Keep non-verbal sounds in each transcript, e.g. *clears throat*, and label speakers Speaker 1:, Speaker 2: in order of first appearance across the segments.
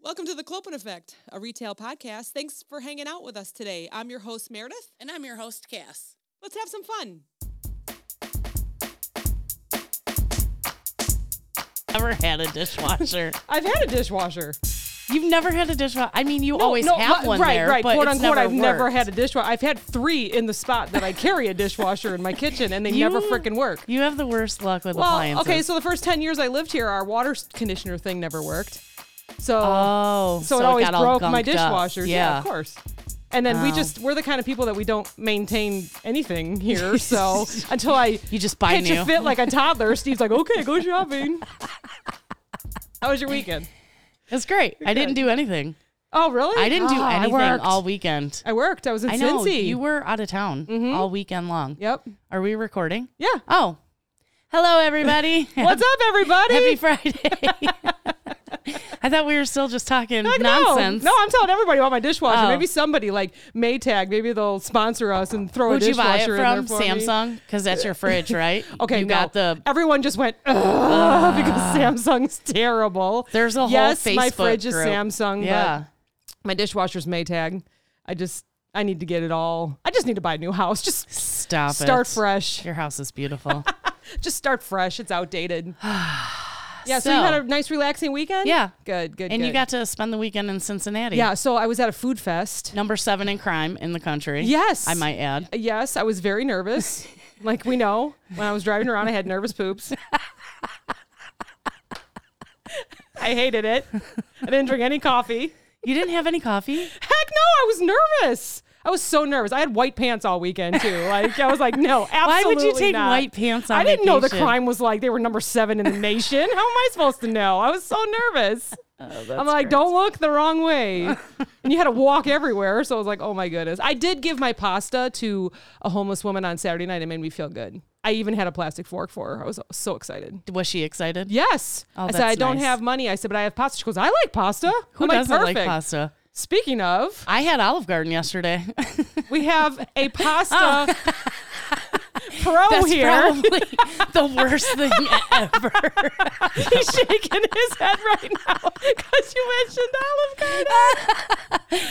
Speaker 1: Welcome to the Clopen Effect, a retail podcast. Thanks for hanging out with us today. I'm your host, Meredith.
Speaker 2: And I'm your host, Cass.
Speaker 1: Let's have some fun.
Speaker 3: Never had a dishwasher.
Speaker 1: I've had a dishwasher.
Speaker 3: *laughs*
Speaker 1: Oh,
Speaker 3: You've never had a dishwasher. I mean, you always have one
Speaker 1: right,
Speaker 3: there,
Speaker 1: right.
Speaker 3: but
Speaker 1: Quote
Speaker 3: it's
Speaker 1: unquote,
Speaker 3: never
Speaker 1: I've never
Speaker 3: worked.
Speaker 1: had a dishwasher. I've had three in the spot that I carry a dishwasher in my kitchen, and they
Speaker 3: You-
Speaker 1: never frickin' work.
Speaker 3: You have the worst luck with
Speaker 1: Well,
Speaker 3: appliances.
Speaker 1: okay, so the first 10 years I lived here, our water s- conditioner thing never worked. So,
Speaker 3: Oh,
Speaker 1: so,
Speaker 3: so
Speaker 1: it
Speaker 3: it
Speaker 1: always
Speaker 3: got all
Speaker 1: broke my
Speaker 3: gunked up.
Speaker 1: dishwashers.
Speaker 3: Yeah.
Speaker 1: of course. And then we
Speaker 3: Wow.
Speaker 1: just, we're the kind of people that we don't maintain anything here. So until I
Speaker 3: *laughs* You just buy
Speaker 1: pitch
Speaker 3: new.
Speaker 1: a fit like a toddler, Steve's like, okay, go shopping. How was your weekend?
Speaker 3: it's great. I didn't do anything.
Speaker 1: Oh, really?
Speaker 3: I didn't do
Speaker 1: Ah,
Speaker 3: anything
Speaker 1: I worked.
Speaker 3: all weekend.
Speaker 1: I worked. I was in
Speaker 3: I know
Speaker 1: Cincy. Mm-hmm.
Speaker 3: you were out of town all weekend long.
Speaker 1: Yep.
Speaker 3: Are we recording?
Speaker 1: Yeah.
Speaker 3: Oh, hello everybody.
Speaker 1: *laughs* What's up, everybody?
Speaker 3: Happy Friday. *laughs* I thought we were still just talking
Speaker 1: Like, no.
Speaker 3: nonsense.
Speaker 1: No, I'm telling everybody about my dishwasher.
Speaker 3: Oh.
Speaker 1: Maybe somebody like Maytag, maybe they'll sponsor us and throw
Speaker 3: Who'd
Speaker 1: a
Speaker 3: you buy it
Speaker 1: dishwasher
Speaker 3: from?
Speaker 1: in there for me.
Speaker 3: Samsung? Because that's your fridge, right?
Speaker 1: *laughs* Okay,
Speaker 3: you
Speaker 1: no.
Speaker 3: got the
Speaker 1: everyone just went Ugh, because Samsung's terrible.
Speaker 3: There's a whole
Speaker 1: yes, my
Speaker 3: Facebook
Speaker 1: fridge is
Speaker 3: group.
Speaker 1: Samsung.
Speaker 3: yeah.
Speaker 1: but my dishwasher's Maytag. I just I need to get it all. I just need to buy a new house. Just
Speaker 3: Stop it.
Speaker 1: start fresh.
Speaker 3: Your house is beautiful.
Speaker 1: Just start fresh. It's
Speaker 3: *sighs*
Speaker 1: outdated. yeah. So,
Speaker 3: So-
Speaker 1: you had a nice relaxing weekend.
Speaker 3: Yeah.
Speaker 1: Good. Good.
Speaker 3: and you
Speaker 1: good.
Speaker 3: got to spend the weekend in Cincinnati.
Speaker 1: yeah. So I was at a food fest.
Speaker 3: Number seven in crime in the country.
Speaker 1: Yes.
Speaker 3: I might add.
Speaker 1: *laughs* Yes, I was very
Speaker 3: *laughs*
Speaker 1: nervous. like we know, when I was driving around, I had nervous poops. I hated it. I didn't drink any coffee.
Speaker 3: You didn't have any coffee?
Speaker 1: Heck no, I was nervous. I was so nervous. I had white pants all weekend too. Like I was like,
Speaker 3: *laughs*
Speaker 1: no, absolutely
Speaker 3: would you take
Speaker 1: not.
Speaker 3: white pants on
Speaker 1: I didn't know the
Speaker 3: vacation?
Speaker 1: crime was like they were number seven in the nation. How am I supposed to know? I was so
Speaker 3: *laughs*
Speaker 1: nervous.
Speaker 3: Oh,
Speaker 1: I'm like, don't look the wrong way. and you had to walk everywhere. So I was like, oh my goodness. I did give my pasta to a homeless woman on Saturday night. It made me feel good. I even had a plastic fork for her. I was so excited.
Speaker 3: Was she excited?
Speaker 1: Yes.
Speaker 3: Oh,
Speaker 1: I said,
Speaker 3: that's
Speaker 1: I don't
Speaker 3: nice.
Speaker 1: have money. I said, but I have pasta. She goes, I like pasta.
Speaker 3: Who
Speaker 1: I'm like,
Speaker 3: doesn't like
Speaker 1: "Perfect."
Speaker 3: pasta?
Speaker 1: Speaking of,
Speaker 3: I had Olive Garden yesterday. *laughs*
Speaker 1: Oh, we have a pasta *laughs* pro
Speaker 3: That's
Speaker 1: here. *laughs*
Speaker 3: probably *laughs* the worst thing *laughs* ever.
Speaker 1: He's shaking his head right now because you mentioned Olive Garden.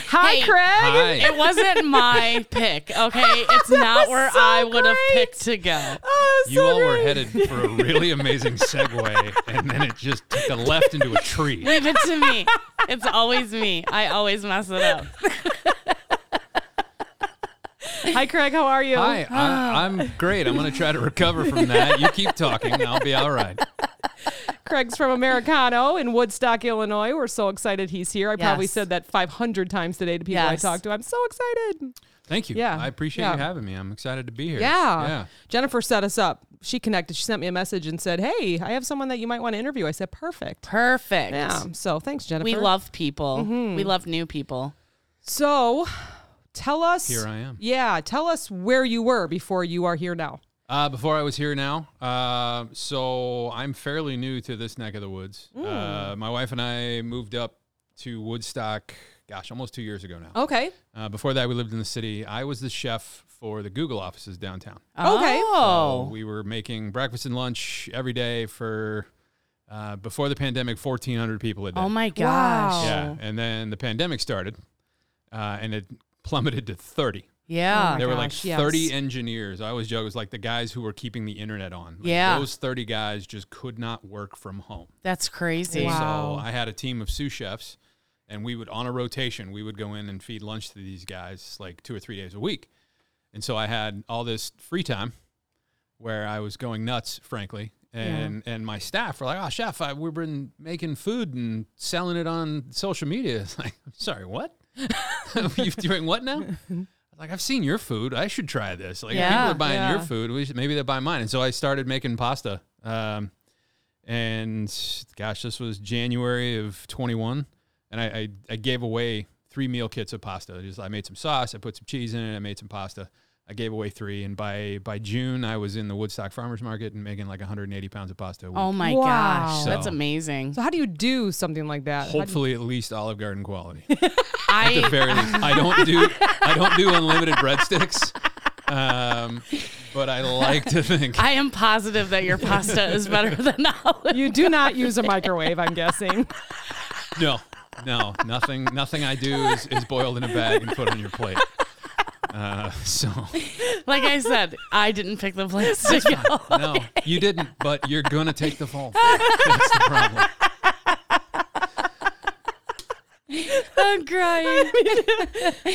Speaker 1: Hi,
Speaker 3: Hey.
Speaker 1: Craig.
Speaker 3: It wasn't my pick,
Speaker 1: *laughs*
Speaker 3: okay? It's not
Speaker 1: was
Speaker 3: where
Speaker 1: so
Speaker 3: I would have
Speaker 1: great.
Speaker 3: picked to go.
Speaker 1: Oh,
Speaker 4: You
Speaker 1: so
Speaker 4: all were
Speaker 1: great.
Speaker 4: headed for
Speaker 1: *laughs*
Speaker 4: a really amazing segue, and then it just took a left into a tree.
Speaker 3: Leave it to me. It's always me. I always mess
Speaker 1: *laughs*
Speaker 3: it up.
Speaker 1: Hi, Craig. How are you?
Speaker 4: Hi,
Speaker 1: Ah.
Speaker 4: I'm, I'm great. I'm going to try to recover from that. You keep talking, I'll be all right.
Speaker 1: Craig's from Americano in Woodstock, Illinois. We're so excited he's here. I probably
Speaker 3: Yes.
Speaker 1: said that 500 times today to people I
Speaker 3: Yes.
Speaker 1: talk to. I'm so excited.
Speaker 4: Thank you.
Speaker 1: Yeah,
Speaker 4: I appreciate
Speaker 1: yeah.
Speaker 4: you having me. I'm excited to be here.
Speaker 1: Yeah.
Speaker 4: Yeah.
Speaker 1: Jennifer set us up. She connected. She sent me a message and said, Hey, I have someone that you might want to interview. I said, Perfect.
Speaker 3: Perfect.
Speaker 1: Yeah. Mm-hmm. So thanks, Jennifer.
Speaker 3: We love people. We love new people.
Speaker 1: So tell us.
Speaker 4: Here I am.
Speaker 1: Yeah. Tell us where you were before you are here now.
Speaker 4: Uh, before I was here now, uh, so I'm fairly new to this neck of the woods.
Speaker 1: Mm.
Speaker 4: Uh, my wife and I moved up to Woodstock, gosh, almost two years ago now.
Speaker 1: Okay.
Speaker 4: Uh, before that, we lived in the city. I was the chef for the Google offices downtown.
Speaker 1: Okay.
Speaker 4: So
Speaker 3: Oh.
Speaker 4: we were making breakfast and lunch every day for uh, before the pandemic, fourteen hundred people a day.
Speaker 3: Oh my
Speaker 1: Wow.
Speaker 3: gosh.
Speaker 4: yeah, and then the pandemic started, uh, and it plummeted to thirty.
Speaker 3: Yeah.
Speaker 4: there were
Speaker 1: gosh,
Speaker 4: like
Speaker 1: yes.
Speaker 4: thirty engineers. I always joke it was like the guys who were keeping the internet on. Like,
Speaker 3: Yeah.
Speaker 4: those thirty guys just could not work from home.
Speaker 3: That's crazy.
Speaker 1: Wow.
Speaker 4: So I had a team of sous chefs, and we would on a rotation we would go in and feed lunch to these guys like two or three days a week, and so I had all this free time where I was going nuts, frankly. And and my staff were like, "Oh, chef, I, we've been making food and selling it on social media." *laughs* It's like, I'm sorry, what? *laughs* you doing
Speaker 1: *laughs*
Speaker 4: what now? Like, I've seen your food. I should try this. Like, if
Speaker 3: Yeah,
Speaker 4: people are buying your
Speaker 1: yeah.
Speaker 4: food. We should, maybe they buy mine. And so I started making pasta. Um, and gosh, this was January of 21, and I, I, I gave away three meal kits of pasta. Just I made some sauce, I put some cheese in it, I made some pasta. I gave away three, and by by June, I was in the Woodstock Farmers Market and making like 180 pounds of pasta. A week.
Speaker 3: Oh my
Speaker 1: Wow.
Speaker 3: gosh. That's
Speaker 4: So-
Speaker 3: amazing.
Speaker 1: So how do you do something like that? How do you-
Speaker 4: Hopefully, at least Olive Garden quality. At the
Speaker 3: *laughs* I *laughs*
Speaker 4: very least, I don't do I don't do unlimited breadsticks. um, but I like to think.
Speaker 3: I am positive that your pasta
Speaker 1: *laughs*
Speaker 3: is better than *laughs* ours.
Speaker 1: You do not use *laughs* a microwave, I'm guessing.
Speaker 4: No, no, nothing, nothing I do is, is boiled in a bag and put on your plate. Uh, so
Speaker 3: Like I said, I didn't pick the place to go.
Speaker 4: no, you didn't, but you're gonna take the fall. For it. That's the problem.
Speaker 3: *laughs* I'm crying.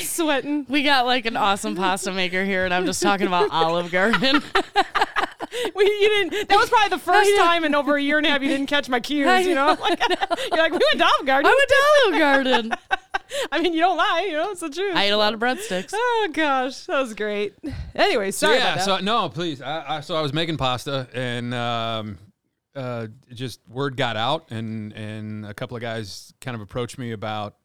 Speaker 1: *laughs* Sweating.
Speaker 3: We got like an awesome pasta maker here, and I'm just talking
Speaker 1: *laughs*
Speaker 3: about Olive Garden.
Speaker 1: We, you didn't, that was probably the first *laughs*
Speaker 3: you didn't.
Speaker 1: time in over a year and a half you didn't catch my cues,
Speaker 3: I
Speaker 1: you know?
Speaker 3: know.
Speaker 1: *laughs* Like, you're like, we went to Olive Garden.
Speaker 3: I went to Olive Garden.
Speaker 1: I mean, you don't lie, you know, it's the truth.
Speaker 3: *laughs* I ate a lot of breadsticks.
Speaker 1: oh, gosh, that was great. Anyway,
Speaker 4: So
Speaker 1: *laughs* sorry about
Speaker 4: yeah,
Speaker 1: that.
Speaker 4: so no, please. I, I, so I was making pasta, and um, uh, just word got out, and and a couple of guys kind of approached me about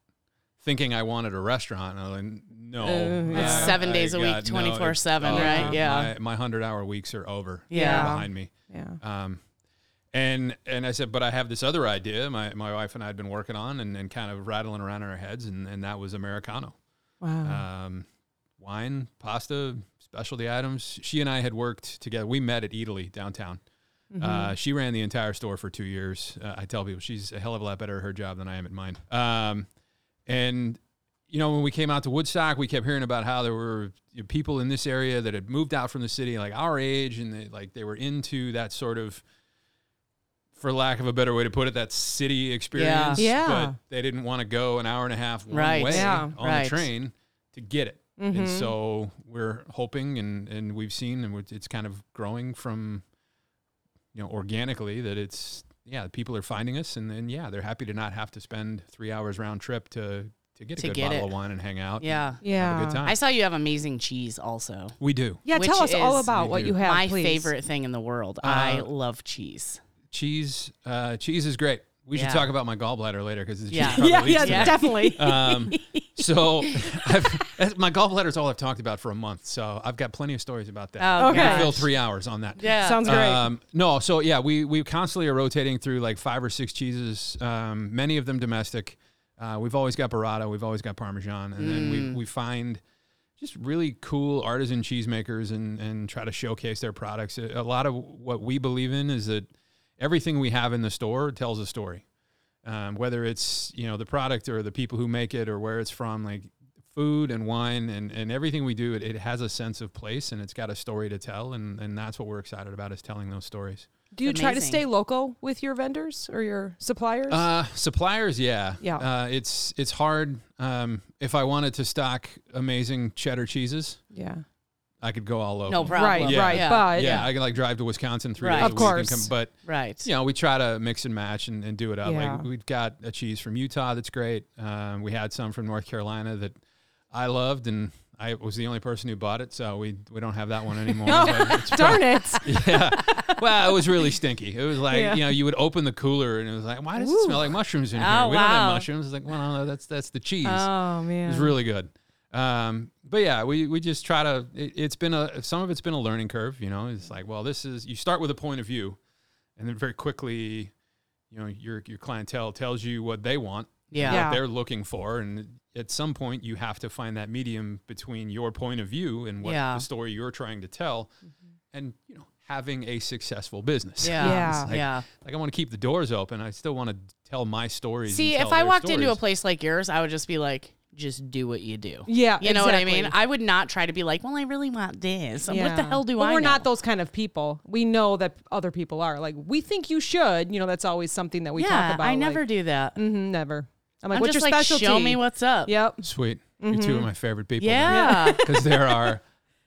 Speaker 4: thinking I wanted a restaurant, and I was like, no,
Speaker 3: It's
Speaker 4: I-
Speaker 3: seven
Speaker 4: I
Speaker 3: days a week,
Speaker 4: got- no,
Speaker 3: 24/7,
Speaker 4: it's-
Speaker 3: right?
Speaker 4: uh,
Speaker 3: Yeah.
Speaker 4: my, my hundred hour weeks are over. They're
Speaker 3: Yeah.
Speaker 4: behind me.
Speaker 1: yeah.
Speaker 4: Um, and and I said, but I have this other idea. My my wife and I had been working on, and, and kind of rattling around in our heads, and, and that was americano
Speaker 1: Wow.
Speaker 4: um, wine, pasta, specialty items. She and I had worked together. We met at Italy downtown. Uh, she ran the entire store for two years. Uh, I tell people she's a hell of a lot better at her job than I am at mine. Um, and you know, when we came out to Woodstock, we kept hearing about how there were you know, people in this area that had moved out from the city, like our age, and they, like they were into that sort of, for lack of a better way to put it, that city experience.
Speaker 1: Yeah.
Speaker 4: But they didn't want to go an hour and a half one
Speaker 3: Right.
Speaker 4: way
Speaker 1: Yeah.
Speaker 4: on
Speaker 3: Right.
Speaker 4: the train to get it.
Speaker 3: Mm-hmm.
Speaker 1: Mm-hmm.
Speaker 4: And so we're hoping, and and we've seen, and it's- it's kind of growing from, you know, organically that it's yeah, people are finding us, and then yeah, they're happy to not have to spend three hours round trip to to get a
Speaker 3: To
Speaker 4: good
Speaker 3: get
Speaker 4: bottle
Speaker 3: it.
Speaker 4: of wine and hang out. and
Speaker 3: Yeah.
Speaker 1: yeah.
Speaker 4: have a good time.
Speaker 3: I saw you have amazing cheese also.
Speaker 4: we do
Speaker 1: Yeah,
Speaker 3: Which
Speaker 1: tell us all
Speaker 3: is
Speaker 1: about what
Speaker 4: do.
Speaker 1: you have.
Speaker 3: My
Speaker 1: please.
Speaker 3: favorite thing in the world.
Speaker 4: Uh,
Speaker 3: I love cheese.
Speaker 4: cheese. Uh, cheese is great. We
Speaker 3: Yeah.
Speaker 4: should talk about my gallbladder later because
Speaker 3: *laughs*
Speaker 4: it's
Speaker 3: Yeah.
Speaker 4: just
Speaker 1: Yeah,
Speaker 4: probably
Speaker 1: yeah,
Speaker 4: easier.
Speaker 1: definitely.
Speaker 4: Um, so *laughs* I've, that's- my gallbladder's all I've talked about for a month. So I've got plenty of stories about that.
Speaker 3: Oh,
Speaker 4: We could
Speaker 1: Okay.
Speaker 4: fill three hours on that.
Speaker 3: Yeah.
Speaker 1: Sounds great.
Speaker 4: Um, no, so yeah, we we constantly are rotating through like five or six cheeses, um, many of them domestic. Uh, we've always got burrata, we've always got parmesan, and
Speaker 1: Mm.
Speaker 4: then we we find just really cool artisan cheesemakers and and try to showcase their products. A, a lot of what we believe in is that everything we have in the store tells a story, um, whether it's you know the product or the people who make it or where it's from, like. Food and wine and, and everything we do, it, it has a sense of place and it's got a story to tell. And, and that's what we're excited about is telling those stories.
Speaker 1: Do you try to
Speaker 3: amazing.
Speaker 1: stay local with your vendors or your suppliers?
Speaker 4: Uh, suppliers, yeah,
Speaker 1: Yeah.
Speaker 4: Uh, it's it's hard. Um, if I wanted to stock amazing cheddar cheeses,
Speaker 1: yeah.
Speaker 4: I could go all over.
Speaker 3: No problem.
Speaker 1: Right,
Speaker 4: Yeah.
Speaker 1: right.
Speaker 3: Yeah.
Speaker 1: But
Speaker 4: Yeah, I could like drive to Wisconsin three
Speaker 3: Right.
Speaker 4: days
Speaker 1: Of
Speaker 4: a week
Speaker 1: course.
Speaker 4: and come. But
Speaker 3: Right.
Speaker 4: you know, we try to mix and match and, and do it up.
Speaker 1: Yeah.
Speaker 4: Like we've got a cheese from Utah that's great. Um, we had some from North Carolina that I loved, and I was the only person who bought it, so we we don't have that one
Speaker 1: *laughs*
Speaker 4: anymore. but it's
Speaker 1: darn it.
Speaker 4: yeah. Well, it was really stinky. It was like,
Speaker 1: Yeah.
Speaker 4: you know, you would open the cooler and it was like, why does it smell like mushrooms in here?
Speaker 3: Oh,
Speaker 4: we don't have
Speaker 3: wow.
Speaker 4: mushrooms. It's like, well, no, that's that's the cheese.
Speaker 1: Oh man.
Speaker 4: It was really good. Um, but yeah, we, we just try to. It, it's been a some of it's been a learning curve. You know, it's like, well, this is you start with a point of view, and then very quickly, you know, your your clientele tells you what they want,
Speaker 3: Yeah.
Speaker 1: Yeah.
Speaker 4: what they're looking for, and at some point you have to find that medium between your point of view and what
Speaker 3: Yeah. Mm-hmm.
Speaker 4: the story you're trying to tell, and you know, having a successful business. *laughs*
Speaker 3: Yeah.
Speaker 1: Yeah.
Speaker 3: Yeah.
Speaker 4: Like- Like I want to keep the doors open. I still want to tell my stories. and
Speaker 3: See,
Speaker 4: tell
Speaker 3: if I
Speaker 4: their
Speaker 3: walked into a
Speaker 4: stories.
Speaker 3: place like yours, I would just be like, just do what you do.
Speaker 1: Yeah,
Speaker 3: You know what I mean?
Speaker 1: exactly.
Speaker 3: I would not try to be like, well, I really want this. and What the
Speaker 1: Yeah.
Speaker 3: hell do
Speaker 1: but
Speaker 3: I
Speaker 1: We're
Speaker 3: know?
Speaker 1: not those kind of people. We know that other people are. Like we think you should. You know, that's always something that we
Speaker 3: yeah,
Speaker 1: talk about.
Speaker 3: I
Speaker 1: like,
Speaker 3: never do that.
Speaker 1: mhm, never. I'm like,
Speaker 3: I'm
Speaker 1: what's
Speaker 3: just
Speaker 1: your
Speaker 3: like,
Speaker 1: specialty?
Speaker 3: show me what's up.
Speaker 1: Yep.
Speaker 4: Sweet, you're two of my favorite people.
Speaker 3: Mm-hmm. Yeah.
Speaker 4: because there are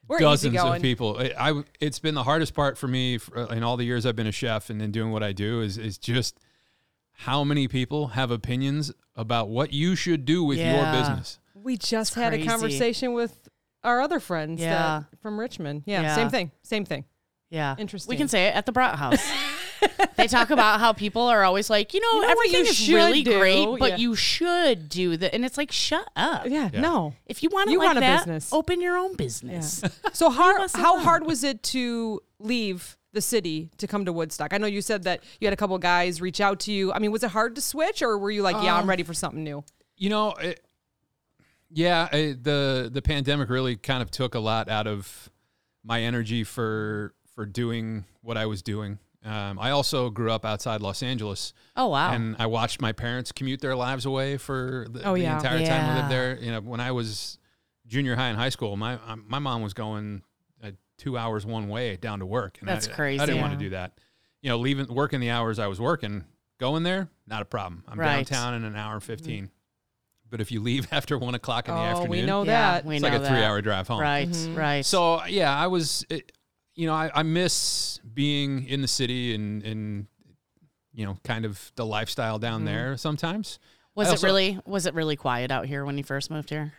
Speaker 1: We're
Speaker 4: dozens
Speaker 1: easygoing.
Speaker 4: of people. I, I w- it's been the hardest part for me for, in all the years I've been a chef and then doing what I do is is just how many people have opinions about what you should do with
Speaker 3: Yeah.
Speaker 4: your business.
Speaker 1: We just had
Speaker 3: crazy.
Speaker 1: a conversation with our other friends
Speaker 3: Yeah.
Speaker 1: that, from Richmond. Yeah,
Speaker 3: Yeah.
Speaker 1: Same thing. Same thing.
Speaker 3: *laughs* Yeah. We
Speaker 1: Interesting.
Speaker 3: can say it at the
Speaker 1: *laughs*
Speaker 3: Brat House. they talk about how people are always like, you know,
Speaker 1: You know what you
Speaker 3: everything is
Speaker 1: should
Speaker 3: really
Speaker 1: do?
Speaker 3: great, but
Speaker 1: Yeah.
Speaker 3: you should do that. And it's like, shut up.
Speaker 1: Yeah.
Speaker 4: Yeah.
Speaker 1: No.
Speaker 3: If you want to
Speaker 1: You
Speaker 3: like
Speaker 1: run a
Speaker 3: that,
Speaker 1: business.
Speaker 3: open your own business.
Speaker 1: So hard, how hard was it to leave the city to come to Woodstock? I know you said that you had a couple guys reach out to you. I mean, was it hard to switch, or were you like, "Yeah, I'm ready for something new"?
Speaker 4: You know, eh, it, yeah, I- the the pandemic really kind of took a lot out of my energy for for doing what I was doing. Um, I also grew up outside Los Angeles,
Speaker 3: Oh wow.
Speaker 4: and I watched my parents commute their lives away for the,
Speaker 1: Oh,
Speaker 4: the
Speaker 1: yeah.
Speaker 4: entire time I
Speaker 3: Yeah.
Speaker 4: lived there. You know, when I was junior high and high school, my um, my mom was going uh, two hours one way down to work. And
Speaker 3: That's
Speaker 4: I,
Speaker 3: crazy.
Speaker 4: I didn't want to
Speaker 1: Yeah.
Speaker 4: do that. You know, leaving working the hours I was working, going there, not a problem. I'm
Speaker 3: Right.
Speaker 4: downtown in an hour and 15 But if you leave *laughs* after one o'clock in the
Speaker 1: oh,
Speaker 4: afternoon,
Speaker 1: we know
Speaker 3: Yeah,
Speaker 1: that.
Speaker 3: we
Speaker 4: it's
Speaker 3: know
Speaker 4: like a
Speaker 3: that.
Speaker 4: three-hour drive home.
Speaker 3: Right.
Speaker 1: Mm-hmm.
Speaker 3: Right.
Speaker 4: So yeah, I was, it, you know, I, I miss being in the city and and you know, kind of the lifestyle down
Speaker 3: Mm-hmm.
Speaker 4: there sometimes.
Speaker 3: was
Speaker 4: I also-
Speaker 3: it really was it really quiet out here when you first moved here?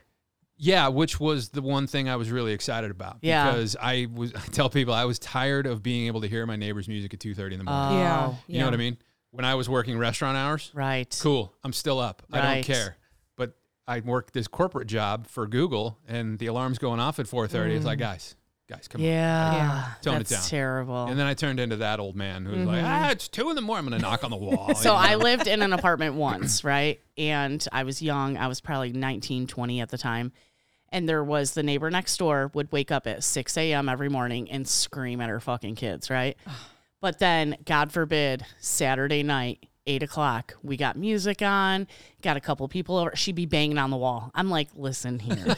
Speaker 4: Yeah, which was the one thing I was really excited about.
Speaker 3: Yeah.
Speaker 4: because I was *laughs* I tell people I was tired of being able to hear my neighbor's music at two thirty in the morning.
Speaker 1: Yeah.
Speaker 3: Oh,
Speaker 4: you know what I mean? When I was working restaurant hours,
Speaker 3: Right.
Speaker 4: cool. I'm still up. I don't
Speaker 3: Right.
Speaker 4: care. But I worked this corporate job for Google, and the alarm's going off at four thirty. It's like,
Speaker 3: Mm.
Speaker 4: guys, guys, come on.
Speaker 3: Yeah.
Speaker 1: Yeah.
Speaker 4: Tone it
Speaker 3: That's
Speaker 4: down.
Speaker 3: terrible.
Speaker 4: And then I turned into that old man who was like, ah, it's two in the morning. I'm going to knock on the wall.
Speaker 3: Mm-hmm. *laughs* so
Speaker 4: *laughs*
Speaker 3: I lived in an apartment once, right? And I was young. I was probably 19, 20 at the time. And there was the neighbor next door would wake up at 6 a.m. every morning and scream at her fucking kids, right? But then, God forbid, Saturday night, eight o'clock, we got music on, got a couple people over. She'd be banging on the wall. I'm like, listen here.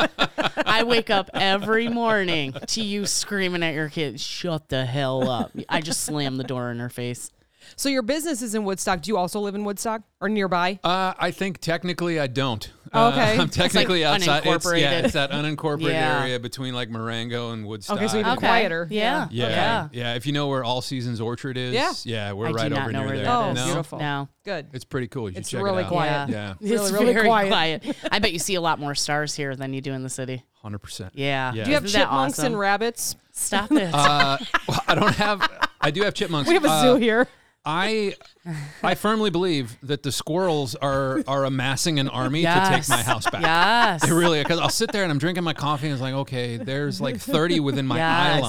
Speaker 3: I wake up every morning to you screaming at your kids, shut the hell up. I just slam the door in her face.
Speaker 1: So your business is in Woodstock. Do you also live in Woodstock or nearby?
Speaker 4: Uh, I think technically I don't. Uh,
Speaker 1: Okay.
Speaker 4: *laughs* I'm
Speaker 1: It's
Speaker 4: technically
Speaker 3: Oh, like
Speaker 4: outside. It's, yeah,
Speaker 3: unincorporated.
Speaker 4: it's that unincorporated
Speaker 3: Yeah.
Speaker 4: area between like Marengo and Woodstock.
Speaker 1: Okay, so even
Speaker 3: Okay.
Speaker 1: quieter.
Speaker 3: Yeah.
Speaker 4: yeah,
Speaker 3: Yeah.
Speaker 4: yeah. If you know where All Seasons Orchard is,
Speaker 1: Yeah.
Speaker 4: we're
Speaker 3: I
Speaker 4: right
Speaker 3: do not
Speaker 4: over
Speaker 3: know
Speaker 4: near
Speaker 3: where
Speaker 4: there.
Speaker 3: that
Speaker 1: Oh,
Speaker 3: is.
Speaker 4: No?
Speaker 1: beautiful.
Speaker 3: No.
Speaker 1: Good.
Speaker 4: It's pretty cool. You should
Speaker 1: It's
Speaker 4: check
Speaker 1: really
Speaker 4: it out.
Speaker 1: quiet.
Speaker 4: Yeah,
Speaker 1: Really, really
Speaker 3: very
Speaker 1: quiet.
Speaker 3: *laughs* I bet you see a lot more stars here than you do in the city.
Speaker 4: hundred percent.
Speaker 3: Yeah.
Speaker 4: Yeah.
Speaker 1: Do you have
Speaker 3: Isn't that
Speaker 1: chipmunks
Speaker 3: awesome?
Speaker 1: and rabbits? *laughs*
Speaker 3: Stop it.
Speaker 4: Uh, well, I don't have. I do
Speaker 3: *laughs*
Speaker 4: have chipmunks.
Speaker 1: We have a
Speaker 4: Uh,
Speaker 1: zoo
Speaker 4: *laughs*
Speaker 1: here.
Speaker 4: I, I firmly believe that the squirrels are are amassing an army to take
Speaker 3: Yes.
Speaker 4: my house back.
Speaker 3: yes.
Speaker 4: *laughs* It really, because I'll sit there and I'm drinking my coffee and it's like, okay, there's like 30 within my eye
Speaker 3: Yes.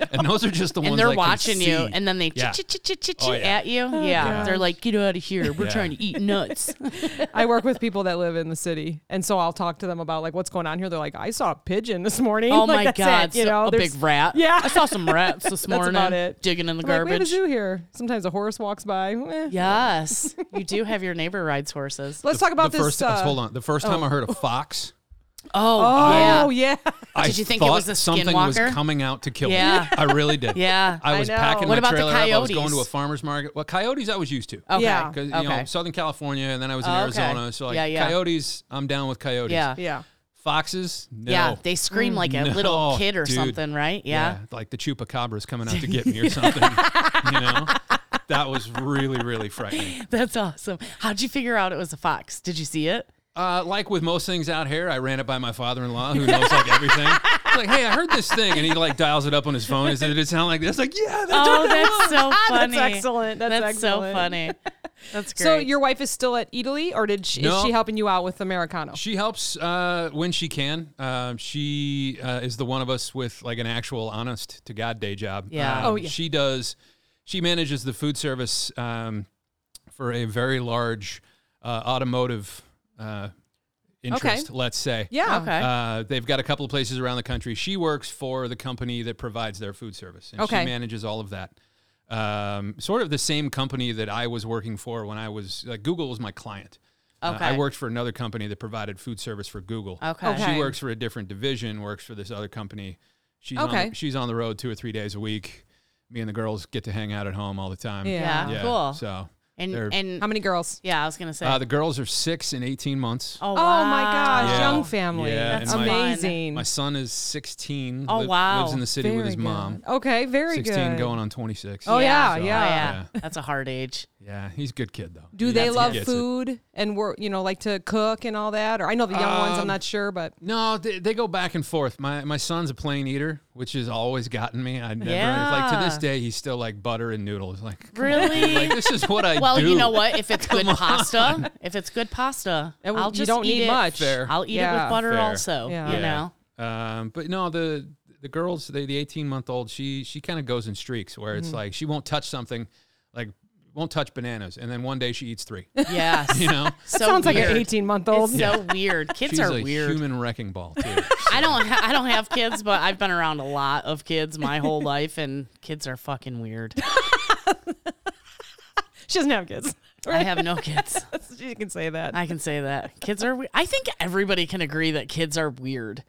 Speaker 3: *laughs*
Speaker 4: line, and those are just the
Speaker 3: and
Speaker 4: ones I
Speaker 3: they're
Speaker 4: can
Speaker 3: watching you,
Speaker 4: see.
Speaker 3: and then they
Speaker 4: Yeah.
Speaker 3: ch ch ch ch ch
Speaker 4: Oh, yeah.
Speaker 3: at you. yeah,
Speaker 1: gosh.
Speaker 3: they're like, "Get out of here! We're
Speaker 4: Yeah.
Speaker 3: trying to eat nuts."
Speaker 1: *laughs* I work with people that live in the city, and so I'll talk to them about like what's going on here. They're like, "I saw a pigeon this morning." *laughs*
Speaker 3: oh
Speaker 1: Like,
Speaker 3: my
Speaker 1: that's
Speaker 3: god,
Speaker 1: it, you
Speaker 3: so-
Speaker 1: know,
Speaker 3: a
Speaker 1: there's-
Speaker 3: big rat.
Speaker 1: Yeah.
Speaker 3: I saw some rats
Speaker 1: *laughs*
Speaker 3: this
Speaker 1: That's
Speaker 3: morning
Speaker 1: about it.
Speaker 3: digging in the
Speaker 1: I'm like, we have a
Speaker 3: garbage.
Speaker 1: zoo here. Sometimes a horse walks by. Eh. *laughs*
Speaker 3: yes, you do have your neighbor rides horses.
Speaker 1: Let's talk about
Speaker 4: the
Speaker 1: this.
Speaker 4: First,
Speaker 1: uh,
Speaker 4: hold on. The first time I heard a fox,
Speaker 3: Oh,
Speaker 1: Oh
Speaker 3: yeah,
Speaker 1: yeah. *laughs*
Speaker 4: I
Speaker 3: Did you think it was
Speaker 4: thought
Speaker 3: a
Speaker 4: something was
Speaker 3: skinwalker?
Speaker 4: coming out to kill
Speaker 3: Yeah.
Speaker 4: me. *laughs* I really did.
Speaker 3: yeah.
Speaker 4: I
Speaker 1: I
Speaker 4: was
Speaker 1: know.
Speaker 4: packing
Speaker 1: What
Speaker 4: my
Speaker 3: about the
Speaker 4: trailer up. I was going to a
Speaker 3: coyotes?
Speaker 4: farmer's market. Well, coyotes I was used to.
Speaker 3: okay.
Speaker 1: Yeah.
Speaker 4: 'Cause, you know,
Speaker 3: okay.
Speaker 4: Southern California, and then I was in
Speaker 3: Oh, okay.
Speaker 4: Arizona. So like
Speaker 3: Yeah, yeah.
Speaker 4: coyotes, I'm down with coyotes.
Speaker 3: yeah.
Speaker 1: Yeah.
Speaker 4: Foxes, no.
Speaker 3: Yeah, they scream like a little
Speaker 4: Mm, No,
Speaker 3: kid or
Speaker 4: dude.
Speaker 3: something, right?
Speaker 4: yeah,
Speaker 3: Yeah.
Speaker 4: like the chupacabra's coming out to get me or something. you know, that was really really frightening.
Speaker 3: *laughs* That's awesome. How'd you figure out it was a fox? Did you see it?
Speaker 4: Uh, like with most things out here, I ran it by my father-in-law who knows like everything. He's like, hey, I heard this thing, and he like dials it up on his phone. He said, did it sound like this? Like, yeah,
Speaker 3: *laughs*
Speaker 4: that's
Speaker 3: Oh, *laughs* that's so funny.
Speaker 1: That's excellent. That's,
Speaker 3: That's so
Speaker 1: excellent.
Speaker 3: *laughs* funny. That's great.
Speaker 1: So your wife is still at Italy, or did she,
Speaker 4: No.
Speaker 1: is she helping you out with Americano?
Speaker 4: She helps uh, when she can. Um, she uh, is the one of us with like an actual honest to God day job.
Speaker 3: Yeah.
Speaker 4: Um,
Speaker 1: Oh, yeah.
Speaker 4: She does. She manages the food service um, for a very large uh, automotive uh, interest. Let's say.
Speaker 1: yeah.
Speaker 3: okay.
Speaker 4: Uh, they've got a couple of places around the country. She works for the company that provides their food service, and
Speaker 1: Okay.
Speaker 4: she manages all of that. Um, sort of the same company that I was working for when I was like Google was my client. Uh, I
Speaker 3: Okay.
Speaker 4: worked for another company that provided food service for Google.
Speaker 3: Okay.
Speaker 1: Okay.
Speaker 4: She works for a different division, works for this other company. She's on
Speaker 1: Okay.
Speaker 4: the, she's on the road two or three days a week. Me and the girls get to hang out at home all the time.
Speaker 3: yeah,
Speaker 4: Yeah,
Speaker 3: cool.
Speaker 4: So
Speaker 3: and
Speaker 4: they're-
Speaker 3: and
Speaker 1: How many girls?
Speaker 3: yeah, I was gonna say.
Speaker 4: uh, the girls are six and eighteen months.
Speaker 3: oh,
Speaker 1: Oh my gosh,
Speaker 4: Yeah.
Speaker 1: young family.
Speaker 4: Yeah,
Speaker 1: That's
Speaker 4: and my-
Speaker 1: amazing.
Speaker 4: My son is sixteen.
Speaker 3: Oh, wow.
Speaker 4: Lives in the city with
Speaker 1: Very
Speaker 4: his mom.
Speaker 1: good. Okay, very
Speaker 4: 16
Speaker 1: good.
Speaker 4: going on 26.
Speaker 1: Oh yeah,
Speaker 3: Yeah,
Speaker 1: yeah.
Speaker 4: so-
Speaker 3: That's a hard age.
Speaker 4: Yeah, he's a good kid though.
Speaker 1: Do
Speaker 4: He
Speaker 1: they
Speaker 4: gets-
Speaker 1: love
Speaker 4: gets it.
Speaker 1: food and work? You know, like to cook and all that. Or I know the young ones. I'm
Speaker 4: Um,
Speaker 1: not sure, but
Speaker 4: No, they, they go back and forth. My my son's a plain eater, which has always gotten me. I never like to this
Speaker 3: Yeah.
Speaker 4: day he's still like butter and noodles.
Speaker 1: *laughs*
Speaker 4: Like,
Speaker 3: *laughs* Really?
Speaker 4: like this is what I
Speaker 3: *laughs* well,
Speaker 4: do.
Speaker 3: you know what? If
Speaker 4: *laughs*
Speaker 3: it's good pasta, if it's good pasta,
Speaker 1: And
Speaker 3: I'll
Speaker 1: you
Speaker 3: just
Speaker 1: don't
Speaker 3: eat
Speaker 1: need
Speaker 3: it.
Speaker 1: much.
Speaker 4: Fair.
Speaker 3: I'll eat it
Speaker 1: Yeah.
Speaker 3: with butter
Speaker 4: Fair.
Speaker 3: also.
Speaker 1: Yeah.
Speaker 3: You
Speaker 4: *laughs*
Speaker 3: know.
Speaker 4: Um, but no, the
Speaker 1: Mm-hmm.
Speaker 4: the girls, the the eighteen month old, she she kind of goes in streaks where it's like she won't touch something, like won't touch bananas, and then one day she eats
Speaker 1: *laughs*
Speaker 4: three.
Speaker 3: Yes.
Speaker 4: You know,
Speaker 3: so
Speaker 1: Sounds like
Speaker 3: weird.
Speaker 1: an 18 month old.
Speaker 3: It's so weird. Kids
Speaker 4: she's
Speaker 3: are
Speaker 4: a
Speaker 3: weird.
Speaker 4: human wrecking ball too. *laughs*
Speaker 3: I don't. Ha- I don't have kids, but I've been around a lot of kids my whole life, and kids are fucking weird.
Speaker 1: *laughs* She doesn't have kids.
Speaker 3: *laughs* I have no kids.
Speaker 1: *laughs* She can say that.
Speaker 3: I can say that kids are. We- I think everybody can agree that kids are weird,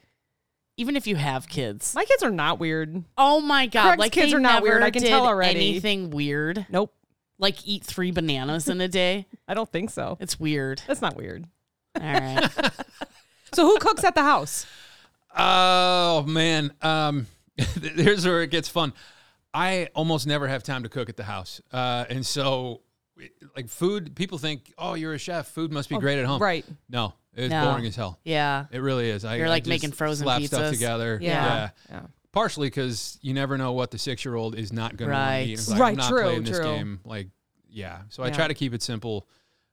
Speaker 3: even if you have kids.
Speaker 1: My kids are not weird.
Speaker 3: Oh my god!
Speaker 1: Craig's
Speaker 3: like
Speaker 1: kids
Speaker 3: they
Speaker 1: are not weird,
Speaker 3: never
Speaker 1: I can
Speaker 3: did
Speaker 1: tell already.
Speaker 3: Anything weird?
Speaker 1: Nope.
Speaker 3: Like eat three bananas in a day?
Speaker 1: I don't think so.
Speaker 3: It's weird.
Speaker 1: That's not weird.
Speaker 3: All right.
Speaker 1: So who cooks at the house?
Speaker 4: Oh man, um, *laughs* here's where it gets fun. I almost never have time to cook at the house, uh, and so it- like food, people think, oh, you're a chef, food must be great at home.
Speaker 1: Right.
Speaker 4: No, it's
Speaker 3: Oh, No.
Speaker 4: boring as hell.
Speaker 3: Yeah.
Speaker 4: It really is. I,
Speaker 3: You're,
Speaker 4: I
Speaker 3: like,
Speaker 4: just
Speaker 3: making frozen
Speaker 4: slap
Speaker 3: pizzas.
Speaker 4: stuff together.
Speaker 1: Yeah.
Speaker 4: yeah.
Speaker 1: Yeah.
Speaker 4: Partially because you never know what the six year old is not going to
Speaker 3: Right.
Speaker 4: eat. It's like,
Speaker 1: Right,
Speaker 4: I'm not
Speaker 1: true,
Speaker 4: playing this
Speaker 1: true.
Speaker 4: game. Like, yeah. So I
Speaker 3: Yeah.
Speaker 4: try to keep it simple.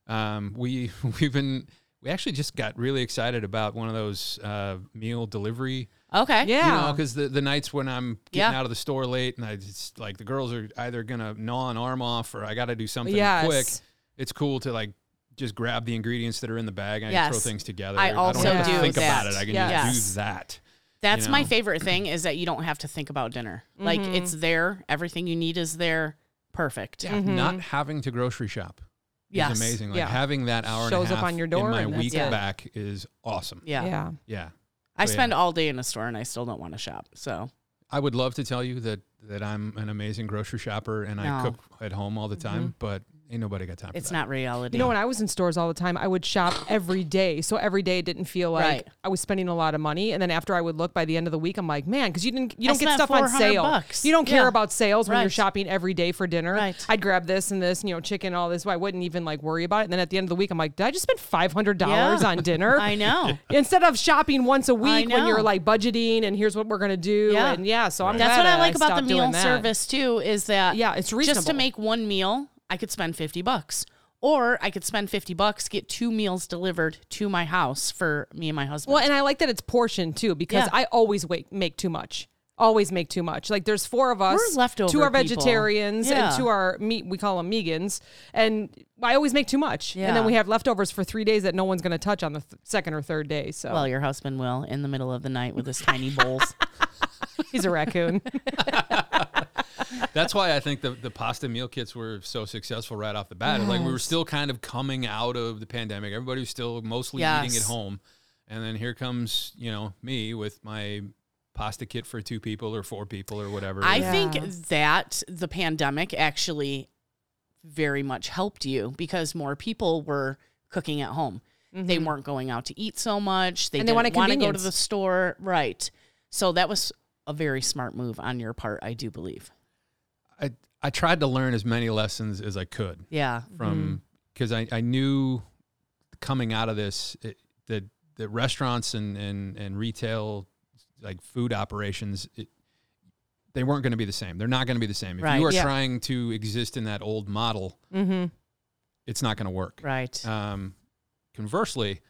Speaker 4: Um, we *laughs* we've been we actually just got really excited about one of those uh, meal delivery
Speaker 3: Okay.
Speaker 1: Yeah.
Speaker 4: you know, because the, the nights when I'm getting
Speaker 3: Yeah.
Speaker 4: out of the store late and I just like the girls are either gonna gnaw an arm off or I got to do something
Speaker 1: Yes.
Speaker 4: quick. It's cool to like just grab the ingredients that are in the bag and I can throw
Speaker 3: Yes.
Speaker 4: things together.
Speaker 3: I
Speaker 4: don't
Speaker 3: also
Speaker 4: have to
Speaker 1: do
Speaker 4: think
Speaker 3: that.
Speaker 4: about it. I can just
Speaker 3: Yes.
Speaker 4: do that.
Speaker 3: That's
Speaker 4: you
Speaker 3: my
Speaker 4: know?
Speaker 3: favorite thing is that you don't have to think about dinner. Like
Speaker 1: Mm-hmm.
Speaker 3: it's there. Everything you need is there. Perfect.
Speaker 4: Yeah, not having to grocery shop
Speaker 3: Mm-hmm. Yes.
Speaker 4: is amazing. Like
Speaker 1: Yeah.
Speaker 4: having that hour and
Speaker 1: Shows
Speaker 4: a
Speaker 1: up
Speaker 4: half
Speaker 1: on your door
Speaker 4: in my
Speaker 1: and that's
Speaker 4: week
Speaker 3: it.
Speaker 4: back is awesome.
Speaker 3: Yeah.
Speaker 1: yeah.
Speaker 4: Yeah.
Speaker 3: I
Speaker 4: So, yeah.
Speaker 3: spend all day in a store and I still don't want to shop. So
Speaker 4: I would love to tell you that that I'm an amazing grocery shopper and I
Speaker 3: No. Mm-hmm.
Speaker 4: cook at home all the time, but ain't nobody got time for
Speaker 3: it's
Speaker 4: that.
Speaker 3: not reality.
Speaker 1: You know, when I was in stores all the time, I would shop every day. So every day it didn't feel like
Speaker 3: Right.
Speaker 1: I was spending a lot of money. And then after I would look by the end of the week, I'm like, man, because you didn't, you
Speaker 3: I
Speaker 1: don't get
Speaker 3: spent
Speaker 1: stuff on
Speaker 3: 400
Speaker 1: sale.
Speaker 3: bucks.
Speaker 1: You don't care
Speaker 3: Yeah.
Speaker 1: about sales when you're
Speaker 3: Right.
Speaker 1: shopping every day for dinner.
Speaker 3: Right.
Speaker 1: I'd grab this and this, and, you know, chicken, all this. I wouldn't even like worry about it. And then at the end of the week, I'm like, did I just spend five hundred dollars
Speaker 3: Yeah. *laughs*
Speaker 1: on dinner?
Speaker 3: I
Speaker 1: *laughs*
Speaker 3: know.
Speaker 1: Instead of shopping once a week when
Speaker 3: know.
Speaker 1: you're like budgeting and here's what we're gonna do.
Speaker 3: Yeah.
Speaker 1: And yeah, so I'm
Speaker 3: That's
Speaker 1: glad
Speaker 3: what I
Speaker 1: that
Speaker 3: like about the
Speaker 1: stopped doing
Speaker 3: meal
Speaker 1: that.
Speaker 3: service too is that
Speaker 1: Yeah, it's
Speaker 3: Just to
Speaker 1: reasonable.
Speaker 3: make one meal, I could spend 50 bucks. Or I could spend 50 bucks get two meals delivered to my house for me and my husband.
Speaker 1: Well, and I like that it's portioned too because
Speaker 3: Yeah.
Speaker 1: I always wait, make too much. Always make too much. Like there's four of us.
Speaker 3: We're leftover
Speaker 1: Two are
Speaker 3: people.
Speaker 1: vegetarians
Speaker 3: Yeah.
Speaker 1: and two are meat. We call them vegans. And I always make too much. And
Speaker 3: Yeah.
Speaker 1: then we have leftovers for three days that no one's going to touch on the th- second or third day. So
Speaker 3: Well, *laughs* your husband will in the middle of the night with his
Speaker 1: *laughs*
Speaker 3: tiny bowls.
Speaker 1: he's a raccoon.
Speaker 3: *laughs*
Speaker 4: That's why I think the, the pasta meal kits were so successful right off the bat. Like we were still kind of coming out of the pandemic. Everybody was still mostly eating
Speaker 3: Yes.
Speaker 4: at home. And then here comes, you know, me with my pasta kit for two people or four people or whatever.
Speaker 3: I
Speaker 4: And
Speaker 1: Yeah.
Speaker 3: think that the pandemic actually very much helped you because more people were cooking at home. They weren't going out to eat so much. Mm-hmm. They
Speaker 1: And they
Speaker 3: didn't
Speaker 1: wanted
Speaker 3: want to go to
Speaker 1: convenience.
Speaker 3: the store. Right. So that was a very smart move on your part, I do believe.
Speaker 4: I, I tried to learn as many lessons as I could
Speaker 3: Yeah. Mm-hmm.
Speaker 4: from because I, I knew coming out of this it, that that restaurants and, and, and retail like food operations it, they weren't going to be the same. They're not going to be the same. If
Speaker 3: Right.
Speaker 4: you are
Speaker 1: Yeah.
Speaker 4: trying to exist in that old model,
Speaker 1: mm-hmm.
Speaker 4: it's not going to work.
Speaker 3: Right.
Speaker 4: Um, conversely,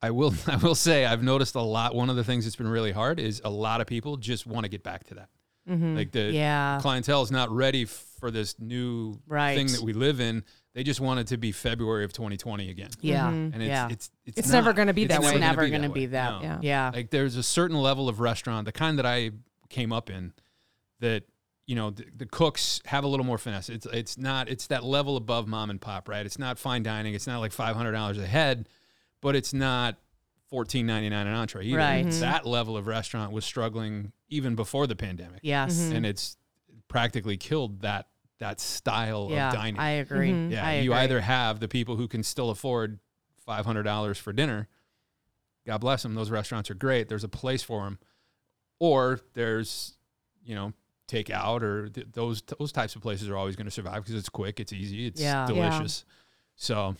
Speaker 4: I will *laughs* I will say I've noticed a lot. One of the things that's been really hard is a lot of people just want to get back to that.
Speaker 3: Mm-hmm.
Speaker 4: Like the
Speaker 3: Mm, yeah.
Speaker 4: clientele is not ready for this new
Speaker 3: Right.
Speaker 4: thing that we live in. They just want it to be February of 2020 again.
Speaker 3: Yeah. Mm-hmm.
Speaker 1: Mm-hmm.
Speaker 4: And it's
Speaker 3: yeah.
Speaker 4: it's, it's,
Speaker 1: It's never
Speaker 4: not.
Speaker 1: gonna be that
Speaker 3: It's
Speaker 1: way.
Speaker 4: gonna
Speaker 3: never
Speaker 4: that
Speaker 3: going to
Speaker 4: way.
Speaker 3: be that.
Speaker 4: No.
Speaker 1: Yeah.
Speaker 3: Yeah.
Speaker 4: Like there's a certain level of restaurant, the kind that I came up in, that you know the, the cooks have a little more finesse. It's it's not it's that level above mom and pop, right? It's not fine dining. It's not like five hundred dollars a head, but it's not fourteen ninety nine an entree either.
Speaker 3: Right.
Speaker 4: It's That level of restaurant was struggling even before the pandemic,
Speaker 3: Yes.
Speaker 4: and it's practically killed that that style
Speaker 3: Yeah.
Speaker 4: of dining.
Speaker 3: I agree.
Speaker 1: Mhm.
Speaker 4: Yeah,
Speaker 3: I
Speaker 4: you
Speaker 3: agree.
Speaker 4: either have the people who can still afford five hundred dollars for dinner. God bless them; those restaurants are great. There's a place for them, or there's you know takeout or th- those those types of places are always going to survive because it's quick, it's easy, it's
Speaker 3: Yeah. Yeah.
Speaker 4: delicious. So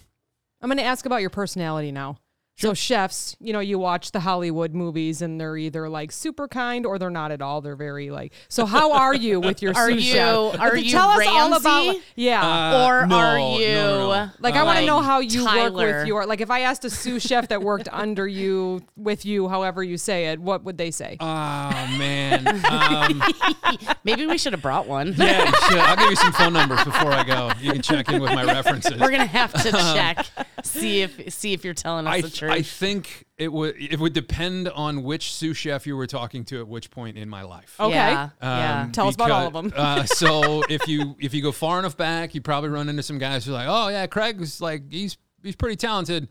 Speaker 1: I'm going to ask about your personality now. So chefs, you know, you watch the Hollywood movies and they're either like super kind or they're not at all. They're very like. So how are you with your
Speaker 3: Are
Speaker 1: sous
Speaker 3: you-
Speaker 1: chef?
Speaker 3: are
Speaker 1: Like,
Speaker 3: you
Speaker 1: tell us all about
Speaker 3: Ramsay?
Speaker 1: yeah.
Speaker 4: Uh,
Speaker 3: or
Speaker 4: no,
Speaker 3: are
Speaker 4: no,
Speaker 3: you
Speaker 4: no, no.
Speaker 3: Yeah.
Speaker 1: Like I want to
Speaker 3: Like
Speaker 1: know how you work
Speaker 3: Tyler.
Speaker 1: with your like if I asked a sous chef that worked under you with you, however you say it, what would they say?
Speaker 3: *laughs*
Speaker 4: Oh man. Um,
Speaker 3: *laughs* Maybe we should have brought one.
Speaker 4: *laughs* yeah, you should. I'll give you some phone numbers before I go. You can check in with my references.
Speaker 3: We're gonna have
Speaker 4: *laughs*
Speaker 3: to check see if see if you're telling us
Speaker 4: I,
Speaker 3: the truth.
Speaker 4: I think it would it would depend on which sous chef you were talking to at which point in my life.
Speaker 1: okay.
Speaker 3: Yeah. yeah.
Speaker 4: Um,
Speaker 1: Oh, Tell us about all of 'em.
Speaker 4: because-
Speaker 1: *laughs*
Speaker 4: uh, so if you if you go far enough back, you probably run into some guys who are like, "Oh yeah, Craig's like he's he's pretty talented,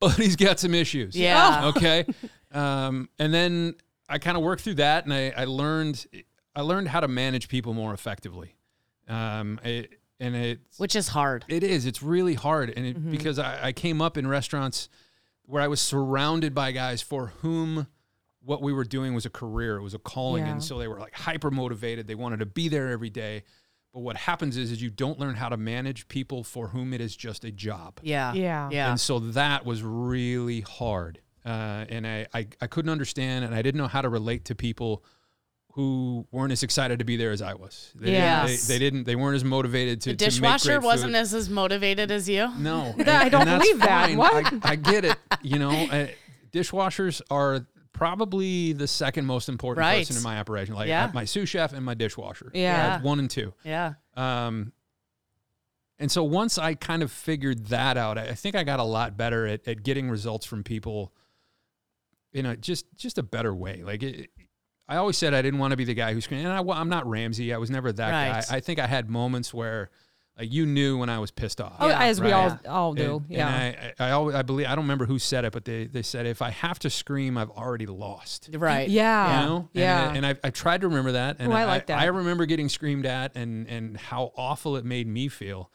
Speaker 4: but he's got some issues."
Speaker 3: Yeah.
Speaker 1: *laughs*
Speaker 4: Okay. um, and then I kind of worked through that, and I, I learned I learned how to manage people more effectively. Um, it, and it
Speaker 3: Which is hard.
Speaker 4: it is. It's really hard, and it,
Speaker 3: Mm-hmm.
Speaker 4: because I, I came up in restaurants where I was surrounded by guys for whom what we were doing was a career, it was a calling,
Speaker 1: Yeah.
Speaker 4: and so they were like hyper motivated. They wanted to be there every day. But what happens is, is you don't learn how to manage people for whom it is just a job,
Speaker 3: Yeah.
Speaker 1: Yeah.
Speaker 3: Yeah.
Speaker 4: and so that was really hard. Uh, and I, I I couldn't understand, and I didn't know how to relate to people who weren't as excited to be there as I was. They,
Speaker 3: Yes.
Speaker 4: they, they didn't. They weren't as motivated to.
Speaker 3: the
Speaker 4: to make
Speaker 3: dishwasher
Speaker 4: great
Speaker 3: wasn't
Speaker 4: food.
Speaker 3: as, as motivated as you.
Speaker 4: No,
Speaker 1: *laughs* I don't
Speaker 4: that's
Speaker 1: believe that.
Speaker 4: fine.
Speaker 1: What?
Speaker 4: I, I get it. You know, uh, dishwashers are probably the second most important
Speaker 3: Right.
Speaker 4: person in my operation. Like
Speaker 3: Yeah.
Speaker 4: uh, my sous chef and my dishwasher.
Speaker 1: Yeah.
Speaker 4: Uh, one and two.
Speaker 3: Yeah.
Speaker 4: Um, and so once I kind of figured that out, I I think I got a lot better at, at getting results from people in a just just a better way. Like it, I always said, I didn't want to be the guy who screamed. And I, wa- I'm not Ramsey. I was never that
Speaker 3: Right.
Speaker 4: guy. I think I had moments where like you knew when I was pissed off.
Speaker 1: Oh,
Speaker 3: Yeah.
Speaker 1: as we
Speaker 4: Right.
Speaker 1: all all do.
Speaker 4: And-
Speaker 1: yeah.
Speaker 4: And I, I, I always, I believe, I don't remember who said it, but they, they said, if I have to scream, I've already lost.
Speaker 3: Right.
Speaker 1: yeah.
Speaker 4: You know?
Speaker 1: Yeah.
Speaker 4: And, I, and I, I tried to remember that. And
Speaker 1: Ooh, I like that.
Speaker 4: I remember getting screamed at and, and how awful it made me feel.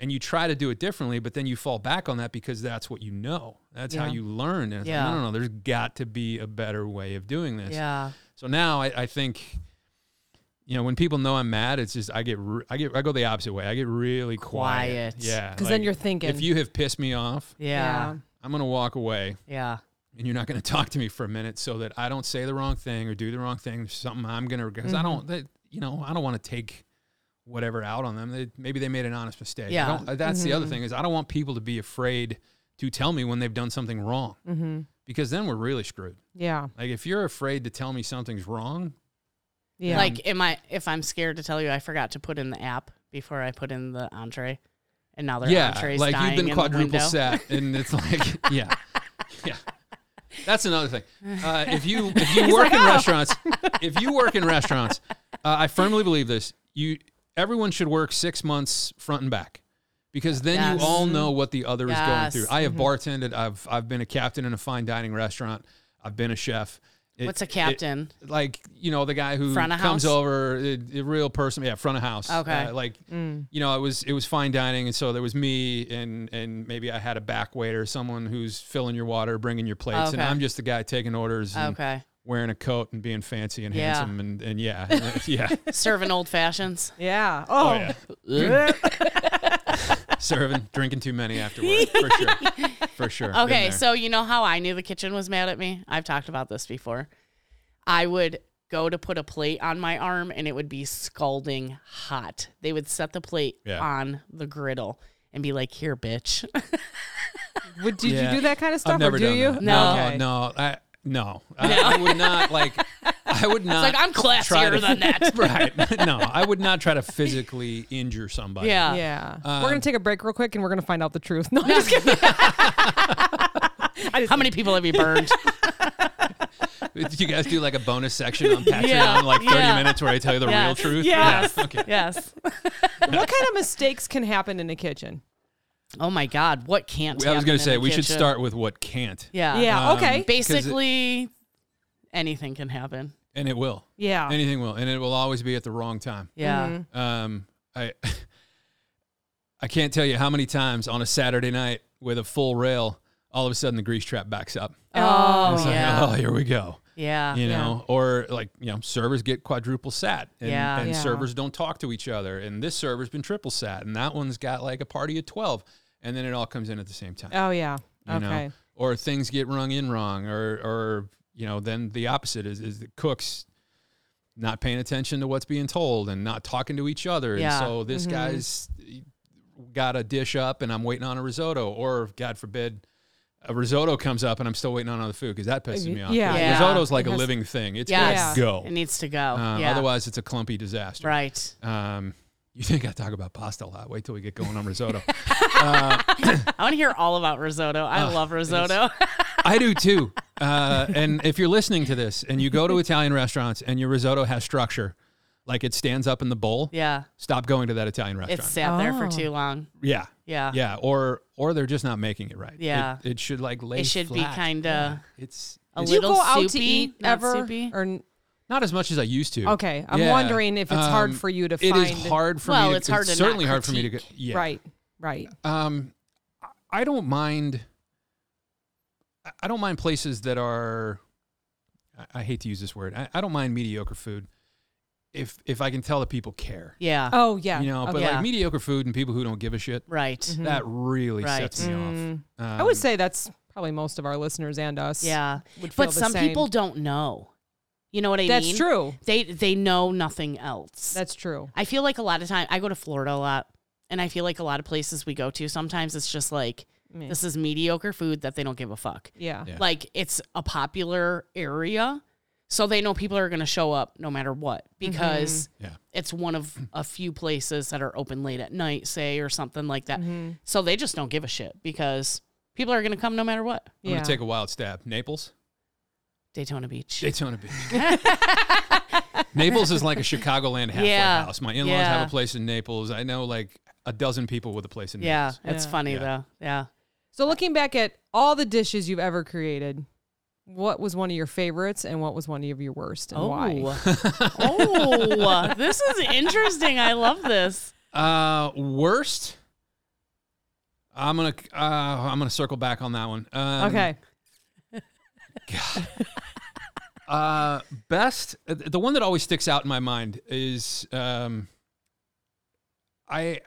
Speaker 4: And you try to do it differently, but then you fall back on that because that's what you know. That's how
Speaker 1: Yeah.
Speaker 4: you learn. And it's like,
Speaker 3: Yeah.
Speaker 4: no, no, no, there's got to be a better way of doing this.
Speaker 3: Yeah.
Speaker 4: So now I, I think, you know, when people know I'm mad, it's just I get re- I get I go the opposite way. I get really quiet.
Speaker 3: Quiet.
Speaker 4: Yeah,
Speaker 1: 'Cause then you're thinking.
Speaker 4: If you have pissed me off,
Speaker 3: Yeah.
Speaker 4: I'm gonna walk away,
Speaker 3: Yeah.
Speaker 4: and you're not gonna *laughs* talk to me for a minute, so that I don't say the wrong thing or do the wrong thing. There's something I'm gonna because
Speaker 3: Mm-hmm.
Speaker 4: I don't, that, you know, I don't want to take whatever out on them. They, maybe they made an honest mistake. I
Speaker 3: Yeah. Mm-hmm.
Speaker 4: don't- uh, that's the other thing is I don't want people to be afraid to tell me when they've done something wrong
Speaker 1: Mm-hmm.
Speaker 4: because then we're really screwed.
Speaker 1: Yeah.
Speaker 4: Like if you're afraid to tell me something's wrong,
Speaker 1: Yeah.
Speaker 3: Like am I if I'm scared to tell you I forgot to put in the app before I put in the entree. And now their entree's
Speaker 4: like
Speaker 3: dying
Speaker 4: you've
Speaker 3: in
Speaker 4: been
Speaker 3: the
Speaker 4: quadruple
Speaker 3: window.
Speaker 4: sat, and it's like, *laughs* yeah, yeah. That's another thing. Uh, if you
Speaker 3: *laughs*
Speaker 4: if you work
Speaker 3: "Oh."
Speaker 4: in restaurants, if you work in restaurants, uh, I firmly believe this. You everyone should work six months front and back. Because then
Speaker 3: Yes.
Speaker 4: you all know what the other is going
Speaker 3: Yes. Mm-hmm.
Speaker 4: through. I have bartended. I've I've been a captain in a fine dining restaurant. I've been a chef. It-
Speaker 3: What's a
Speaker 4: it-
Speaker 3: captain?
Speaker 4: like you know the guy who
Speaker 3: Front of
Speaker 4: comes
Speaker 3: house?
Speaker 4: over a, a real person yeah front of house
Speaker 3: Okay. Mm.
Speaker 4: Uh, like you know it was it was fine dining and so there was me and and maybe i had a back waiter someone who's filling your water bringing your plates and
Speaker 3: Okay.
Speaker 4: i'm just the guy taking orders and
Speaker 3: okay.
Speaker 4: wearing a coat and being fancy and
Speaker 3: Yeah.
Speaker 4: handsome and,
Speaker 3: *laughs*
Speaker 4: and yeah *laughs* yeah
Speaker 3: Serving old fashions.
Speaker 1: yeah. Oh.
Speaker 4: oh yeah
Speaker 3: *laughs*
Speaker 4: *laughs* serving drinking too many after
Speaker 3: *laughs*
Speaker 4: work for sure for sure Been
Speaker 3: Okay,
Speaker 4: there.
Speaker 3: so you know how I knew the kitchen was mad at me? I've talked about this before. I would go to put a plate on my arm and it would be scalding hot. They would set the plate
Speaker 4: Yeah.
Speaker 3: on the griddle and be like, "Here,
Speaker 4: *laughs*
Speaker 3: bitch."
Speaker 1: Would, did
Speaker 4: Yeah.
Speaker 1: you do that kind of stuff,
Speaker 4: I've never
Speaker 1: or do
Speaker 4: done
Speaker 1: you?
Speaker 4: that.
Speaker 3: No.
Speaker 4: no
Speaker 1: Okay.
Speaker 4: no i no, I, I would not like
Speaker 3: *laughs*
Speaker 4: i would not
Speaker 3: like I'm
Speaker 4: try
Speaker 3: classier
Speaker 4: to-
Speaker 3: than that.
Speaker 4: *laughs*
Speaker 3: *laughs*
Speaker 4: right. No, I would not try to physically injure somebody.
Speaker 3: Yeah.
Speaker 1: Yeah.
Speaker 4: Um,
Speaker 1: we're gonna take a break real quick, and we're gonna find out the truth. *laughs* No, I'm just kidding.
Speaker 3: How many people have you burned?
Speaker 4: You guys do like a bonus section on Patreon,
Speaker 3: Yeah.
Speaker 4: like 30
Speaker 3: Yeah.
Speaker 4: minutes where I tell you the
Speaker 3: Yes.
Speaker 4: real
Speaker 3: *laughs*
Speaker 4: truth.
Speaker 3: Yes.
Speaker 4: Yeah. Okay.
Speaker 3: yes.
Speaker 1: what kind of mistakes can happen in a kitchen?
Speaker 3: Oh my god, what can't
Speaker 4: I was
Speaker 3: going
Speaker 4: going
Speaker 3: to
Speaker 4: to say, we should start with what can't.
Speaker 3: Yeah.
Speaker 1: Yeah.
Speaker 4: Um,
Speaker 1: okay.
Speaker 3: Basically anything can happen.
Speaker 4: And it will.
Speaker 3: Ah.
Speaker 1: Yeah.
Speaker 4: Anything will. And it will always be at the wrong time.
Speaker 3: Yeah.
Speaker 1: Mhm.
Speaker 4: Um, I, *laughs* I can't tell you how many times on a Saturday night with a full rail, all of a sudden the grease trap backs up.
Speaker 3: Oh,
Speaker 4: It's like,
Speaker 3: yeah.
Speaker 4: oh, here we go.
Speaker 3: yeah.
Speaker 4: you know, or like you know, servers get quadruple sat, and,
Speaker 3: Yeah.
Speaker 4: and
Speaker 1: Yeah.
Speaker 4: servers don't talk to each other, and this server's been triple sat, and that one's got like a party of twelve, and then it all comes in at the same time,
Speaker 1: Oh yeah.
Speaker 4: you
Speaker 1: okay.
Speaker 4: know, or things get rung in wrong, or or you know, then the opposite is is the cooks not paying attention to what's being told and not talking to each other,
Speaker 3: Yeah. Mm-hmm.
Speaker 4: and so this guy's got a dish up and I'm waiting on a risotto, or God forbid, a risotto comes up and I'm still waiting on other food because that pisses me off. 'Cause
Speaker 1: Yeah.
Speaker 3: Uh, Yeah.
Speaker 4: Risotto's like
Speaker 1: It
Speaker 4: a
Speaker 1: has-
Speaker 4: living thing. It's
Speaker 1: Yes.
Speaker 4: got to go.
Speaker 3: It needs to go.
Speaker 4: Um,
Speaker 3: yeah.
Speaker 4: Otherwise, it's a clumpy disaster.
Speaker 3: right.
Speaker 4: Um, you think I talk about pasta a lot? Wait till we get going on
Speaker 3: *laughs*
Speaker 4: risotto.
Speaker 3: I want to hear all about risotto. I love risotto.
Speaker 4: I do too. Uh, and if you're listening to this and you go to Italian restaurants and your risotto has structure, like it stands up in the bowl,
Speaker 3: *laughs* yeah.
Speaker 4: stop going to that Italian restaurant.
Speaker 3: *laughs* It's sat there for
Speaker 1: Oh.
Speaker 3: too long.
Speaker 4: yeah.
Speaker 3: Yeah.
Speaker 4: Yeah. Or or they're just not making it right.
Speaker 3: Yeah.
Speaker 4: It, it should like lay
Speaker 3: It should be
Speaker 4: flat.
Speaker 3: kind of
Speaker 4: It's,
Speaker 3: a
Speaker 4: it's
Speaker 1: Do you
Speaker 3: little
Speaker 1: go out to
Speaker 3: soupy,
Speaker 1: eat
Speaker 3: not
Speaker 1: ever?
Speaker 3: soupy.
Speaker 1: Or n-
Speaker 4: not as much as I used to.
Speaker 1: okay, I'm
Speaker 4: Yeah.
Speaker 1: wondering if it's hard
Speaker 4: Um,
Speaker 1: for you to
Speaker 4: It
Speaker 1: find.
Speaker 4: is hard for
Speaker 3: Well,
Speaker 4: me. To,
Speaker 3: it's hard to not
Speaker 4: certainly hard for me to. Go,
Speaker 3: critique.
Speaker 4: yeah.
Speaker 1: Right, right.
Speaker 4: Um, I- I don't mind. I- I don't mind places that are. I- I hate to use this word. I, I don't mind mediocre food, if if I can tell that people care.
Speaker 3: yeah.
Speaker 1: Oh yeah.
Speaker 4: You know, but
Speaker 1: okay.
Speaker 3: Yeah.
Speaker 4: like mediocre food and people who don't give a shit,
Speaker 3: Right.
Speaker 1: Mm-hmm.
Speaker 4: that really
Speaker 3: Right.
Speaker 4: sets me
Speaker 1: Mm.
Speaker 4: off.
Speaker 1: I would
Speaker 4: Um,
Speaker 1: say that's probably most of our listeners and us.
Speaker 3: Yeah.
Speaker 1: would feel
Speaker 3: But
Speaker 1: the
Speaker 3: some
Speaker 1: same.
Speaker 3: people don't know. You know what I
Speaker 1: That's
Speaker 3: mean?
Speaker 1: true.
Speaker 3: They they know nothing else.
Speaker 1: That's true.
Speaker 3: I feel like a lot of time I go to Florida a lot and I feel like a lot of places we go to sometimes it's just like
Speaker 1: Meh.
Speaker 3: this is mediocre food that they don't give a fuck.
Speaker 1: Yeah.
Speaker 4: Yeah.
Speaker 3: Like it's a popular area. So they know people are going to show up no matter what because
Speaker 4: Yeah.
Speaker 3: it's one of a few places that are open late at night, say, or something like that.
Speaker 1: Mm-hmm.
Speaker 3: So they just don't give a shit because people are going to come no matter what.
Speaker 4: I'm
Speaker 1: Yeah.
Speaker 4: gonna take a wild stab. Naples,
Speaker 3: Daytona Beach.
Speaker 1: *laughs*
Speaker 4: Daytona Beach. *laughs* Naples is like a Chicagoland halfway
Speaker 3: Yeah.
Speaker 4: house. My in-laws
Speaker 3: Yeah.
Speaker 4: have a place in Naples. I know like a dozen people with a place in
Speaker 3: yeah,
Speaker 4: Naples.
Speaker 3: it's
Speaker 1: Yeah.
Speaker 3: funny
Speaker 4: Yeah.
Speaker 3: though. Yeah.
Speaker 1: So looking back at all the dishes you've ever created, what was one of your favorites and what was one of your worst and why?
Speaker 3: *laughs*
Speaker 4: *laughs*
Speaker 3: oh, *laughs* this is interesting. I love this.
Speaker 4: Uh, worst. I'm gonna uh, I'm gonna circle back on that one. Um,
Speaker 1: okay.
Speaker 4: Uh, best. uh, The one that always sticks out in my mind is um, I.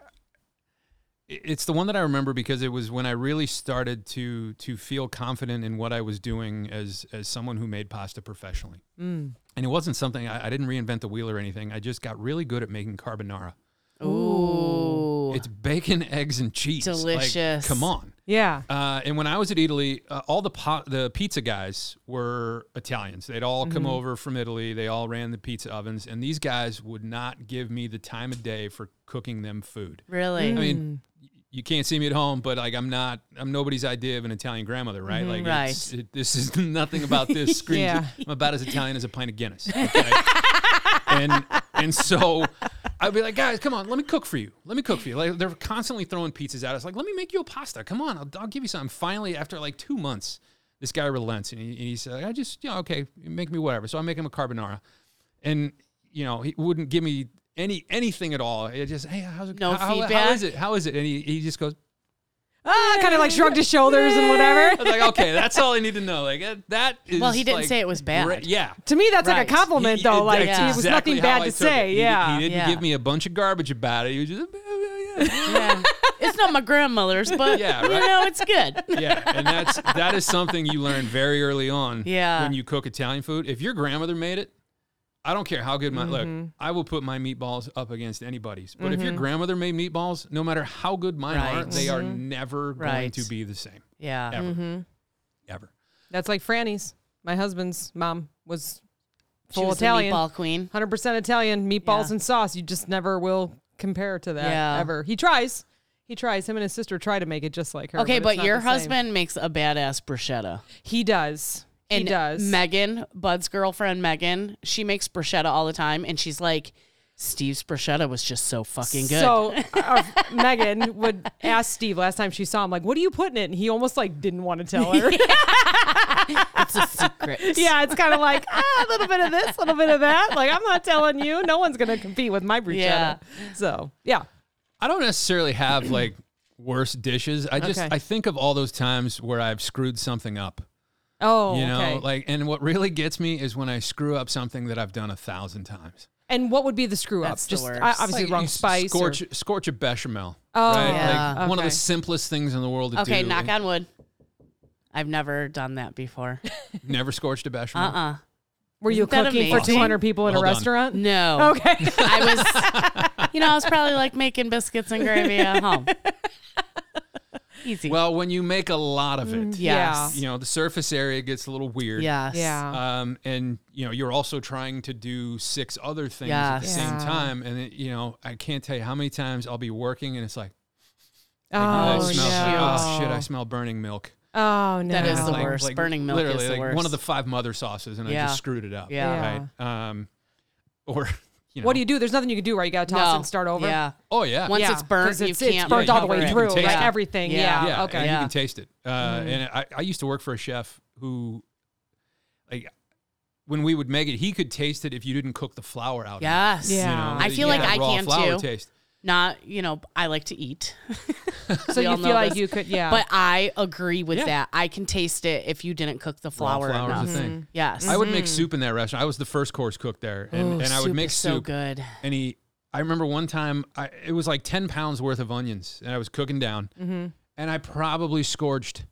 Speaker 4: It's the one that I remember because it was when I really started to to feel confident in what I was doing as as someone who made pasta professionally.
Speaker 1: Mm.
Speaker 4: And it wasn't something I, I didn't reinvent the wheel or anything. I just got really good at making carbonara.
Speaker 3: Ooh.
Speaker 4: It's bacon, eggs, and cheese. Like,
Speaker 3: Delicious.
Speaker 4: come on.
Speaker 1: Yeah.
Speaker 4: Uh, and when I was at Italy, uh, all the po- the pizza guys were Italians. They'd all come over from Italy. They all ran the pizza ovens, and these guys would not give me the time of day for cooking them food.
Speaker 3: really?
Speaker 4: *laughs* I mean, y- you can't see me at home, but like I'm not, I'm nobody's idea of an Italian grandmother, right? Like, it's- it- this is *laughs* nothing about this. Screams,
Speaker 1: Yeah.
Speaker 4: I'm about as Italian as a pint of Guinness. okay? *laughs* and and so I'd be like, guys, come on, let me cook for you. Let me cook for you. Like they're constantly throwing pizzas at us. Like, let me make you a pasta. Come on, I'll, I'll give you some. Finally, after like two months, this guy relents and he, and he said, I just, yeah, okay, make me whatever. So I make him a carbonara, and you know he wouldn't give me any anything at all. It just, hey, how's it?
Speaker 3: No
Speaker 4: how- how- how
Speaker 3: feedback?
Speaker 4: is it? How is it? And he, he just goes,
Speaker 1: Ah, kind of like shrugged his shoulders and
Speaker 4: *laughs* I
Speaker 1: whatever.
Speaker 4: was like, okay, that's all I need to know. Like that- that is.
Speaker 3: Well, he didn't
Speaker 4: like,
Speaker 3: say it was bad.
Speaker 4: great- yeah.
Speaker 1: To me, that's
Speaker 3: Right.
Speaker 1: like a compliment,
Speaker 4: He-
Speaker 1: though. Like
Speaker 4: that's
Speaker 1: it was
Speaker 4: exactly
Speaker 1: nothing
Speaker 4: how
Speaker 1: bad
Speaker 4: I
Speaker 1: to
Speaker 4: took it.
Speaker 1: say.
Speaker 4: He-
Speaker 1: yeah.
Speaker 4: He, didn't
Speaker 3: Yeah.
Speaker 4: give me a bunch of garbage about it. He was just, yeah.
Speaker 3: Yeah. it's not my grandmother's, but
Speaker 4: Yeah,
Speaker 3: you
Speaker 4: right.
Speaker 3: know, it's good.
Speaker 4: yeah. And that's that is something you learn very early on.
Speaker 3: Yeah.
Speaker 4: When you cook Italian food, if your grandmother made it, I don't care how good my look. I will put my meatballs up against anybody's. But if your grandmother made meatballs, no matter how good mine are,
Speaker 3: Right.
Speaker 4: they are never going
Speaker 3: Right.
Speaker 4: to be the same
Speaker 3: Yeah.
Speaker 4: ever, ever.
Speaker 1: That's like Franny's. My husband's mom was
Speaker 3: She
Speaker 1: full
Speaker 3: was the
Speaker 1: Italian.
Speaker 3: meatball queen.
Speaker 1: hundred percent Italian meatballs
Speaker 3: Yeah.
Speaker 1: and sauce. You just never will compare to that
Speaker 3: Yeah.
Speaker 1: ever. He tries. He tries. Him and his sister try to make it just like her.
Speaker 3: Okay,
Speaker 1: it's
Speaker 3: but,
Speaker 1: not
Speaker 3: your
Speaker 1: the same.
Speaker 3: husband makes a badass bruschetta.
Speaker 1: he does. He
Speaker 3: and
Speaker 1: does.
Speaker 3: Megan, Bud's girlfriend Megan, she makes bruschetta all the time, and she's like, Steve's bruschetta was just so fucking good.
Speaker 1: So uh, *laughs* Megan would ask Steve last time she saw him, like, "What are you putting it?" And he almost like didn't want to tell
Speaker 3: *laughs*
Speaker 1: her. *laughs*
Speaker 3: it's a secret.
Speaker 1: yeah, it's kind of like ah, a little bit of this, a little bit of that. Like I'm not telling you. No one's gonna compete with my bruschetta.
Speaker 3: Yeah.
Speaker 1: So yeah,
Speaker 4: I don't necessarily have like worse dishes. I just
Speaker 1: Okay.
Speaker 4: I think of all those times where I've screwed something up.
Speaker 1: oh,
Speaker 4: You know,
Speaker 1: okay.
Speaker 4: like and what really gets me is when I screw up something that I've done a thousand times.
Speaker 1: and what would be the screw up?
Speaker 3: That's the
Speaker 1: Just
Speaker 3: worst.
Speaker 1: I- obviously
Speaker 4: Like,
Speaker 1: wrong
Speaker 4: you
Speaker 1: spice. or-
Speaker 4: Scorch, scorch a bechamel.
Speaker 1: Oh,
Speaker 4: right?
Speaker 3: Yeah.
Speaker 4: like one of
Speaker 1: okay.
Speaker 4: the simplest things in the world to do.
Speaker 3: Okay, knock
Speaker 4: and
Speaker 3: on wood. I've never done that before.
Speaker 1: *laughs*
Speaker 4: Never scorched a bechamel.
Speaker 3: Uh uh
Speaker 1: Were you
Speaker 3: Isn't that
Speaker 1: cooking for
Speaker 3: amazing?
Speaker 1: 200 people in
Speaker 4: Hold
Speaker 1: a
Speaker 4: on.
Speaker 1: restaurant?
Speaker 3: No.
Speaker 1: Okay.
Speaker 3: I was you know, I was probably like making biscuits and
Speaker 1: *laughs*
Speaker 3: gravy at home. Easy.
Speaker 4: Well, when you make a lot of it,
Speaker 3: Mm, yes.
Speaker 4: you know, the surface area gets a little weird.
Speaker 3: yes.
Speaker 1: Yeah.
Speaker 4: Um, and you know, you're also trying to do six other things at the
Speaker 3: Yes.
Speaker 4: same
Speaker 1: Yeah.
Speaker 4: time. And it, you know, I can't tell you how many times I'll be working and it's like,
Speaker 1: oh,
Speaker 4: I smell,
Speaker 1: no.
Speaker 4: oh shit, I smell burning milk.
Speaker 1: Oh, no.
Speaker 3: That is the
Speaker 4: Like-
Speaker 3: worst.
Speaker 4: like,
Speaker 3: Burning milk
Speaker 4: literally
Speaker 3: is the
Speaker 4: like
Speaker 3: worst.
Speaker 4: one of the five mother sauces and I
Speaker 3: Yeah.
Speaker 4: just screwed it up.
Speaker 3: Yeah.
Speaker 1: Yeah.
Speaker 4: Right. Um, or, *laughs* you know,
Speaker 1: What do you do? There's nothing you can do, right? You got to toss
Speaker 3: No.
Speaker 1: and start over.
Speaker 3: Yeah.
Speaker 4: oh yeah.
Speaker 3: Once
Speaker 1: Yeah,
Speaker 3: it's burnt,
Speaker 1: 'cause
Speaker 3: you
Speaker 1: it's,
Speaker 3: can't
Speaker 1: It's burnt all the
Speaker 4: recover
Speaker 1: way
Speaker 4: it.
Speaker 1: through,
Speaker 4: You can
Speaker 1: like
Speaker 4: taste
Speaker 3: it.
Speaker 1: everything.
Speaker 3: Yeah.
Speaker 1: Yeah. Okay.
Speaker 4: yeah, and
Speaker 3: Oh, Yeah. Mm-hmm.
Speaker 4: you can taste it. Uh, And I, I used to work for a chef who, like, when we would make it, he could taste it if you didn't cook the flour out. of it,
Speaker 3: Yes.
Speaker 1: Yeah.
Speaker 4: you know?
Speaker 1: I
Speaker 4: You
Speaker 3: feel
Speaker 4: get
Speaker 3: like
Speaker 4: that
Speaker 3: I
Speaker 4: raw
Speaker 3: can
Speaker 4: flour
Speaker 3: too.
Speaker 4: Taste.
Speaker 3: Not, you know, I like to eat.
Speaker 1: So
Speaker 3: We
Speaker 1: you
Speaker 3: all
Speaker 1: feel
Speaker 3: know
Speaker 1: like
Speaker 3: this.
Speaker 1: you could, yeah.
Speaker 3: But I agree with
Speaker 4: Yeah.
Speaker 3: that. I can taste it if you didn't cook the
Speaker 4: Raw
Speaker 3: flour Mm-hmm.
Speaker 4: flour
Speaker 3: enough.
Speaker 4: is a thing.
Speaker 3: Yes.
Speaker 4: I would make soup in that restaurant. I was the first course cook there, and,
Speaker 3: Ooh,
Speaker 4: and I
Speaker 3: soup
Speaker 4: would make
Speaker 3: is so
Speaker 4: soup.
Speaker 3: good.
Speaker 4: And he, I remember one time, I, it was like ten pounds worth of onions, and I was cooking down,
Speaker 3: Mm-hmm.
Speaker 4: and I probably scorched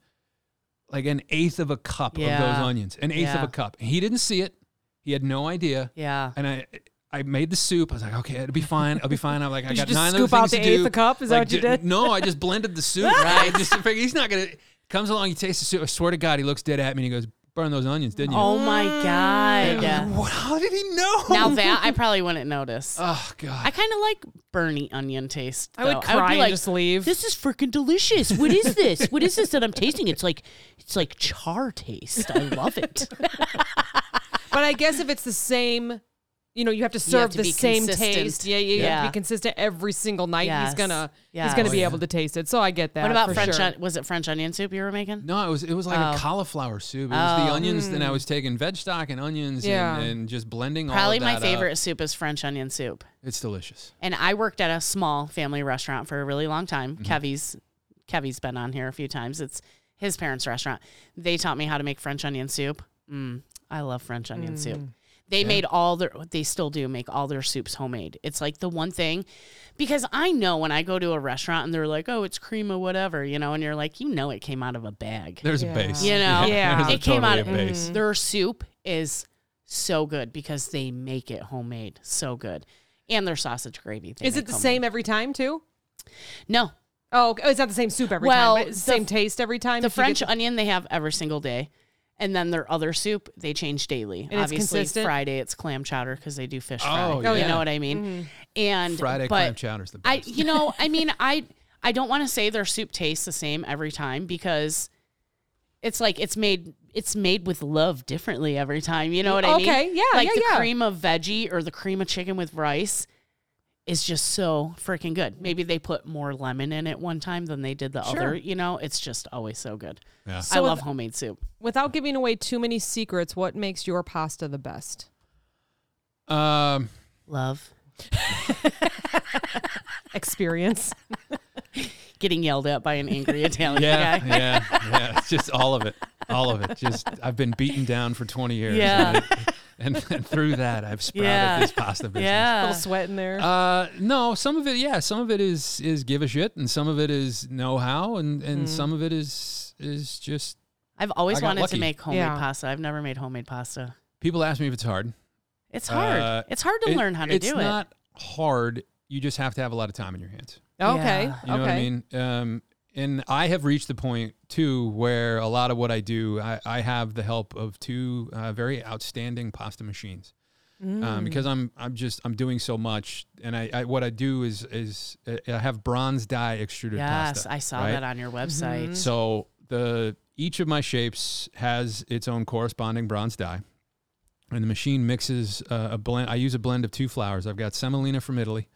Speaker 4: like an eighth of a cup of
Speaker 3: Yeah.
Speaker 4: those onions, an eighth
Speaker 3: Yeah.
Speaker 4: of a cup. He didn't see it. He had no idea.
Speaker 3: Yeah.
Speaker 4: and I I made the soup. I was like, okay, it'll be fine. It'll be fine. I'm like, I
Speaker 1: you
Speaker 4: got
Speaker 1: just
Speaker 4: nine
Speaker 1: scoop
Speaker 4: other
Speaker 1: out
Speaker 4: things
Speaker 1: the
Speaker 4: to
Speaker 1: eighth
Speaker 4: do.
Speaker 1: of cup? Is that what you
Speaker 4: ju-
Speaker 1: did?
Speaker 4: No, I just blended the soup. right? Just figured he's not gonna. Comes along, he tastes the soup. I swear to God, he looks dead at me and he goes, "Burn those onions, didn't you?"
Speaker 3: Oh my God.
Speaker 4: What, how did he know?
Speaker 3: Now that I probably wouldn't notice.
Speaker 4: *laughs* oh God.
Speaker 3: I kind of like burny onion taste.
Speaker 1: I would
Speaker 3: though.
Speaker 1: cry
Speaker 3: be
Speaker 1: and
Speaker 3: like,
Speaker 1: just leave.
Speaker 3: This is freaking delicious. What is this? what is this that I'm tasting? It's like it's like char taste. I love
Speaker 4: *laughs*
Speaker 3: it.
Speaker 1: But I guess if it's the same, you know, you have to serve
Speaker 3: to
Speaker 1: the
Speaker 3: be
Speaker 1: same
Speaker 3: consistent.
Speaker 1: taste. Yeah, yeah, yeah.
Speaker 3: Yeah.
Speaker 1: Be consistent every single night.
Speaker 3: Yes.
Speaker 1: He's gonna, he's
Speaker 3: Yes.
Speaker 1: gonna
Speaker 3: Oh,
Speaker 1: be
Speaker 4: yeah.
Speaker 1: able to taste it. So I get that.
Speaker 3: what about
Speaker 1: for
Speaker 3: French?
Speaker 1: sure.
Speaker 3: on- was it French onion soup you were making?
Speaker 4: no, it was it was like a
Speaker 3: Oh.
Speaker 4: cauliflower soup. It was the
Speaker 3: Oh.
Speaker 4: onions, and I was taking veg stock and onions
Speaker 1: Yeah.
Speaker 4: and, and just blending all
Speaker 3: Probably
Speaker 4: of
Speaker 3: my
Speaker 4: that uh, up.
Speaker 3: favorite soup is French onion soup.
Speaker 4: It's delicious.
Speaker 3: And I worked at a small family restaurant for a really long time.
Speaker 4: Mm-hmm.
Speaker 3: Kevy's Kevy's been on here a few times. It's his parents' restaurant. They taught me how to make French onion soup. Mm, I love French onion soup.
Speaker 4: Mm.
Speaker 3: They made all their they still do make all their soups homemade. It's like the one thing because I know when I go to a restaurant and they're like, "Oh, it's cream or whatever," you know, and you're like, "You know it came out of a bag."
Speaker 4: There's
Speaker 1: Yeah.
Speaker 4: a base. *laughs*
Speaker 3: You know?
Speaker 1: Yeah.
Speaker 4: there's a
Speaker 3: It came out
Speaker 4: totally a
Speaker 3: of-
Speaker 1: Mm-hmm.
Speaker 4: base.
Speaker 3: Their soup is so good because they make it homemade. So good. And their sausage gravy. they
Speaker 1: Is it
Speaker 3: make
Speaker 1: the
Speaker 3: homemade.
Speaker 1: same every time too?
Speaker 3: No,
Speaker 1: Oh, okay. Oh, it's not the same soup every
Speaker 3: Well,
Speaker 1: time. But it's the
Speaker 3: the-
Speaker 1: same taste every time.
Speaker 3: the
Speaker 1: if you get
Speaker 3: French onion they have every single day, and then their other soup they change daily.
Speaker 1: it's
Speaker 3: Obviously,
Speaker 1: consistent?
Speaker 3: Friday it's clam chowder because they do fish fry.
Speaker 4: Oh,
Speaker 3: You
Speaker 4: yeah.
Speaker 3: know what I mean? And
Speaker 4: Friday
Speaker 3: mm-hmm. but
Speaker 4: clam chowder's the
Speaker 3: I,
Speaker 4: best.
Speaker 3: you know, I mean, I I don't want to say their soup tastes the same every time because it's like it's made it's made with love differently every time. You know what I mean?
Speaker 1: Okay, yeah,
Speaker 3: like
Speaker 1: yeah,
Speaker 3: the
Speaker 1: yeah.
Speaker 3: cream of veggie or the cream of chicken with rice. Is just so freaking good. Maybe they put more lemon in it one time than they did the other. You know, it's just always so good.
Speaker 4: Yeah.
Speaker 3: I
Speaker 1: So
Speaker 3: love
Speaker 1: th-
Speaker 3: homemade soup.
Speaker 1: Without giving away too many secrets, what makes your pasta the
Speaker 3: *laughs*
Speaker 1: best?
Speaker 4: um,
Speaker 3: Love
Speaker 1: Experience.
Speaker 3: getting yelled at by
Speaker 1: *laughs*
Speaker 3: an angry Italian
Speaker 4: Yeah,
Speaker 3: guy.
Speaker 4: yeah, yeah. It's just all of it, all of it. Just I've been beaten down for 20 years.
Speaker 3: Yeah.
Speaker 4: and I- And, and *laughs* through that, I've sprouted
Speaker 3: Yeah.
Speaker 4: this pasta business.
Speaker 1: a
Speaker 3: Yeah.
Speaker 1: little sweat in there.
Speaker 4: Uh, no, some of it, yeah, some of it is is give a shit, and some of it is know how, and
Speaker 3: Mm-hmm.
Speaker 4: and some of it is is just
Speaker 3: I've always
Speaker 4: I got
Speaker 3: wanted
Speaker 4: lucky.
Speaker 3: to make homemade
Speaker 1: Yeah.
Speaker 3: pasta. I've never made homemade pasta.
Speaker 4: people ask me if it's hard.
Speaker 3: It's hard.
Speaker 4: Uh,
Speaker 3: it's hard to
Speaker 4: It-
Speaker 3: learn how to do
Speaker 4: It's not hard. You just have to have a lot of time in your hands.
Speaker 1: okay.
Speaker 3: yeah.
Speaker 4: You know
Speaker 1: okay.
Speaker 4: what I mean? Um, and I have reached the point too where a lot of what I do, I, I have the help of two uh, very outstanding pasta machines.
Speaker 1: Mm-hmm. Mm.
Speaker 4: Um, because I'm I'm just I'm doing so much, and I, I what I do is is uh, I have bronze dye
Speaker 3: it.
Speaker 4: extruded
Speaker 3: Yes,
Speaker 4: pasta.
Speaker 3: I saw
Speaker 4: right?
Speaker 3: that on your website.
Speaker 1: Mm-hmm.
Speaker 4: So the each of my shapes has its own corresponding bronze dye, and the machine mixes uh, a blend. I use a blend of two flours. I've got semolina from Italy,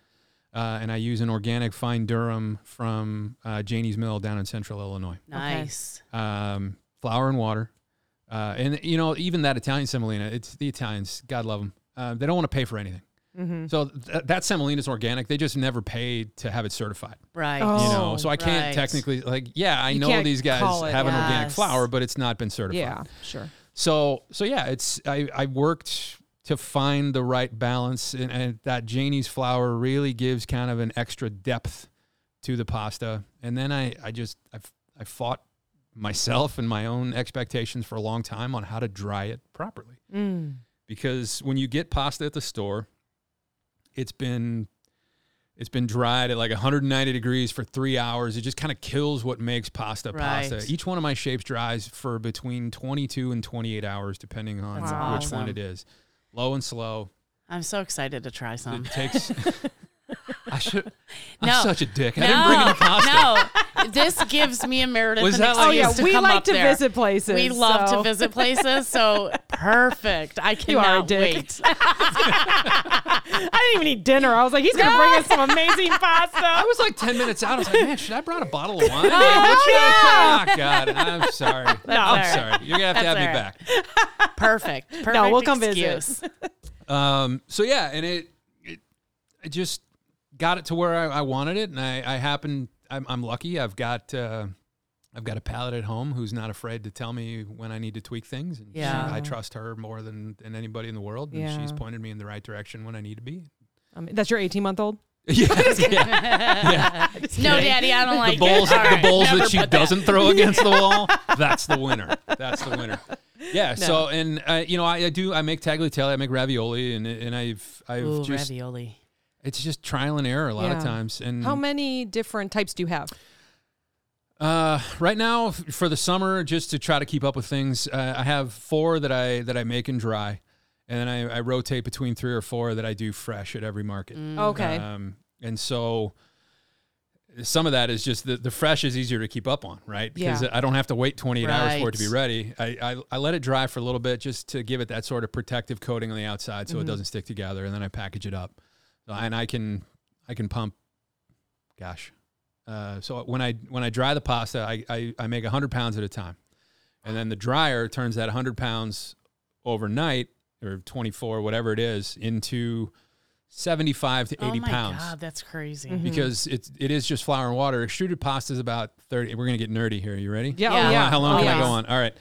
Speaker 4: uh, and I use an organic fine durum from uh, Janie's Mill down in Central Illinois.
Speaker 3: Nice.
Speaker 4: Um, flour and water, uh, and you know even that Italian semolina. It's the Italians. God love them. Uh, they don't want to pay for anything.
Speaker 1: Mm-hmm.
Speaker 4: So th- that semolina is organic. They just never paid to have it certified
Speaker 3: Right.
Speaker 1: Oh.
Speaker 4: you know so i can't
Speaker 3: right.
Speaker 4: technically like yeah i
Speaker 1: You
Speaker 4: know
Speaker 1: can't
Speaker 4: these guys
Speaker 1: call it,
Speaker 4: have an organic
Speaker 3: yes.
Speaker 4: flour but it's not been certified
Speaker 1: Yeah. Sure.
Speaker 4: so so yeah it's i i worked to find the right balance and, and that janie's flour really gives kind of an extra depth to the pasta and then i i just i i fought myself and my own expectations for a long time on how to dry it properly
Speaker 1: Mm.
Speaker 4: because when you get pasta at the store it's been It's been dried at like 190 degrees for three hours. It just kind of kills what makes pasta
Speaker 3: Right.
Speaker 4: pasta. Each one of my shapes dries for between 22 and 28 hours, depending on
Speaker 3: That's
Speaker 4: which
Speaker 3: awesome.
Speaker 4: one it is. Low and slow.
Speaker 3: I'm so excited to try some.
Speaker 4: It
Speaker 3: *laughs*
Speaker 4: takes. I should.
Speaker 3: Um. No.
Speaker 4: I'm such a dick. I didn't bring
Speaker 3: No,
Speaker 4: any pasta.
Speaker 3: no, this gives me and Meredith
Speaker 4: Was
Speaker 3: an
Speaker 4: that
Speaker 3: excuse
Speaker 4: like-
Speaker 1: Oh yeah,
Speaker 3: to
Speaker 1: we
Speaker 3: come
Speaker 1: like
Speaker 3: up
Speaker 1: to
Speaker 3: there.
Speaker 1: visit places.
Speaker 3: We love
Speaker 1: so-
Speaker 3: to visit
Speaker 1: *laughs*
Speaker 3: places, so perfect. I
Speaker 1: You are a
Speaker 3: cannot
Speaker 1: dick.
Speaker 3: wait.
Speaker 1: I didn't even eat dinner. I was like, he's gonna bring us some amazing
Speaker 4: I
Speaker 1: pasta.
Speaker 4: was like 10 minutes out. I was like, man, should I brought a bottle
Speaker 3: *laughs*
Speaker 4: of
Speaker 3: Oh,
Speaker 4: wine?
Speaker 1: yeah.
Speaker 4: Oh, God. I'm sorry. I'm
Speaker 3: all
Speaker 4: sorry. You're going to have to
Speaker 3: That's
Speaker 4: have me
Speaker 3: all
Speaker 4: back.
Speaker 1: *laughs*
Speaker 3: Perfect. Perfect.
Speaker 1: we'll come visit.
Speaker 3: excuse.
Speaker 1: *laughs*
Speaker 4: Um, so yeah, and it, it I just got it to where I, I wanted it, and I I happen I'm, I'm lucky. I've got uh, I've got a palate at home who's not afraid to tell me when I need to tweak things. And she-
Speaker 3: Yeah.
Speaker 4: I trust her more than than anybody in the world, and
Speaker 1: Yeah.
Speaker 4: she's pointed me in the right direction when I need
Speaker 3: *laughs*
Speaker 4: to be.
Speaker 1: *laughs* I mean, that's your 18 month old.
Speaker 4: yeah, yeah.
Speaker 3: No, Daddy, I don't like
Speaker 4: the bowls,
Speaker 3: it. All
Speaker 4: the
Speaker 3: right,
Speaker 4: bowls
Speaker 3: never
Speaker 4: that she
Speaker 3: put that. *laughs*
Speaker 4: doesn't throw against the wall. That's the winner. That's the winner.
Speaker 3: *laughs*
Speaker 4: Yeah. So and uh, you know I, I do I make tagliatelle, I make ravioli, and and I've I've
Speaker 3: Ooh,
Speaker 4: just
Speaker 3: ravioli.
Speaker 4: It's just trial and error a lot
Speaker 1: Yeah.
Speaker 4: of times.
Speaker 1: *laughs*
Speaker 4: And
Speaker 1: How many different types do you have?
Speaker 4: uh, right now, f- for the summer, just to try to keep up with things, uh, I have four that I that I make and dry, and then I, I rotate between three or four that I do fresh at every market.
Speaker 3: Mm.
Speaker 1: Okay.
Speaker 4: Um, and so some of that is just the, the fresh is easier to keep up on, right? Because
Speaker 1: Yeah.
Speaker 4: I don't have to wait 28 hours for it to be
Speaker 3: Right.
Speaker 4: ready. I, I, I let it dry for a little bit just to give it that sort of protective coating on the outside
Speaker 1: Mm-hmm.
Speaker 4: so it doesn't stick together. And then I package it up. So, and I can, I can pump, gosh. Uh, so when I, when I dry the pasta, I, I, I make 100 pounds at a time. And then the dryer turns that 100 pounds overnight or 24, whatever it is, into 75 to 80
Speaker 3: oh my
Speaker 4: pounds
Speaker 3: god, that's crazy.
Speaker 1: Mm-hmm.
Speaker 4: because it's it is just flour and water. Extruded pasta is about thirty. We're gonna get nerdy here. You ready?
Speaker 1: Yeah.
Speaker 3: Yeah.
Speaker 1: Oh,
Speaker 4: How long,
Speaker 1: yeah.
Speaker 4: how long
Speaker 1: oh,
Speaker 4: can I
Speaker 1: yeah.
Speaker 4: go on? All right.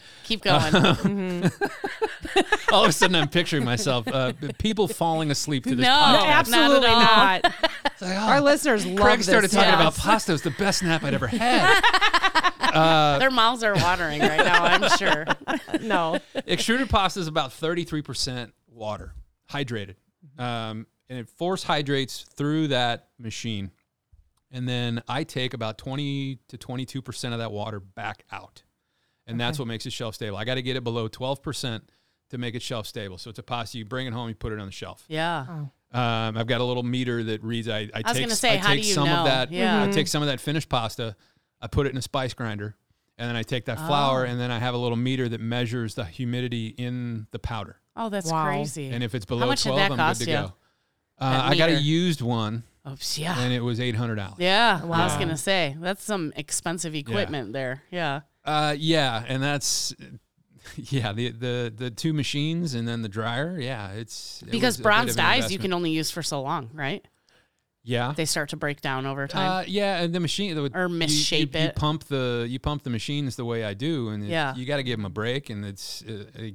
Speaker 3: Keep going.
Speaker 4: *laughs* All of a sudden, I'm picturing myself uh, people falling asleep to this.
Speaker 3: No.
Speaker 1: *laughs* No,
Speaker 4: podcast.
Speaker 3: Not at
Speaker 1: absolutely
Speaker 3: all.
Speaker 1: not.
Speaker 4: It's like, oh,
Speaker 1: Our listeners love
Speaker 4: Craig
Speaker 1: this.
Speaker 4: started talking
Speaker 1: yeah.
Speaker 4: *laughs* about pasta. It was the best nap I'd
Speaker 1: *laughs*
Speaker 4: ever had.
Speaker 3: Their mouths are watering right now, I'm
Speaker 4: *laughs*
Speaker 3: sure.
Speaker 1: no.
Speaker 4: Extruded pasta is about thirty-three percent water, hydrated, um, and it force hydrates through that machine. And then I take about 20 to 22% of that water back out. and that's what makes it shelf stable. I got to get it below 12% to make it shelf stable. So it's a pasta. You bring it home, you put it on the shelf.
Speaker 3: Yeah.
Speaker 4: Um, I've got a little meter that reads. I, I,
Speaker 3: was
Speaker 4: take,
Speaker 3: gonna say,
Speaker 4: I
Speaker 3: how
Speaker 4: take
Speaker 3: do you
Speaker 4: some
Speaker 3: know?
Speaker 4: of that.
Speaker 3: Yeah. Mm-hmm.
Speaker 4: I take some of that finished pasta. I put it in a spice grinder, and then I take that
Speaker 3: Oh.
Speaker 4: flour, and then I have a little meter that measures the humidity in the powder.
Speaker 3: Oh, that's
Speaker 1: Wow.
Speaker 3: crazy.
Speaker 4: And if it's below
Speaker 3: much did
Speaker 4: 12,
Speaker 3: that
Speaker 4: I'm
Speaker 3: cost
Speaker 4: good to
Speaker 3: you?
Speaker 4: go. Uh, I got a
Speaker 3: meter? *sighs*
Speaker 4: used one,
Speaker 3: oh, yeah.
Speaker 4: and it was eight hundred dollars.
Speaker 3: Yeah. I was gonna say that's some expensive equipment there. Yeah.
Speaker 4: Uh, yeah, and that's *laughs* yeah the the the two machines and then the dryer. Yeah, it's it
Speaker 3: Because
Speaker 4: was a bit of
Speaker 3: bronze
Speaker 4: an
Speaker 3: dyes you
Speaker 4: investment.
Speaker 3: can only use for so long, right?
Speaker 4: yeah.
Speaker 3: They start to break down over time.
Speaker 4: Uh, yeah, and the machine the,
Speaker 3: Or
Speaker 4: you- you-
Speaker 3: misshape
Speaker 4: you,
Speaker 3: it.
Speaker 4: pump the you pump the machines the way I do, and it-
Speaker 3: Yeah.
Speaker 4: you got to give them a break. And it's uh, I-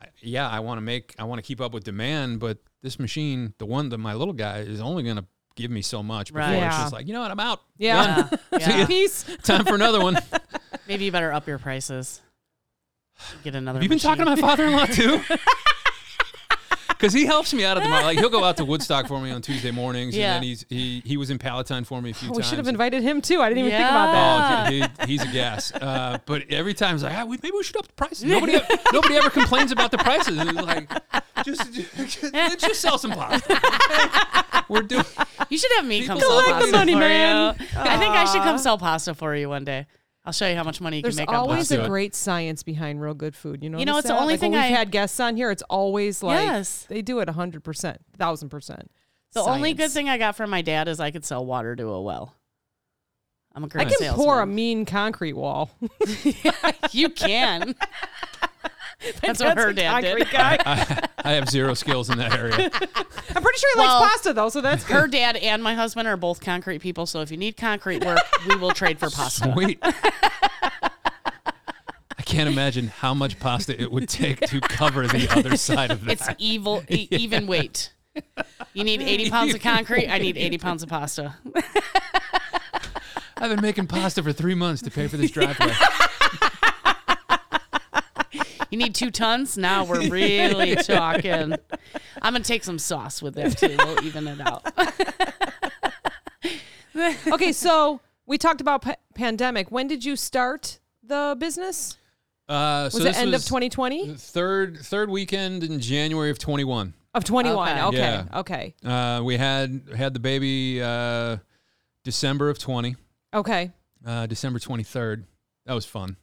Speaker 4: I- yeah, I want to make I want to keep up with demand, but this machine, the one that my little guy is only gonna give me so much before
Speaker 3: Right.
Speaker 4: it's
Speaker 1: Yeah.
Speaker 4: just like you know what I'm out.
Speaker 1: Yeah.
Speaker 4: Done. *laughs*
Speaker 3: yeah. yeah.
Speaker 1: Peace.
Speaker 4: time for
Speaker 3: *laughs*
Speaker 4: another one.
Speaker 3: Maybe you better up your prices. Get another.
Speaker 4: Have you been talking to my father-in-law
Speaker 3: *laughs*
Speaker 4: too? *laughs* Because he helps me out at the mall. Like he'll go out to Woodstock for me on Tuesday mornings,
Speaker 3: Yeah.
Speaker 4: and then he's he he was in Palatine for me a few
Speaker 1: We
Speaker 4: times.
Speaker 1: should have invited him too. I didn't even think about that.
Speaker 4: Oh, dude, he, he's a gas. Uh, but every time he's like, ah, we, maybe we should up the prices. Nobody e, nobody ever complains about the prices. It's like just, just let's just sell some pasta. *laughs*
Speaker 1: *laughs*
Speaker 4: We're doing.
Speaker 3: You should have me come
Speaker 4: People
Speaker 3: sell
Speaker 4: like the
Speaker 3: pasta
Speaker 1: money,
Speaker 3: for
Speaker 1: man.
Speaker 3: you. I think I should come sell pasta for you one day. I'll show you how much money you
Speaker 1: There's
Speaker 3: can make
Speaker 1: always
Speaker 4: pasta.
Speaker 1: a great science behind real good food. You know,
Speaker 3: You know, it's the
Speaker 1: that?
Speaker 3: only
Speaker 1: Like,
Speaker 3: thing
Speaker 1: when
Speaker 3: I-
Speaker 1: we've had guests on here. It's always like
Speaker 3: Yes.
Speaker 1: they do it hundred percent, thousand percent.
Speaker 3: The only good
Speaker 1: Science.
Speaker 3: thing I got from my dad is I could sell water to a well. I'm a
Speaker 1: I
Speaker 3: great
Speaker 1: can
Speaker 3: salesman.
Speaker 1: pour a mean concrete wall. *laughs*
Speaker 3: You
Speaker 4: *laughs*
Speaker 3: can. That's what
Speaker 1: That's
Speaker 3: her
Speaker 1: a
Speaker 3: dad did.
Speaker 1: concrete guy.
Speaker 4: I, I have zero skills in that area.
Speaker 1: I'm pretty sure he
Speaker 3: Well-
Speaker 1: likes pasta though, so that's good.
Speaker 3: Her dad and my husband are both concrete people, so if you need concrete work, we will trade for
Speaker 4: *laughs*
Speaker 3: pasta.
Speaker 4: Wait. I can't imagine how much pasta it would take to cover the
Speaker 1: *laughs*
Speaker 4: other side of that.
Speaker 3: It's evil,
Speaker 4: *laughs*
Speaker 3: e- even weight. You need 80 pounds of concrete. I need 80 pounds of pasta.
Speaker 4: I've been making pasta for three months to pay for
Speaker 1: *laughs*
Speaker 4: this driveway.
Speaker 3: You need two tons. Now
Speaker 4: *laughs*
Speaker 3: we're really
Speaker 4: *laughs*
Speaker 3: talking. I'm gonna take some sauce with that too. We'll even it out.
Speaker 1: Okay, so we talked about pa- pandemic. When did you start the business?
Speaker 4: Uh, so
Speaker 1: Was
Speaker 4: this
Speaker 1: it end
Speaker 4: was
Speaker 1: of 2020?
Speaker 4: the Third third weekend in January of 21.
Speaker 1: Of 21. Okay.
Speaker 3: Okay.
Speaker 1: Okay.
Speaker 4: Yeah.
Speaker 1: Okay.
Speaker 4: Uh, we had had the baby uh, December of 20. Uh, December 23rd. That was fun.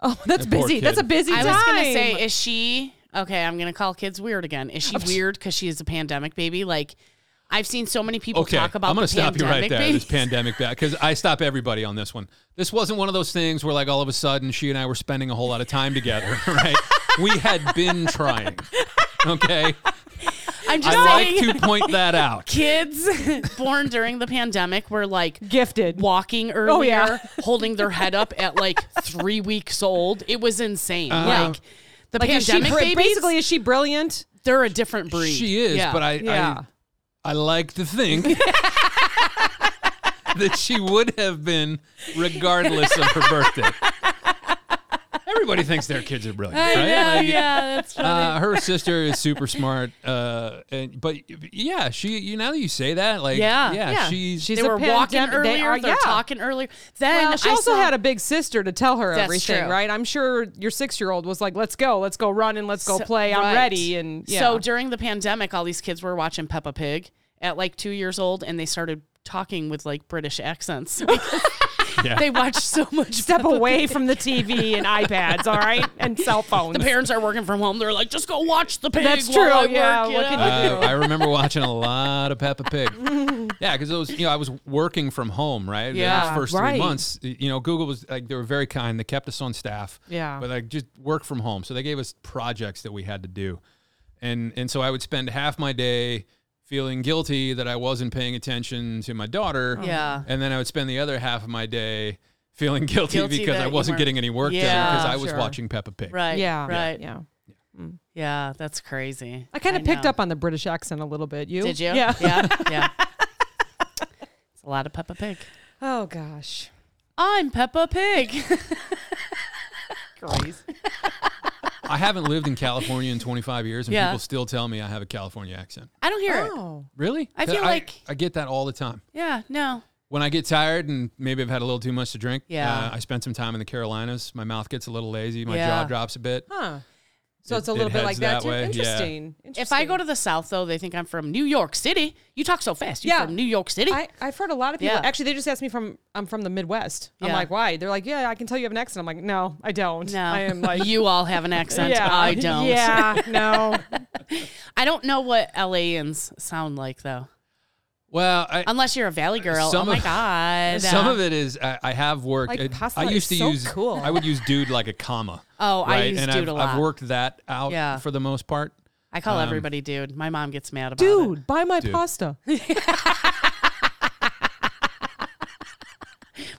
Speaker 1: Oh, *laughs* that's
Speaker 4: That poor
Speaker 1: busy. That's a
Speaker 4: kid.
Speaker 1: busy
Speaker 3: I
Speaker 1: time.
Speaker 3: was gonna say, is she okay? I'm gonna call kids weird again. Is she weird because she is a pandemic baby? Like, I've seen so many people
Speaker 4: Okay,
Speaker 3: talk about.
Speaker 4: I'm
Speaker 3: the
Speaker 4: going to stop you right
Speaker 3: pandemic
Speaker 4: there.
Speaker 3: babies.
Speaker 4: This pandemic back because I stop everybody on this one. This wasn't one of those things where like all of a sudden she and I were spending a whole lot of time together. *laughs* Right? we had been trying. Okay,
Speaker 3: I'm just
Speaker 4: I
Speaker 3: saying,
Speaker 4: like to point that
Speaker 3: *laughs*
Speaker 4: out.
Speaker 3: kids *laughs* born during the pandemic were like
Speaker 1: Gifted.
Speaker 3: walking earlier,
Speaker 1: Oh, yeah.
Speaker 3: *laughs* holding their head up at like three weeks old. It was insane.
Speaker 4: Uh-huh.
Speaker 3: like the
Speaker 1: Like, is she
Speaker 3: pandemic
Speaker 1: br-
Speaker 3: babies,
Speaker 1: basically, is she brilliant?
Speaker 3: they're a different breed.
Speaker 4: She is,
Speaker 3: Yeah.
Speaker 4: but I,
Speaker 1: Yeah.
Speaker 4: I I like to think *laughs* that she would have been regardless of her birthday. Everybody thinks their kids are brilliant, right? Like,
Speaker 1: *laughs*
Speaker 3: yeah, that's
Speaker 4: uh, her sister is super smart. Uh, and, but yeah, she. You now that you say that, like,
Speaker 3: Yeah.
Speaker 4: yeah,
Speaker 1: Yeah.
Speaker 4: she's.
Speaker 1: She's-
Speaker 3: they
Speaker 1: a
Speaker 3: were walking
Speaker 1: pandemic-
Speaker 3: earlier.
Speaker 1: they
Speaker 3: They
Speaker 1: are-
Speaker 3: are,
Speaker 1: yeah.
Speaker 3: talking earlier. Then
Speaker 1: Well, she
Speaker 3: I
Speaker 1: also
Speaker 3: saw-
Speaker 1: had a big sister to tell her
Speaker 3: That's
Speaker 1: everything,
Speaker 3: true.
Speaker 1: right? I'm sure your six year old was like, "Let's go, let's go run and let's go
Speaker 3: So-
Speaker 1: play. I'm
Speaker 3: right.
Speaker 1: ready." And yeah.
Speaker 3: So during the pandemic, all these kids were watching Peppa Pig at like two years old, and they started talking with like British accents. *laughs* because
Speaker 4: Yeah.
Speaker 3: They
Speaker 1: *laughs*
Speaker 3: watched so much.
Speaker 1: step away from the TV and iPads, all right, and cell phones.
Speaker 3: The parents are working from home. They're like, just go watch the pig.
Speaker 1: That's
Speaker 3: while
Speaker 1: true,
Speaker 3: I
Speaker 1: yeah,
Speaker 3: Work, you
Speaker 1: what can
Speaker 3: know?
Speaker 1: you-
Speaker 4: Uh, I remember watching a lot of Peppa
Speaker 1: *laughs*
Speaker 4: Pig. yeah, because it was you know I was working from home right.
Speaker 1: Yeah,
Speaker 4: the first
Speaker 1: right.
Speaker 4: three months, you know, Google was like they were very kind. They kept us on staff.
Speaker 1: Yeah.
Speaker 4: but like just work from home, so they gave us projects that we had to do, and and so I would spend half my day feeling guilty that I wasn't paying attention to my daughter.
Speaker 3: *laughs* Yeah.
Speaker 4: and then I would spend the other half of my day feeling *laughs* guilty,
Speaker 3: Guilty
Speaker 4: because
Speaker 3: that
Speaker 4: I
Speaker 3: you
Speaker 4: wasn't
Speaker 3: weren't-
Speaker 4: getting any work done
Speaker 3: Yeah,
Speaker 4: because I was
Speaker 1: sure.
Speaker 4: watching Peppa Pig.
Speaker 3: Right.
Speaker 1: yeah,
Speaker 3: Right. Yeah.
Speaker 1: yeah.
Speaker 3: that's crazy.
Speaker 1: I kind of picked
Speaker 3: know.
Speaker 1: up on the British accent a little bit. You
Speaker 3: Did you?
Speaker 1: Yeah.
Speaker 3: Yeah. yeah. it's a lot of Peppa Pig.
Speaker 1: *laughs* Oh gosh.
Speaker 3: I'm Peppa Pig.
Speaker 4: I haven't lived in California in 25 years, and
Speaker 3: Yeah.
Speaker 4: people still tell me I have a California accent.
Speaker 3: I don't hear it.
Speaker 1: Oh.
Speaker 4: Really?
Speaker 3: I feel like-
Speaker 4: I get that all the time.
Speaker 3: Yeah. No.
Speaker 4: When I get tired and maybe I've had a little too much to drink,
Speaker 3: Yeah.
Speaker 4: uh, I spend some time in the Carolinas. My mouth gets a little lazy. My
Speaker 3: Yeah.
Speaker 4: jaw drops a bit.
Speaker 1: Huh. So
Speaker 4: It-
Speaker 1: it's a
Speaker 4: it
Speaker 1: little bit
Speaker 4: heads
Speaker 1: like that,
Speaker 4: that
Speaker 1: too.
Speaker 4: way, yeah.
Speaker 1: Interesting.
Speaker 3: If I go
Speaker 1: Interesting.
Speaker 3: to the South, though, they think I'm from New York City. You talk so fast. You're
Speaker 1: Yeah.
Speaker 3: from New York City.
Speaker 1: I, I've heard a lot of people.
Speaker 3: Yeah.
Speaker 1: Actually, they just asked me from I'm from the Midwest. I'm
Speaker 3: Yeah.
Speaker 1: like, why? They're like, yeah, I can tell you have an accent. I'm like, no, I don't.
Speaker 3: no.
Speaker 1: I am like,
Speaker 3: *laughs* you all have an accent.
Speaker 1: *laughs* yeah,
Speaker 3: I don't.
Speaker 1: Yeah,
Speaker 3: *laughs*
Speaker 1: no.
Speaker 3: I don't know what LAans sound like, though.
Speaker 4: Well, I,
Speaker 3: Unless you're a Valley girl.
Speaker 4: Some
Speaker 3: oh, my
Speaker 4: of-
Speaker 3: God.
Speaker 4: some of it is I, I have worked.
Speaker 1: Like,
Speaker 4: it-
Speaker 1: pasta
Speaker 4: I
Speaker 1: is
Speaker 4: used to
Speaker 1: so
Speaker 4: use.
Speaker 1: cool.
Speaker 4: I would use dude like a comma.
Speaker 3: *laughs* Oh, I
Speaker 4: right?
Speaker 3: use
Speaker 4: and
Speaker 3: dude
Speaker 4: I've,
Speaker 3: a lot.
Speaker 4: I've worked that out
Speaker 3: Yeah.
Speaker 4: for the most part.
Speaker 3: I call everybody dude. My mom gets mad about it.
Speaker 1: um, Dude, buy my
Speaker 4: Dude.
Speaker 1: pasta.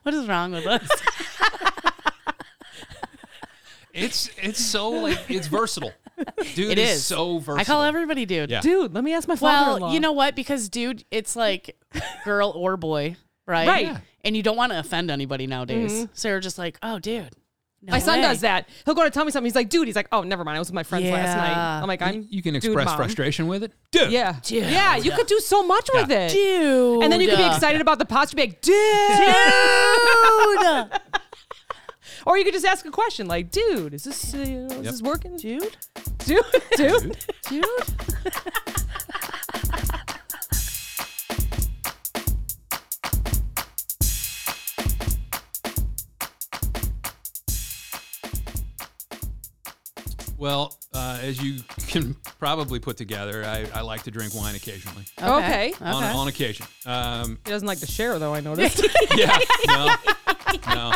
Speaker 3: What is wrong
Speaker 1: *laughs*
Speaker 3: with us?
Speaker 4: It's it's so like it's versatile.
Speaker 3: *laughs*
Speaker 4: Dude
Speaker 3: it is
Speaker 4: so versatile.
Speaker 3: I call everybody dude.
Speaker 4: Yeah.
Speaker 1: Dude, let me ask my father-in-law.
Speaker 3: Well, you know what? Because dude, it's like girl or boy, right?
Speaker 1: Right. Yeah.
Speaker 3: And you don't want to offend anybody nowadays. So you're just like, oh, dude. no
Speaker 1: My son
Speaker 3: way.
Speaker 1: does that. He'll go to tell me something. He's like, dude. He's like, oh, never mind. I was with my friends last night.
Speaker 3: Yeah.
Speaker 1: I'm like, I'm.
Speaker 4: you can
Speaker 1: dude,
Speaker 4: express
Speaker 1: mom."
Speaker 4: frustration with it. Dude.
Speaker 1: Yeah.
Speaker 3: Dude.
Speaker 1: Yeah. You could do so much with it.
Speaker 3: Dude.
Speaker 1: And then you could be excited about the pasta. You'd be like, dude.
Speaker 3: *laughs* Dude.
Speaker 1: or you could just ask a question like, dude, is this, uh, is this working?
Speaker 3: dude.
Speaker 1: *laughs* Dude. Dude.
Speaker 3: Dude.
Speaker 4: Well, uh, as you can probably put together, I, I like to drink wine occasionally.
Speaker 1: Okay.
Speaker 3: Uh-huh.
Speaker 4: On, on occasion.
Speaker 3: *laughs*
Speaker 4: Um,
Speaker 1: He doesn't like to share, though, I noticed.
Speaker 4: yeah. No. No.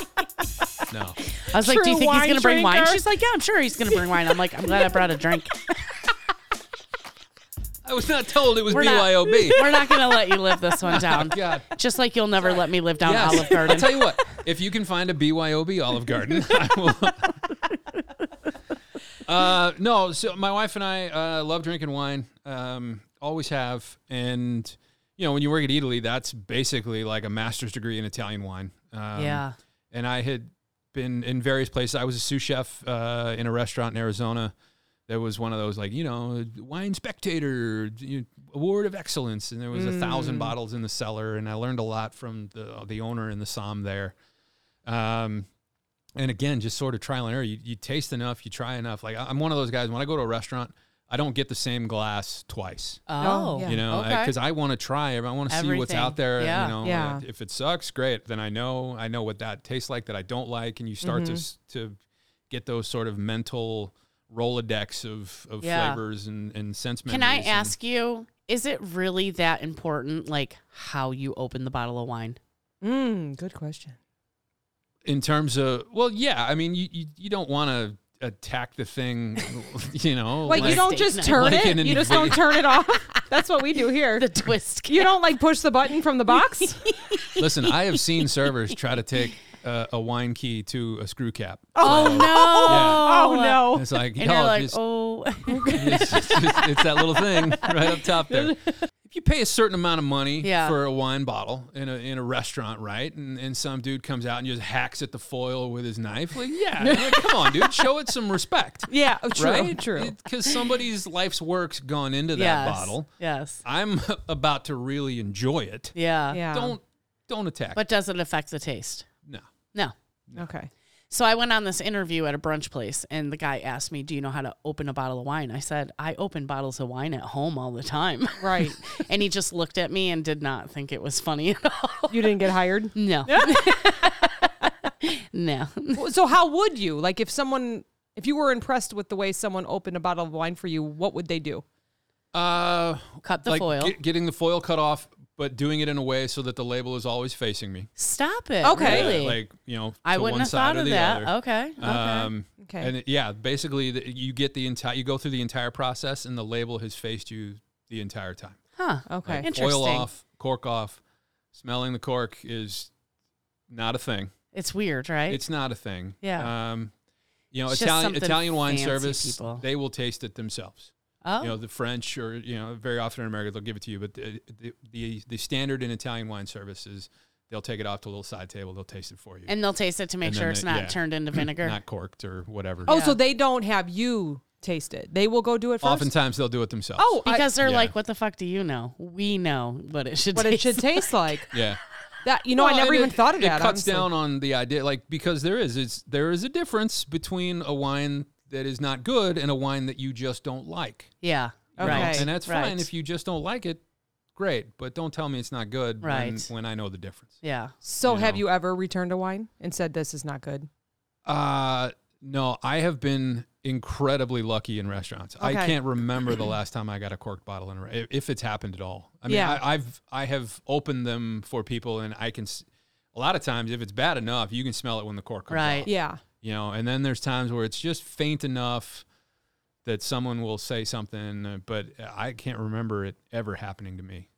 Speaker 4: No.
Speaker 3: I was like, do
Speaker 1: True
Speaker 3: you think he's
Speaker 1: wine
Speaker 3: going to bring wine?
Speaker 1: drinker.
Speaker 3: She's like, yeah, I'm sure he's going to bring wine. I'm like, I'm glad I brought
Speaker 1: *laughs*
Speaker 3: a drink.
Speaker 4: I was not told it was
Speaker 3: We're not-
Speaker 4: BYOB.
Speaker 3: *laughs* We're not going to let you live this one down.
Speaker 4: God.
Speaker 3: Just like you'll never let me live down
Speaker 4: Yes.
Speaker 3: Olive Garden.
Speaker 4: I'll tell you what. If you can find a BYOB Olive Garden, *laughs* I will. *laughs* uh, no, so my wife and I uh, love drinking wine. Um, always have, and you know, when you work at Italy, that's basically like a master's degree in Italian wine. *laughs* Um,
Speaker 3: Yeah.
Speaker 4: and I had been in various places. I was a sous chef uh, in a restaurant in Arizona there was one of those like you know wine spectator you know, award of excellence and there was a thousand bottles in the cellar and i learned a lot from the the owner and the som there um and again just sort of trial and error you, you taste enough you try enough like I- i'm one of those guys when i go to a restaurant i don't get the same glass twice
Speaker 1: Oh,
Speaker 3: Oh,
Speaker 1: yeah.
Speaker 4: you know
Speaker 3: Okay.
Speaker 4: because i want to try it i want to see what's
Speaker 3: Everything.
Speaker 4: out there
Speaker 3: Yeah.
Speaker 4: you know
Speaker 1: Yeah.
Speaker 4: if it sucks great then i know i know what that tastes like that i don't like and you start
Speaker 3: Mm-hmm.
Speaker 4: to s to get those sort of mental rolodex of, of
Speaker 3: Yeah.
Speaker 4: flavors and, and sense
Speaker 3: Can
Speaker 4: memories
Speaker 3: I
Speaker 4: and-
Speaker 3: ask you, is it really that important, like how you open the bottle of wine?
Speaker 1: *laughs*
Speaker 3: *laughs*
Speaker 1: Mm, good question.
Speaker 4: in terms of well yeah i mean you you, you don't want to attack the thing *laughs* you know
Speaker 1: Like, you don't
Speaker 3: steak
Speaker 1: just
Speaker 3: knife.
Speaker 1: turn
Speaker 4: Like
Speaker 1: it.
Speaker 4: an
Speaker 1: You just
Speaker 4: invade-
Speaker 1: don't turn it off. That's what we do here. *laughs*
Speaker 3: The twist.
Speaker 1: You don't like push the button from the box.
Speaker 3: *laughs*
Speaker 4: listen i have seen servers try to take uh, a wine key to a screw cap
Speaker 3: Oh no!
Speaker 1: Oh no.
Speaker 4: it's
Speaker 3: *laughs*
Speaker 4: like
Speaker 3: And
Speaker 4: y'all
Speaker 3: you're like,
Speaker 4: just
Speaker 3: oh,
Speaker 4: it's, it's- it's- it's that little thing *laughs* right up top there. If you pay a certain amount of money
Speaker 3: Yeah.
Speaker 4: for a wine bottle in a in a restaurant, right, and, and some dude comes out and just hacks at the foil with his knife, like,
Speaker 3: *laughs*
Speaker 4: yeah, like, come on, dude, show it some respect,
Speaker 1: Yeah, true,
Speaker 4: right?
Speaker 1: true.
Speaker 4: because somebody's life's work's gone into that
Speaker 3: yes,
Speaker 4: bottle.
Speaker 3: yes,
Speaker 4: I'm *laughs* about to really enjoy it.
Speaker 3: yeah,
Speaker 1: Yeah.
Speaker 4: Don't don't attack.
Speaker 3: But does it affect the taste?
Speaker 4: no,
Speaker 3: No.
Speaker 1: Okay.
Speaker 3: So I went on this interview at a brunch place, and the guy asked me, "Do you know how to open a bottle of wine?" I said, "I open bottles of wine at home all the time." *laughs*
Speaker 1: Right.
Speaker 3: and he just looked at me and did not think it was funny *laughs* at all.
Speaker 1: You didn't get hired.
Speaker 4: *laughs*
Speaker 3: No. *laughs* no.
Speaker 1: So how would you like if someone if you were impressed with the way someone opened a bottle of wine for you, what would they do?
Speaker 4: uh,
Speaker 3: Cut the
Speaker 4: like
Speaker 3: foil.
Speaker 4: get- getting the foil cut off, but doing it in a way so that the label is always facing me.
Speaker 3: Stop it.
Speaker 1: Okay.
Speaker 4: Yeah,
Speaker 3: Really?
Speaker 4: like you know,
Speaker 3: I
Speaker 4: to
Speaker 3: wouldn't
Speaker 4: one
Speaker 3: have
Speaker 4: side
Speaker 3: thought
Speaker 4: or
Speaker 3: of
Speaker 4: the
Speaker 3: that.
Speaker 4: Other.
Speaker 3: Okay. Okay.
Speaker 4: Um,
Speaker 1: Okay.
Speaker 4: And it- yeah, basically, the, you get the entire, you go through the entire process, and the label has faced you the entire time.
Speaker 3: huh.
Speaker 1: Okay.
Speaker 3: Interesting.
Speaker 4: Oil off, cork off, smelling the cork is not a thing.
Speaker 3: It's weird, right?
Speaker 4: It's not a thing.
Speaker 3: Yeah.
Speaker 4: Um, you know,
Speaker 3: It's just
Speaker 4: Italian
Speaker 3: something
Speaker 4: Italian wine
Speaker 3: fancy
Speaker 4: service,
Speaker 3: people-
Speaker 4: they will taste it themselves.
Speaker 3: oh.
Speaker 4: You know, the French or you know, very often in America they'll give it to you, but the the, the, the standard in Italian wine service is they'll take it off to a little side table, they'll taste it for you,
Speaker 3: and they'll taste it to make
Speaker 4: and
Speaker 3: sure
Speaker 4: then
Speaker 3: it's
Speaker 4: they-
Speaker 3: not
Speaker 4: yeah.
Speaker 3: turned
Speaker 4: *clears throat*
Speaker 3: into vinegar.
Speaker 4: not corked or whatever.
Speaker 1: oh,
Speaker 3: yeah.
Speaker 1: so they don't have you taste it. They will go do it first.
Speaker 4: Oftentimes they'll do it themselves.
Speaker 1: oh, I-
Speaker 3: because they're
Speaker 4: Yeah.
Speaker 3: like, what the fuck do you know? We know what it should
Speaker 1: *laughs* what
Speaker 3: taste
Speaker 1: it should taste like.
Speaker 4: yeah.
Speaker 1: That you know, I
Speaker 4: Well,
Speaker 1: never
Speaker 4: and
Speaker 1: even
Speaker 4: it-
Speaker 1: thought of
Speaker 4: It
Speaker 1: that.
Speaker 4: cuts
Speaker 1: honestly.
Speaker 4: down on the idea, like because there is it's there is a difference between a wine that is not good and a wine that you just don't like,
Speaker 3: *laughs* Yeah.
Speaker 1: Okay.
Speaker 3: Right.
Speaker 4: Oh, and that's
Speaker 3: right.
Speaker 4: fine if you just don't like it. Great, but don't tell me it's not good
Speaker 3: Right.
Speaker 4: when, when I know the difference.
Speaker 3: Yeah.
Speaker 1: So
Speaker 4: you
Speaker 1: have
Speaker 4: know.
Speaker 1: you ever returned a wine and said this is not good?
Speaker 4: Uh no, I have been incredibly lucky in restaurants.
Speaker 1: Okay.
Speaker 4: I can't remember the last time I got a corked bottle in a re- if- if it's happened at all. I mean,
Speaker 1: Yeah.
Speaker 4: I, I've I have opened them for people, and I can. s- A lot of times, if it's bad enough, you can smell it when the cork comes
Speaker 3: Right.
Speaker 4: off.
Speaker 1: Yeah.
Speaker 4: you know and then there's times where it's just faint enough that someone will say something uh, but i can't remember it ever happening to me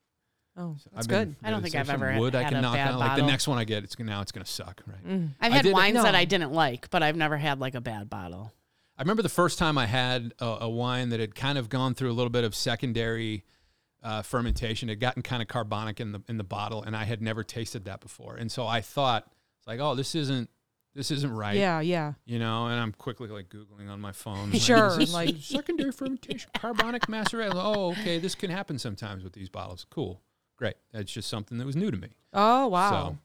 Speaker 1: Oh, that's
Speaker 4: I've been-
Speaker 1: good.
Speaker 3: I don't think
Speaker 4: there's
Speaker 3: I've
Speaker 4: some
Speaker 3: ever
Speaker 4: wood i
Speaker 3: had
Speaker 4: can
Speaker 3: a
Speaker 4: knock
Speaker 3: bad
Speaker 4: down like the
Speaker 3: bottle.
Speaker 4: next one i get it's now it's gonna suck right
Speaker 1: Mm.
Speaker 3: I've
Speaker 4: I
Speaker 3: had
Speaker 4: did it-
Speaker 3: wines that
Speaker 1: No.
Speaker 3: I didn't like, but I've never had like a bad bottle.
Speaker 4: i remember the first time i had a, a wine that had kind of gone through a little bit of secondary uh, fermentation it had gotten kind of carbonic in the in the bottle and i had never tasted that before and so i thought it's like oh this isn't this isn't right
Speaker 1: Yeah, yeah.
Speaker 4: you know, and I'm quickly like googling on
Speaker 1: *laughs*
Speaker 4: my phone. like,
Speaker 1: Sure,
Speaker 4: is this
Speaker 1: like-
Speaker 4: *laughs* secondary fermentation, carbonic maceration. Oh, okay, this can happen sometimes with these bottles. Cool, great. That's just something that was new to me.
Speaker 1: Oh wow.
Speaker 4: So,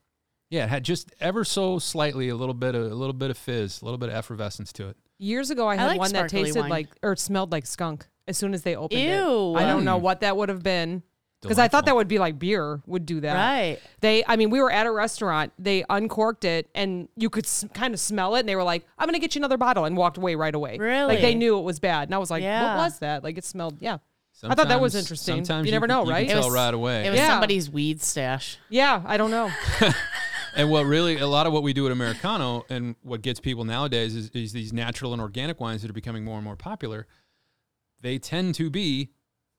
Speaker 4: yeah, it had just ever so slightly a little bit of a little bit of fizz, a little bit of effervescence to it.
Speaker 1: Years ago, I
Speaker 3: I
Speaker 1: had
Speaker 3: like
Speaker 1: one that
Speaker 3: sparkly
Speaker 1: tasted
Speaker 3: wine.
Speaker 1: like or smelled like skunk. As soon as they opened
Speaker 3: Ew.
Speaker 1: it, I don't know
Speaker 4: Mm.
Speaker 1: what that would have been because I thought that
Speaker 4: Delightful.
Speaker 1: would be like beer would do that.
Speaker 3: Right.
Speaker 1: They, I mean, we were at a restaurant. They uncorked it, and you could s- kind of smell it. And they were like, "I'm gonna get you another bottle," and walked away right away. like
Speaker 3: Really?
Speaker 1: they knew it was bad. And I was like,
Speaker 3: Yeah.
Speaker 1: "What was that?" Like it smelled. Yeah, I thought that was
Speaker 4: Sometimes-
Speaker 1: interesting.
Speaker 4: Sometimes
Speaker 1: You never
Speaker 4: can-
Speaker 1: know,
Speaker 4: can
Speaker 1: right? It
Speaker 4: tell
Speaker 3: was-
Speaker 4: right away.
Speaker 3: It was
Speaker 1: Yeah.
Speaker 3: somebody's weed stash.
Speaker 1: yeah. I don't
Speaker 4: *sighs*
Speaker 1: know.
Speaker 4: and what really a lot of what we do at Americano and what gets people nowadays is, is these natural and organic wines that are becoming more and more popular. They tend to be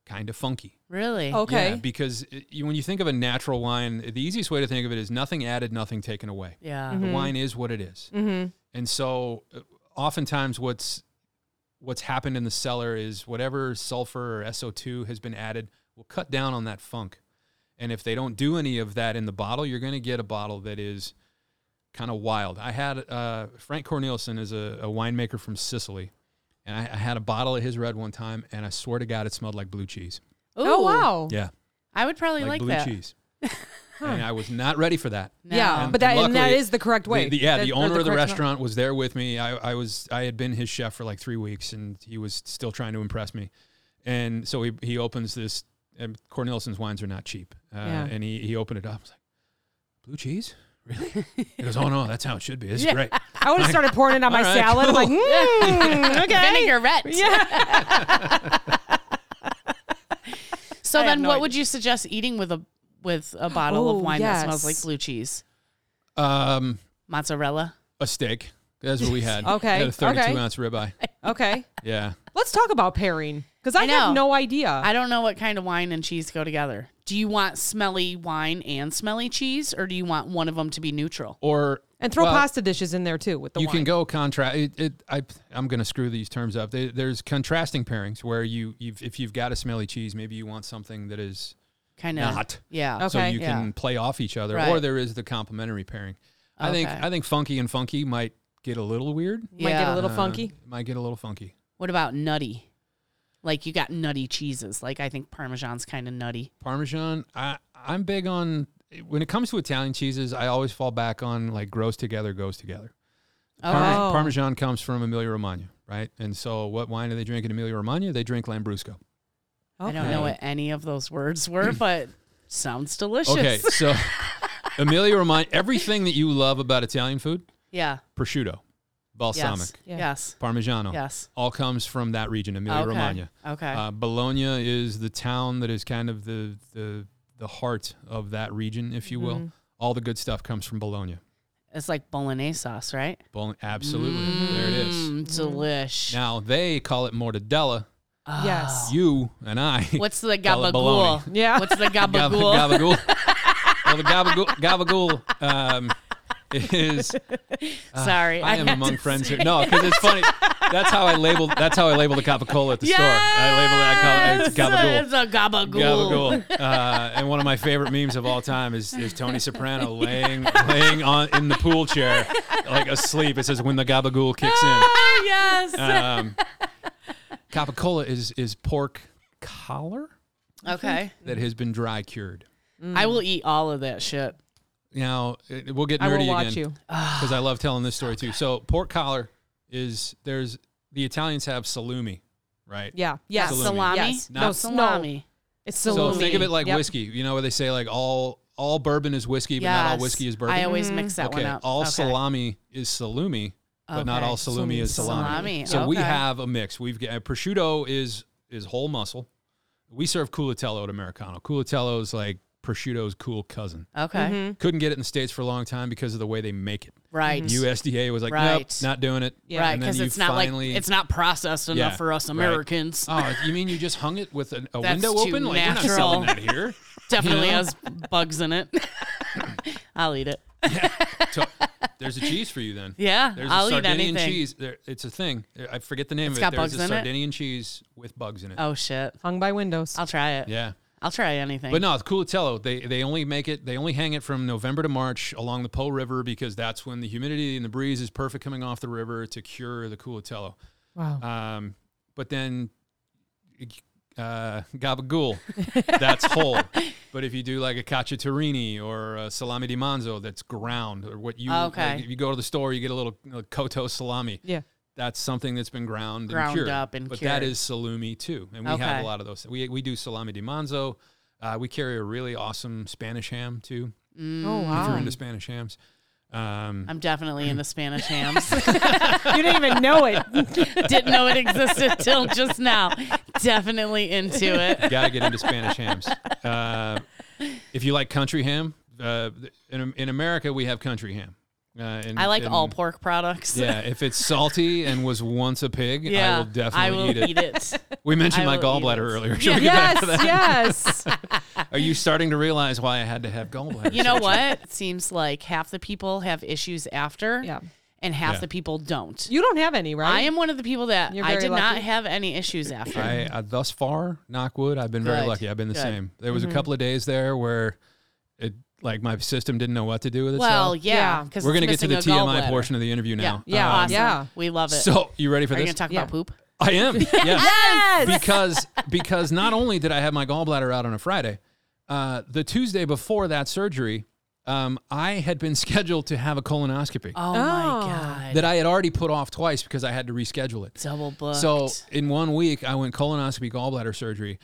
Speaker 4: kind of funky.
Speaker 3: Really?
Speaker 1: Okay.
Speaker 4: Yeah, because it- you, when you think of a natural wine, the easiest way to think of it is nothing added, nothing taken away.
Speaker 3: Yeah.
Speaker 4: Uh, The wine is what it is.
Speaker 3: Mm-hmm.
Speaker 4: And so uh, oftentimes what's what's happened in the cellar is whatever sulfur or SO2 has been added will cut down on that funk. And if they don't do any of that in the bottle, you're going to get a bottle that is kind of wild. I had uh, Frank Cornelison is a, a winemaker from Sicily, And I, I had a bottle of his red one time, and I swear to God, it smelled like blue cheese.
Speaker 1: Oh
Speaker 3: Ooh,
Speaker 1: wow.
Speaker 4: Yeah,
Speaker 3: I would probably
Speaker 4: Mm-hmm.
Speaker 3: like,
Speaker 4: like, blue
Speaker 3: that. *laughs*
Speaker 4: cheese. And I was not ready for that.
Speaker 3: No.
Speaker 1: Yeah,
Speaker 4: And
Speaker 1: but that and that
Speaker 4: luckily,
Speaker 1: is the correct way.
Speaker 4: The- the- yeah,
Speaker 1: That-
Speaker 4: the
Speaker 1: or
Speaker 4: owner of the
Speaker 1: correct-
Speaker 4: restaurant was there with me. I, I was I had been his chef for like three weeks, and he was still trying to impress me. And so he he opens this. And Cornelson's wines are not cheap. Uh,
Speaker 1: Yeah.
Speaker 4: And he he opened it up. I was like, blue cheese,
Speaker 1: *laughs*
Speaker 4: really? He goes, oh no, that's how it should be. This
Speaker 3: Yeah.
Speaker 4: is great.
Speaker 1: I would have
Speaker 4: *laughs*
Speaker 1: started pouring it on my
Speaker 4: All right,
Speaker 1: salad.
Speaker 4: *laughs*
Speaker 1: I'm like,
Speaker 4: cool.
Speaker 1: mm,
Speaker 3: *laughs*
Speaker 1: okay.
Speaker 3: Vinaigrette.
Speaker 1: Yeah.
Speaker 3: *laughs* So
Speaker 1: I have
Speaker 3: then,
Speaker 1: no
Speaker 3: what
Speaker 1: idea.
Speaker 3: would you suggest eating with a with a bottle
Speaker 1: Ooh,
Speaker 3: of wine that smells like
Speaker 1: yes.
Speaker 3: blue cheese?
Speaker 4: Um,
Speaker 3: Mozzarella.
Speaker 4: a steak. That's what we
Speaker 1: *laughs*
Speaker 4: had.
Speaker 1: Okay,
Speaker 4: We had a thirty-two
Speaker 1: okay.
Speaker 4: ounce
Speaker 1: *laughs*
Speaker 4: ribeye.
Speaker 1: Okay.
Speaker 4: Yeah.
Speaker 1: Let's talk about pairing because I,
Speaker 3: I
Speaker 1: have
Speaker 3: know.
Speaker 1: no idea.
Speaker 3: I don't know what kind of wine and cheese go together. Do you want smelly wine and smelly cheese, or do you want one of them to be neutral?
Speaker 4: Or
Speaker 1: and throw
Speaker 4: well,
Speaker 1: pasta dishes in there too with the
Speaker 4: you
Speaker 1: wine.
Speaker 4: can go contrast. It, it, I, I'm going to screw these terms up. There- There's contrasting pairings where you, you've, if you've got a smelly cheese, maybe you want something that is
Speaker 3: Kind of.
Speaker 4: not,
Speaker 3: Yeah.
Speaker 4: so
Speaker 1: Okay.
Speaker 4: you
Speaker 3: Yeah.
Speaker 4: can play off each other.
Speaker 3: Right.
Speaker 4: Or there is the complementary pairing. I think,
Speaker 3: Okay.
Speaker 4: I think funky and funky might get a little weird.
Speaker 1: Might get
Speaker 3: Yeah.
Speaker 1: a little
Speaker 4: Uh,
Speaker 1: funky.
Speaker 4: might get a little funky.
Speaker 3: What about nutty? Like you got nutty cheeses. Like I think Parmesan's kind of nutty.
Speaker 4: Parmesan. I, I'm big on when it comes to Italian cheeses. I always fall back on like grows together goes together. Parme-
Speaker 1: Oh.
Speaker 4: Parmesan comes from Emilia Romagna, right? And so, what wine do they drink in Emilia Romagna? They drink Lambrusco.
Speaker 1: Okay.
Speaker 3: I don't know what any of those words
Speaker 4: *clears throat*
Speaker 3: were, but sounds delicious. *laughs*
Speaker 4: Okay, so Emilia Romagna, everything that you love about Italian food,
Speaker 3: Yeah.
Speaker 4: prosciutto, balsamic,
Speaker 3: Yes.
Speaker 1: Yeah.
Speaker 3: Yes.
Speaker 4: parmigiano,
Speaker 3: Yes.
Speaker 4: all comes from that region, Emilia
Speaker 3: Okay.
Speaker 4: Romagna.
Speaker 3: Okay.
Speaker 4: Uh, Bologna is the town that is kind of the the the heart of that region, if you
Speaker 3: Mm-hmm.
Speaker 4: will. All the good stuff comes from Bologna.
Speaker 3: it's like bolognese sauce, right?
Speaker 4: Bologna absolutely, there it is.
Speaker 3: Mm, delish.
Speaker 4: Now they call it mortadella.
Speaker 3: Ah.
Speaker 1: Yes.
Speaker 4: You and I.
Speaker 3: *laughs* What's the
Speaker 4: Call it
Speaker 3: gabagool?
Speaker 4: bologna.
Speaker 1: Yeah.
Speaker 3: What's the
Speaker 4: *laughs* Gab-
Speaker 3: gabagool?
Speaker 4: gabagool. well, the gabagool, gabagool um, is.
Speaker 3: *laughs* Sorry,
Speaker 4: I, am
Speaker 3: had
Speaker 4: among
Speaker 3: to
Speaker 4: friends
Speaker 3: say-
Speaker 4: here. No, because it's funny. That's how I label. That's how I label the Coca-Cola at the store. I label it. I
Speaker 3: Yes!
Speaker 4: call it it's
Speaker 3: It's a gabagool.
Speaker 4: gabagool. Gabagool. Uh, and one of my favorite memes of all time is, is Tony Soprano laying laying on in the pool chair, like asleep. It says when the gabagool kicks in.
Speaker 3: Oh, yes.
Speaker 4: Um, Coca-Cola is is pork collar
Speaker 3: Okay.
Speaker 4: that has been dry cured.
Speaker 3: I will eat all of that shit.
Speaker 4: Now it- we'll get
Speaker 1: I will
Speaker 4: nerdy
Speaker 1: watch
Speaker 4: again
Speaker 1: you.
Speaker 4: because
Speaker 3: *sighs*
Speaker 4: I love telling this story too. So pork collar is there's the Italians have salumi, right?
Speaker 1: Yeah. Yes.
Speaker 4: Salumi.
Speaker 3: Salami.
Speaker 1: Yes.
Speaker 4: Not
Speaker 1: no, s- No,
Speaker 3: Salami.
Speaker 1: it's
Speaker 4: So
Speaker 1: salumi.
Speaker 4: think of it like
Speaker 1: Yep.
Speaker 4: whiskey. You know where they say like all all bourbon is whiskey, but not all
Speaker 3: Yes.
Speaker 4: whiskey is bourbon.
Speaker 3: I always mix that
Speaker 4: okay.
Speaker 3: one up.
Speaker 4: All
Speaker 3: Okay.
Speaker 4: salami is salumi, but not
Speaker 3: Okay.
Speaker 4: all salumi is salami.
Speaker 3: Salami,
Speaker 4: So we
Speaker 3: okay.
Speaker 4: have a mix. We've got prosciutto is is whole muscle. We serve culatello at Americano. Culatello is like prosciutto's cool cousin.
Speaker 3: Okay.
Speaker 4: Couldn't get it in the states for a long time because of the way they make it.
Speaker 3: Right.
Speaker 4: USDA was like, nope,
Speaker 3: Right.
Speaker 4: not doing it.
Speaker 1: Yeah.
Speaker 3: Right.
Speaker 4: And then
Speaker 3: Because
Speaker 4: you
Speaker 3: it's not
Speaker 4: finally-
Speaker 3: like it's not processed enough
Speaker 4: Yeah,
Speaker 3: for us
Speaker 4: right.
Speaker 3: Americans.
Speaker 4: Oh, you mean you just hung it with a, a
Speaker 3: That's
Speaker 4: window
Speaker 3: too
Speaker 4: open? Like we're not
Speaker 3: natural.
Speaker 4: selling that here.
Speaker 3: *laughs* Definitely
Speaker 4: *laughs* You know?
Speaker 3: has bugs in it. *laughs* I'll eat it.
Speaker 4: So, there's a cheese for you then.
Speaker 3: Yeah,
Speaker 4: There's
Speaker 3: I'll
Speaker 4: a
Speaker 3: eat
Speaker 4: Sardinian
Speaker 3: anything.
Speaker 4: cheese. There, it's a thing. There- I forget the name
Speaker 3: It's
Speaker 4: of it.
Speaker 3: got
Speaker 4: There's
Speaker 3: bugs
Speaker 4: a
Speaker 3: in it?
Speaker 4: Sardinian cheese with bugs in it.
Speaker 3: Oh shit!
Speaker 1: hung by windows.
Speaker 3: I'll try it.
Speaker 4: Yeah.
Speaker 3: I'll try anything.
Speaker 4: But no, it's Culatello. They they only make it. They only hang it from November to March along the Po River because that's when the humidity and the breeze is perfect coming off the river to cure the Culatello.
Speaker 1: wow.
Speaker 3: Ah.
Speaker 4: Um, but then uh, gabagool, that's
Speaker 3: *laughs*
Speaker 4: whole. But if you do like a cacciatorini or a salami di manzo, that's ground or what you.
Speaker 3: Okay.
Speaker 4: like, if you go to the store, you get a little uh, koto salami.
Speaker 1: yeah.
Speaker 4: That's something that's been ground,
Speaker 3: Ground
Speaker 4: and cured.
Speaker 3: up and
Speaker 4: but that
Speaker 3: cured.
Speaker 4: is salumi too, and we have
Speaker 3: Okay.
Speaker 4: a lot of those. We we do salami di manzo. Uh, we carry a really awesome Spanish ham too.
Speaker 1: Oh
Speaker 4: If you're
Speaker 3: Ah.
Speaker 1: wow.
Speaker 4: into Spanish hams, um,
Speaker 3: I'm definitely into
Speaker 4: *laughs*
Speaker 3: Spanish hams. *laughs*
Speaker 1: you didn't even know it.
Speaker 3: Didn't know it existed till just now. Definitely into it.
Speaker 4: You got to get into Spanish hams. Uh, if you like country ham, uh, in, in America we have country ham. Uh, and,
Speaker 3: I like
Speaker 4: and-
Speaker 3: all pork products.
Speaker 4: Yeah, if it's salty and was once a pig,
Speaker 3: Yeah,
Speaker 4: I will definitely
Speaker 3: will
Speaker 4: eat it. *laughs* We mentioned
Speaker 3: I
Speaker 4: my
Speaker 3: will eat
Speaker 4: gallbladder
Speaker 3: it.
Speaker 4: earlier. Should we get back
Speaker 1: yes.
Speaker 4: to that?
Speaker 1: Yes.
Speaker 4: Are you starting to realize why I had to have gallbladder?
Speaker 3: You know
Speaker 4: surgery?
Speaker 3: what? It seems like half the people have issues after,
Speaker 1: Yeah.
Speaker 3: and half
Speaker 4: Yeah.
Speaker 3: the people don't.
Speaker 1: You don't have any, right?
Speaker 3: I am one of the people that
Speaker 1: You're
Speaker 3: I
Speaker 1: very
Speaker 3: did not
Speaker 1: lucky.
Speaker 3: have any issues after.
Speaker 4: I, I thus far, knock wood, I've been very
Speaker 3: Good,
Speaker 4: lucky. I've been the
Speaker 3: good. Mm-hmm.
Speaker 4: same. There was a couple of days there where it like my system didn't know what to do with itself.
Speaker 3: well, yeah,
Speaker 1: Yeah.
Speaker 3: because
Speaker 4: we're gonna get to the TMI portion of the interview now.
Speaker 3: Yeah,
Speaker 1: Yeah,
Speaker 4: Um,
Speaker 3: awesome.
Speaker 1: yeah.
Speaker 3: We love it.
Speaker 4: So you ready for
Speaker 3: Are you
Speaker 4: this?
Speaker 3: gonna talk
Speaker 1: Yeah.
Speaker 3: about poop?
Speaker 4: I am. Yeah.
Speaker 1: Yes.
Speaker 4: Because because not only did I have my gallbladder out on a Friday, uh, the Tuesday before that surgery, um, I had been *laughs* scheduled to have a colonoscopy
Speaker 1: Oh.
Speaker 3: Oh, my god.
Speaker 4: that I had already put off twice because I had to reschedule it.
Speaker 3: Double booked.
Speaker 4: So in one week, I went colonoscopy, gallbladder surgery,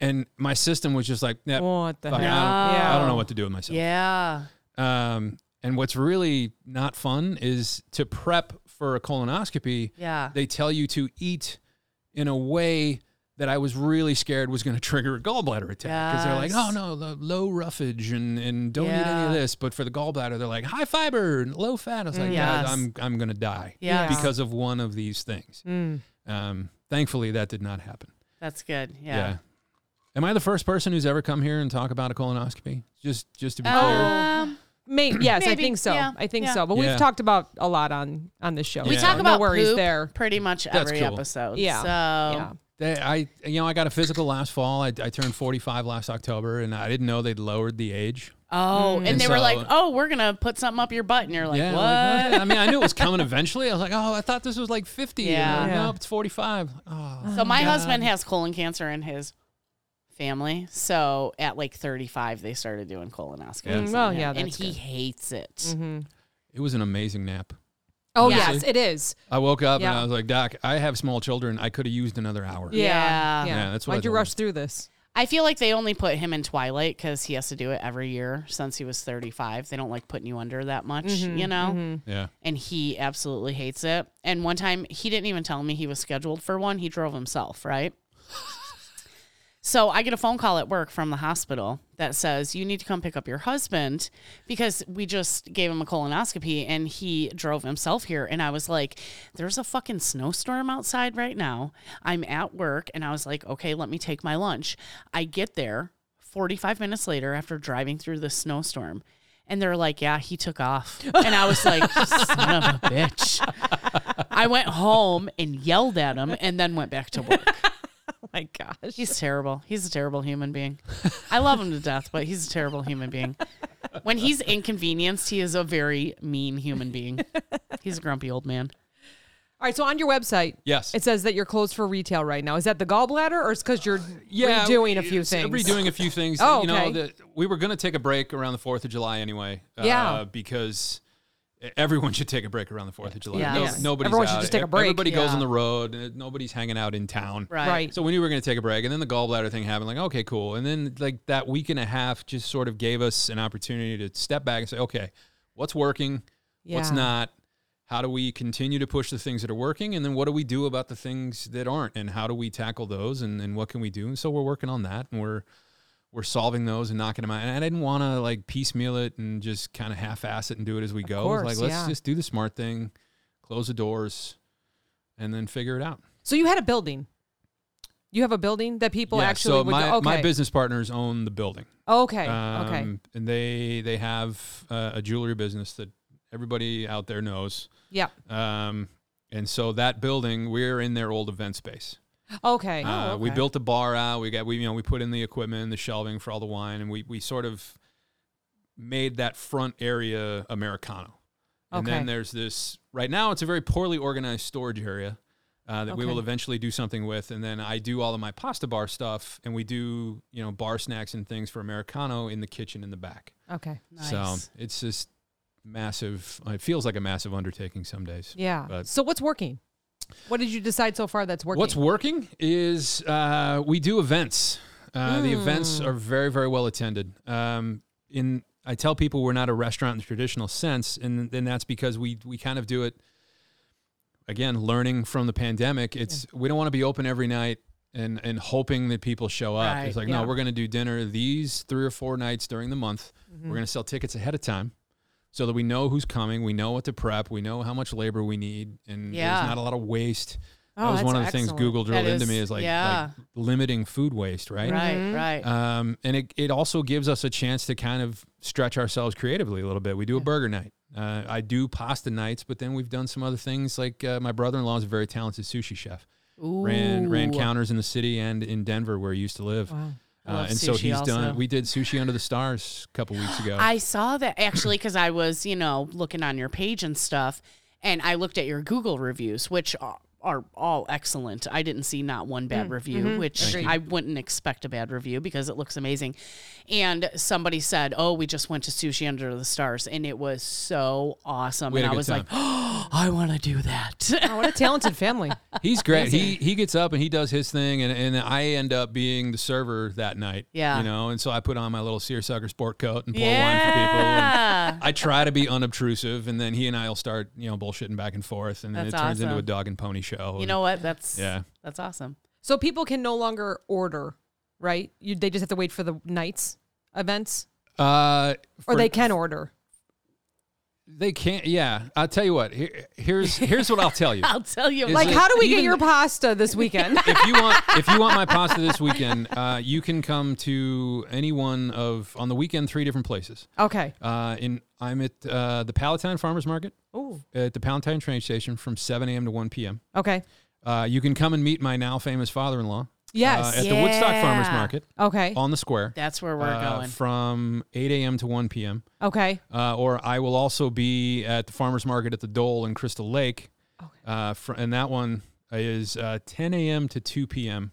Speaker 4: and my system was just like, nah,
Speaker 1: What the
Speaker 4: fuck it,
Speaker 1: hell?
Speaker 4: I, don't,
Speaker 1: Yeah.
Speaker 4: I don't know what to do with myself.
Speaker 3: yeah.
Speaker 4: Um, and what's really not fun is to prep for a colonoscopy
Speaker 3: Yeah.
Speaker 4: they tell you to eat in a way that I was really scared was going to *laughs* trigger a gallbladder attack because they're like,
Speaker 3: Yes.
Speaker 4: oh no, lo- low roughage and and don't eat any
Speaker 3: Yeah.
Speaker 4: of this. But for the gallbladder, they're like high fiber and low fat. I was like,
Speaker 3: Mm.
Speaker 4: "Guys,
Speaker 3: Yes.
Speaker 4: I'm I'm going to die
Speaker 3: yeah.
Speaker 4: because of one of these things.
Speaker 1: Mm.
Speaker 4: Um, thankfully, that did not happen.
Speaker 3: That's good. Yeah.
Speaker 4: Am I the first person who's ever come here and talk about a colonoscopy? Just just to be clear.
Speaker 3: Um,
Speaker 1: May, yes, I
Speaker 3: Maybe,
Speaker 1: think so.
Speaker 3: yeah,
Speaker 1: I think
Speaker 3: yeah.
Speaker 1: so. But
Speaker 4: Yeah.
Speaker 1: we've talked about a lot on on this show.
Speaker 4: We
Speaker 1: so
Speaker 4: talk
Speaker 1: no
Speaker 3: about
Speaker 1: worries
Speaker 3: poop.
Speaker 1: there.
Speaker 3: pretty much
Speaker 4: That's
Speaker 3: every
Speaker 4: cool.
Speaker 3: episode.
Speaker 1: Yeah.
Speaker 3: So
Speaker 1: Yeah.
Speaker 4: They, I you know I got a physical last fall. I, I turned 45 last October, and I didn't know they'd lowered the age.
Speaker 3: Oh, and,
Speaker 4: Mm. And
Speaker 3: they were
Speaker 4: so-
Speaker 3: like, "Oh, we're gonna put something up your butt," and you're like,
Speaker 4: Yeah,
Speaker 3: "What?"
Speaker 4: like, I mean, I knew
Speaker 1: *laughs*
Speaker 4: it was coming eventually. I was like, oh, I thought this was like 50.
Speaker 3: Yeah.
Speaker 4: Yeah.
Speaker 1: Yeah. Uh-huh.
Speaker 4: No, it's 45. Oh.
Speaker 3: So my husband has colon cancer in his family. So at like 35, they started doing colonoscopies.
Speaker 4: Yeah.
Speaker 3: on
Speaker 1: Mm, well,
Speaker 3: him,
Speaker 1: yeah,
Speaker 3: and
Speaker 1: that's
Speaker 3: he
Speaker 1: good. Mm-hmm.
Speaker 3: hates it.
Speaker 4: It was an amazing nap.
Speaker 1: Oh
Speaker 4: Yeah.
Speaker 1: yes, it is.
Speaker 4: I woke up and
Speaker 1: Yeah.
Speaker 4: I was like, Doc, I have small children. I could have used another hour.
Speaker 1: Yeah.
Speaker 3: Yeah.
Speaker 4: Yeah, that's what I
Speaker 1: Why'd you
Speaker 4: told
Speaker 1: rush through this?
Speaker 3: I feel like they only put him in Twilight because he has to do it every year since he was 35. They don't like putting you under that much, you know.
Speaker 4: Yeah.
Speaker 3: And he absolutely hates it. And one time, he didn't even tell me he was scheduled for one. He drove himself, right? So I get a phone call at work from the hospital that says, You need to come pick up your husband because we just gave him a colonoscopy and he drove himself here. And I was like, There's a fucking snowstorm outside right now. I'm at work. And I was like, Okay, let me take my lunch. I get there 45 minutes later after driving through the snowstorm. And they're like, Yeah, he took off. And I was like, Son of a bitch. I went home and yelled at him and then went back to work.
Speaker 1: Oh my gosh.
Speaker 3: He's terrible. He's a terrible human being. I love him to death, but he's a terrible human being. When he's inconvenienced, he is a very mean human being. He's a grumpy old man.
Speaker 1: All right, so on your website,
Speaker 4: Yes.
Speaker 1: it says that you're closed for retail right now. Is that the gallbladder, or is because you're
Speaker 4: yeah,
Speaker 1: redoing a few
Speaker 4: it's- uh,
Speaker 1: things?
Speaker 4: Redoing a few things.
Speaker 1: *laughs* Oh,
Speaker 4: you know,
Speaker 1: okay.
Speaker 4: the, we were going to take a break around the 4th of July anyway. Uh,
Speaker 1: Yeah.
Speaker 4: Because e, everyone should take a break around the 4th of July.
Speaker 3: Yeah.
Speaker 4: No,
Speaker 3: Yes.
Speaker 4: Nobody's
Speaker 1: Everyone should
Speaker 4: out.
Speaker 1: just take a break.
Speaker 4: Everybody goes
Speaker 3: Yeah.
Speaker 4: on the road. and Nobody's hanging out in town.
Speaker 3: Right.
Speaker 1: Right.
Speaker 4: So we knew we were going to take a break, and then the gallbladder thing happened. Like, okay, cool. And then like that week and a half just sort of gave us an opportunity to step back and say, okay, what's working, what's
Speaker 1: Yeah.
Speaker 4: not. How do we continue to push the things that are working? And then what do we do about the things that aren't? And how do we tackle those? And, and what can we do? And so we're working on that and we're we're solving those and knocking them out. And I didn't want to like piecemeal it and just kind of half ass it and do it as we go. It was
Speaker 1: course,
Speaker 4: like, let's
Speaker 1: yeah.
Speaker 4: just do the smart thing, close the doors, and then figure it out.
Speaker 1: so you had a building. You have a building that people
Speaker 4: Yeah,
Speaker 1: actually
Speaker 4: so
Speaker 1: would
Speaker 4: my,
Speaker 1: go. Okay.
Speaker 4: my business partners own the building
Speaker 1: Okay.
Speaker 4: um,
Speaker 1: okay.
Speaker 4: and they they have uh, a jewelry business that everybody out there knows
Speaker 1: Yeah.
Speaker 4: um, and so that building we're in their old event space
Speaker 1: Oh, Okay.
Speaker 4: uh, we
Speaker 3: okay.
Speaker 4: built a bar out we got we you know we put in the equipment the shelving for all the wine and we we sort of made that front area americano and
Speaker 1: Okay.
Speaker 4: then there's this right now it's a very poorly organized storage area uh, that we
Speaker 1: Okay.
Speaker 4: will eventually do something with and then i do all of my pasta bar stuff and we do you know bar snacks and things for americano in the kitchen in the back
Speaker 1: okay.
Speaker 4: so it's just massive it feels like a massive undertaking some days
Speaker 1: Yeah.
Speaker 4: but-
Speaker 1: so what's working? What did you decide so far that's working?
Speaker 4: What's working is uh, we do events. Uh, The events are very, very well attended. Um, in I tell people we're not a restaurant in the traditional sense, and then that's because we we kind of do it. Again, learning from the pandemic, it's we don't want to be open every night and and hoping that people show up.
Speaker 3: Right,
Speaker 4: It's like
Speaker 1: yeah.
Speaker 4: no, we're going to do dinner these three or four nights during the month. We're going to sell tickets ahead of time. So that we know who's coming, we know what to prep, we know how much labor we need, and
Speaker 3: Yeah.
Speaker 4: there's not a lot of waste
Speaker 1: Oh,
Speaker 4: that was one of
Speaker 1: that's
Speaker 4: the
Speaker 1: excellent.
Speaker 4: things Google drilled
Speaker 3: That
Speaker 4: into
Speaker 3: is-
Speaker 4: me is like,
Speaker 3: yeah.
Speaker 4: like limiting food waste, right?
Speaker 3: right, right.
Speaker 4: Um, and it, it also gives us a chance to kind of stretch ourselves creatively a little bit. We do a burger night. Uh, I do pasta nights, but then we've done some other things. Like uh, my brother in law is a very talented sushi chef. Ran ran
Speaker 3: Ooh.
Speaker 4: counters in the city and in Denver where he used to live.
Speaker 1: Wow.
Speaker 3: I
Speaker 4: Uh,
Speaker 3: love
Speaker 4: and so
Speaker 3: sushi
Speaker 4: he's
Speaker 3: also.
Speaker 4: done. We did sushi under the stars a couple
Speaker 3: *gasps*
Speaker 4: weeks ago.
Speaker 3: I saw that actually because I was, you know, looking on your page and stuff, and I looked at your Google reviews, which a- are all excellent. I didn't see not one
Speaker 4: Mm,
Speaker 3: bad review,
Speaker 4: mm-hmm.
Speaker 3: which
Speaker 4: Agreed.
Speaker 3: I wouldn't expect a bad review because it looks amazing. And somebody said, "Oh, we just went to Sushi Under the Stars, and it was so awesome."
Speaker 4: We had
Speaker 3: and
Speaker 4: a
Speaker 3: I
Speaker 4: good
Speaker 3: was like,
Speaker 4: time.
Speaker 3: "Oh, *gasps* I want to do that."
Speaker 1: Oh, what a talented family. *laughs*
Speaker 4: He's great. He he gets up and he does his thing, and, and I end up being the server that night.
Speaker 3: Yeah.
Speaker 4: you know, and so I put on my little seersucker sport coat and pour wine for people. And *laughs*
Speaker 3: yeah.
Speaker 4: I try to be unobtrusive, and then he and I will start you know bullshitting back and forth, and then
Speaker 3: That's
Speaker 4: it turns into
Speaker 3: awesome.
Speaker 4: a dog and pony show.
Speaker 3: You know what? That's yeah.
Speaker 4: Yeah.
Speaker 3: That's awesome.
Speaker 1: So people can no longer order, right? You, they just have to wait for the nights events,
Speaker 4: uh,
Speaker 1: or
Speaker 4: for-
Speaker 1: they can order.
Speaker 4: they can't. Yeah, I'll tell you what. Here,
Speaker 3: *laughs*
Speaker 4: here's here's what I'll tell you.
Speaker 3: I'll tell you.
Speaker 4: Is
Speaker 3: what.
Speaker 1: Like,
Speaker 4: it
Speaker 1: how do we get
Speaker 4: even-
Speaker 1: your pasta this
Speaker 4: *laughs*
Speaker 1: weekend?
Speaker 4: if you want if you want my pasta this weekend, uh, you can come to any one of on the weekend three different places.
Speaker 1: okay.
Speaker 4: Uh, in I'm at uh, the Palatine Farmers Market
Speaker 1: Oh.
Speaker 4: at the Palatine train station from 7 a.m. to 1 p.m.
Speaker 1: Okay.
Speaker 4: Uh, you can come and meet my now famous father-in-law uh,
Speaker 1: Yes.
Speaker 4: at the Woodstock Farmers
Speaker 3: Yeah.
Speaker 4: Market
Speaker 1: okay.
Speaker 4: on the square.
Speaker 3: That's where we're
Speaker 4: uh,
Speaker 3: going.
Speaker 4: from 8 a.m. to 1 p.m.
Speaker 1: Okay.
Speaker 4: Uh, or I will also be at the farmers market at the Dole in Crystal Lake.
Speaker 1: Okay.
Speaker 4: Uh, fr- and that one is uh, 10 a.m. to 2 p.m.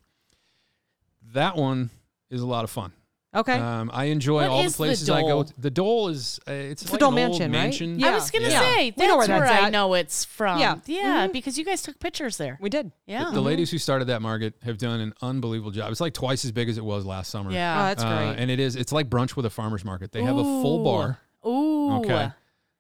Speaker 4: That one is a lot of fun.
Speaker 1: Okay.
Speaker 4: Um, I enjoy
Speaker 3: What
Speaker 4: all
Speaker 3: is
Speaker 4: the
Speaker 3: the
Speaker 4: places I go.
Speaker 3: Dole?
Speaker 4: To. The Dole is uh, it's
Speaker 1: the
Speaker 4: like
Speaker 1: Dole
Speaker 4: an old
Speaker 1: Mansion, right?
Speaker 4: mansion.
Speaker 1: Yeah.
Speaker 3: I was gonna
Speaker 4: Yeah.
Speaker 3: say
Speaker 1: We know
Speaker 3: that's
Speaker 1: where
Speaker 3: where,
Speaker 1: that's
Speaker 3: I
Speaker 1: at.
Speaker 3: know it's from.
Speaker 1: Yeah.
Speaker 3: yeah,
Speaker 1: Mhm.
Speaker 3: because you guys took pictures there.
Speaker 1: we did.
Speaker 4: The,
Speaker 3: yeah,
Speaker 4: Mm-hmm.
Speaker 3: mm-hmm.
Speaker 4: the ladies who started that market have done an unbelievable job. It's like twice as big as it was last summer.
Speaker 1: Oh,
Speaker 3: yeah.
Speaker 1: that's
Speaker 4: Uh,
Speaker 1: great.
Speaker 4: and it is. It's like brunch with a farmers market. They have a
Speaker 3: Ooh.
Speaker 4: full bar.
Speaker 1: Uh,
Speaker 3: Ooh.
Speaker 4: Okay.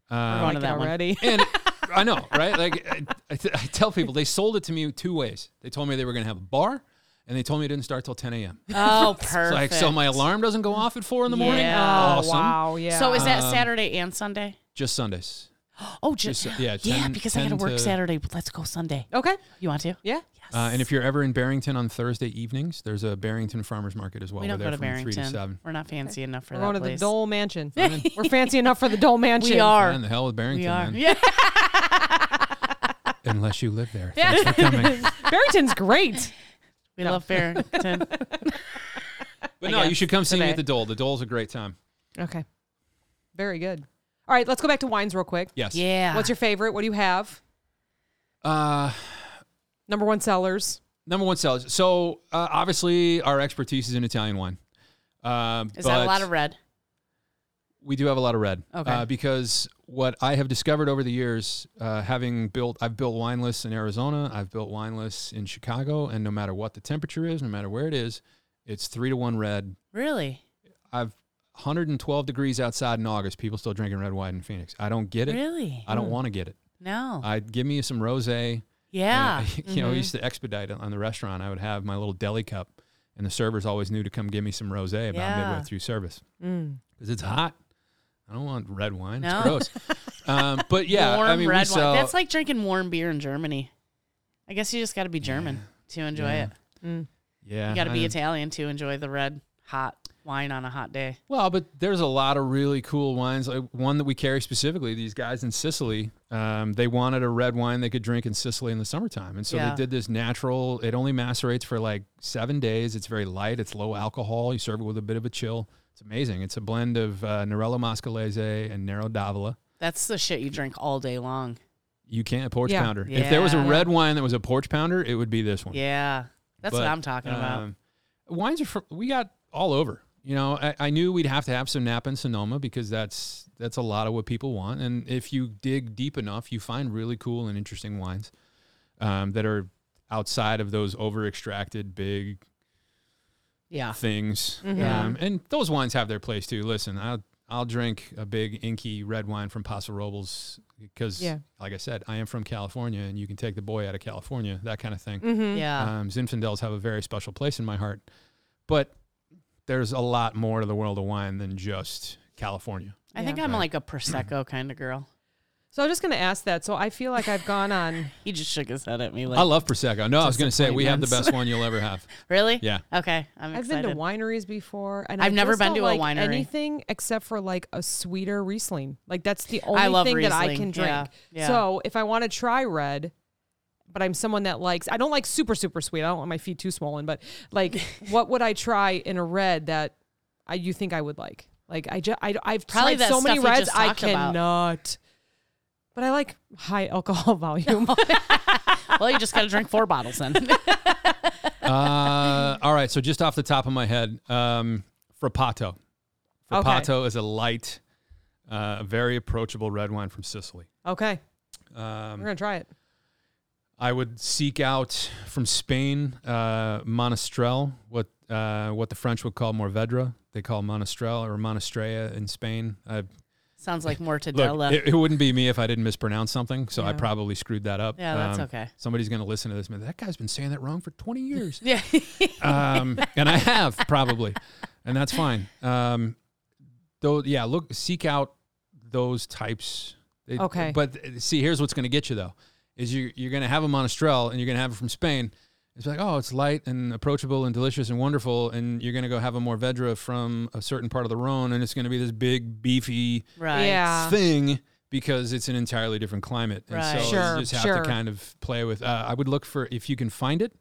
Speaker 3: We're
Speaker 4: Um,
Speaker 3: going
Speaker 1: Like
Speaker 3: to
Speaker 1: it *laughs*
Speaker 3: that one.
Speaker 1: already.
Speaker 4: and *laughs* I know, right? Like I, I, t- I tell people, they sold it to me two ways. They told me they were going to have a bar, and they told me it didn't start till 10 a.m. *laughs* It's
Speaker 3: Oh, perfect.
Speaker 4: like so, my alarm doesn't go off at four in the morning.
Speaker 3: Yeah.
Speaker 1: Oh,
Speaker 4: Awesome.
Speaker 1: wow. Yeah.
Speaker 3: So is that
Speaker 4: Um,
Speaker 3: Saturday and Sunday?
Speaker 4: Just Sundays.
Speaker 3: Oh, just,
Speaker 4: just, yeah,
Speaker 3: yeah,
Speaker 4: 10
Speaker 3: because I got to
Speaker 4: 10
Speaker 3: work
Speaker 4: to-
Speaker 3: Saturday. But let's go Sunday.
Speaker 1: okay.
Speaker 3: You want to?
Speaker 1: Yeah.
Speaker 4: Uh, and if you're ever in Barrington on Thursday evenings, there's a Barrington Farmers Market as well.
Speaker 3: we don't
Speaker 4: We're
Speaker 3: go
Speaker 4: there
Speaker 3: to
Speaker 4: from three to
Speaker 3: Barrington.
Speaker 4: seven.
Speaker 3: We're not fancy enough for
Speaker 1: We're
Speaker 3: that
Speaker 1: going to the
Speaker 3: place.
Speaker 1: Dole
Speaker 3: *laughs*
Speaker 1: Mansion. We're fancy enough for the Dole Mansion.
Speaker 3: We
Speaker 4: Man,
Speaker 3: are. *laughs*
Speaker 4: the hell with Barrington,
Speaker 3: We are.
Speaker 4: man.
Speaker 3: *laughs* Yeah.
Speaker 4: Unless you live
Speaker 3: *laughs*
Speaker 4: there. Thanks for coming.
Speaker 1: Barrington's great.
Speaker 3: We love
Speaker 4: *laughs*
Speaker 3: Barrington.
Speaker 4: But no,
Speaker 3: guess
Speaker 4: you should come see me
Speaker 3: today.
Speaker 4: at the Dole. The Dole's a great time.
Speaker 1: Okay. Very good. All right. Let's go back to wines real quick.
Speaker 4: Yes.
Speaker 3: yeah.
Speaker 1: What's your favorite? What do you have?
Speaker 4: Uh,
Speaker 1: Number one sellers.
Speaker 4: number one sellers. So uh, obviously, our expertise is in Italian wine. Uh,
Speaker 3: Is that a
Speaker 4: but-
Speaker 3: lot of red?
Speaker 4: We do have a lot of red.
Speaker 3: Okay.
Speaker 4: Uh, because what I have discovered over the years, uh, having built, I've built wine lists in Arizona, I've built wine lists in Chicago, and no matter what the temperature is, no matter where it is, it's three to one red.
Speaker 3: Really?
Speaker 4: I've 112 degrees outside in August. People still drinking red wine in Phoenix. I don't get it.
Speaker 3: Really? Oh.
Speaker 4: I don't want to get it.
Speaker 3: No.
Speaker 4: I give me some rosé.
Speaker 3: yeah. Mm-hmm.
Speaker 4: And *laughs* I- you know, I used to expedite it on the restaurant. I would have my little deli cup, and the servers always knew to come give me some rosé about
Speaker 3: Yeah. Mm.
Speaker 4: midway through service because it's hot. I don't want red wine.
Speaker 3: No.
Speaker 4: It's gross. um,
Speaker 3: *laughs*
Speaker 4: but yeah,
Speaker 3: warm
Speaker 4: I mean,
Speaker 3: red
Speaker 4: we sell.
Speaker 3: wine. That's like drinking warm beer in Germany. I guess you just got to be German to enjoy
Speaker 4: Yeah.
Speaker 3: it.
Speaker 4: yeah,
Speaker 3: You got to
Speaker 4: I
Speaker 3: be
Speaker 4: know.
Speaker 3: Italian to enjoy the red hot wine on a hot day.
Speaker 4: Well, but there's a lot of really cool wines. Like one that we carry specifically, these guys in Sicily, um, they wanted a red wine they could drink in Sicily in the summertime, and so
Speaker 3: Yeah.
Speaker 4: they did this natural. It only macerates for like seven days. It's very light. It's low alcohol. You serve it with a bit of a chill. It's amazing. It's a blend of uh, Nerello Mascalese and Nero d'Avola.
Speaker 3: That's the shit you drink all day long.
Speaker 4: You can't a porch
Speaker 1: Yeah.
Speaker 4: pounder. If there was a
Speaker 3: Yeah.
Speaker 4: red wine that was a porch pounder, it would be this one.
Speaker 3: Yeah. That's what
Speaker 4: But,
Speaker 3: I'm talking about.
Speaker 4: um, Wines are fr we got all over. You know, I, I knew we'd have to have some Napa and Sonoma because that's that's a lot of what people want. And if you dig deep enough, you find really cool and interesting wines um, that are outside of those over extracted big
Speaker 3: Yeah. Mm-hmm.
Speaker 4: things.
Speaker 3: Yeah.
Speaker 4: Um, and those wines have their place too. Listen, I'll I'll drink a big inky red wine from Paso Robles because,
Speaker 1: Yeah.
Speaker 4: like I said, I am from California, and you can take the boy out of California, that kind of thing.
Speaker 1: Mm-hmm.
Speaker 3: Yeah.
Speaker 4: Um, Zinfandels have a very special place in my heart, but there's a lot more to the world of wine than just California.
Speaker 3: I think
Speaker 1: Yeah.
Speaker 3: I'm
Speaker 4: Right.
Speaker 3: like a
Speaker 4: *clears throat*
Speaker 3: Prosecco kind of girl.
Speaker 1: So I'm just going to ask that. So I feel like I've gone on.
Speaker 3: He just shook his head at me like,
Speaker 4: I love prosecco. No, I was going to say we have the best one you'll ever have.
Speaker 3: really?
Speaker 4: Yeah,
Speaker 3: Okay. I'm
Speaker 1: I've
Speaker 3: excited.
Speaker 1: been to wineries before, and
Speaker 3: I've
Speaker 1: I
Speaker 3: never
Speaker 1: just
Speaker 3: been
Speaker 1: don't
Speaker 3: to a
Speaker 1: like
Speaker 3: winery.
Speaker 1: Anything except for like a sweeter Riesling. Like that's the only
Speaker 3: love
Speaker 1: thing that I
Speaker 3: Riesling.
Speaker 1: can drink.
Speaker 3: Yeah, yeah.
Speaker 1: So if I want to try red, but I'm someone that likes. I don't like super super sweet. I don't want my feet too swollen. But
Speaker 3: *laughs*
Speaker 1: like, what would I try in a red that I, you think I would like? Like I just I, I've
Speaker 3: Probably
Speaker 1: tried
Speaker 3: that
Speaker 1: so many
Speaker 3: stuff we
Speaker 1: reds
Speaker 3: just
Speaker 1: I
Speaker 3: talked
Speaker 1: *laughs*
Speaker 3: about. *laughs*
Speaker 1: cannot. But I like high alcohol volume.
Speaker 3: well, you just got to drink four bottles then.
Speaker 1: *laughs*
Speaker 4: Uh, all right. So just off the top of my head, um, frappato. Frappato is a light, uh, very approachable red wine from Sicily.
Speaker 1: Okay, we're
Speaker 4: Um,
Speaker 1: gonna try it.
Speaker 4: I would seek out from Spain uh, Monastrell, what uh, what the French would call Morvedra. They call Monastrell or Monastrea in Spain. I,
Speaker 3: Sounds like mortadella.
Speaker 4: look, it, it wouldn't be me if I didn't mispronounce something, so I
Speaker 3: Yeah.
Speaker 4: probably screwed that up.
Speaker 3: yeah, that's
Speaker 4: Um,
Speaker 3: okay.
Speaker 4: Somebody's going to listen to this. and be like, That guy's been saying that wrong for 20 years.
Speaker 3: *laughs* Yeah.
Speaker 4: um, and I have probably, and that's fine. Um, though, yeah, look, seek out those types. They-
Speaker 1: Okay.
Speaker 4: But uh, see, here's what's going to get you though, is you you're going to have a Monastrell and you're going to have it from Spain. It's like, oh, it's light and approachable and delicious and wonderful, and you're going to go have a Morvedra from a certain part of the Rhone, and it's going to be this big beefy
Speaker 3: Right.
Speaker 1: Yeah.
Speaker 4: thing because it's an entirely different climate. And
Speaker 3: Right.
Speaker 4: so
Speaker 1: Sure,
Speaker 4: you just have
Speaker 1: sure.
Speaker 4: to kind of play with. Uh, I would look for, if you can find it,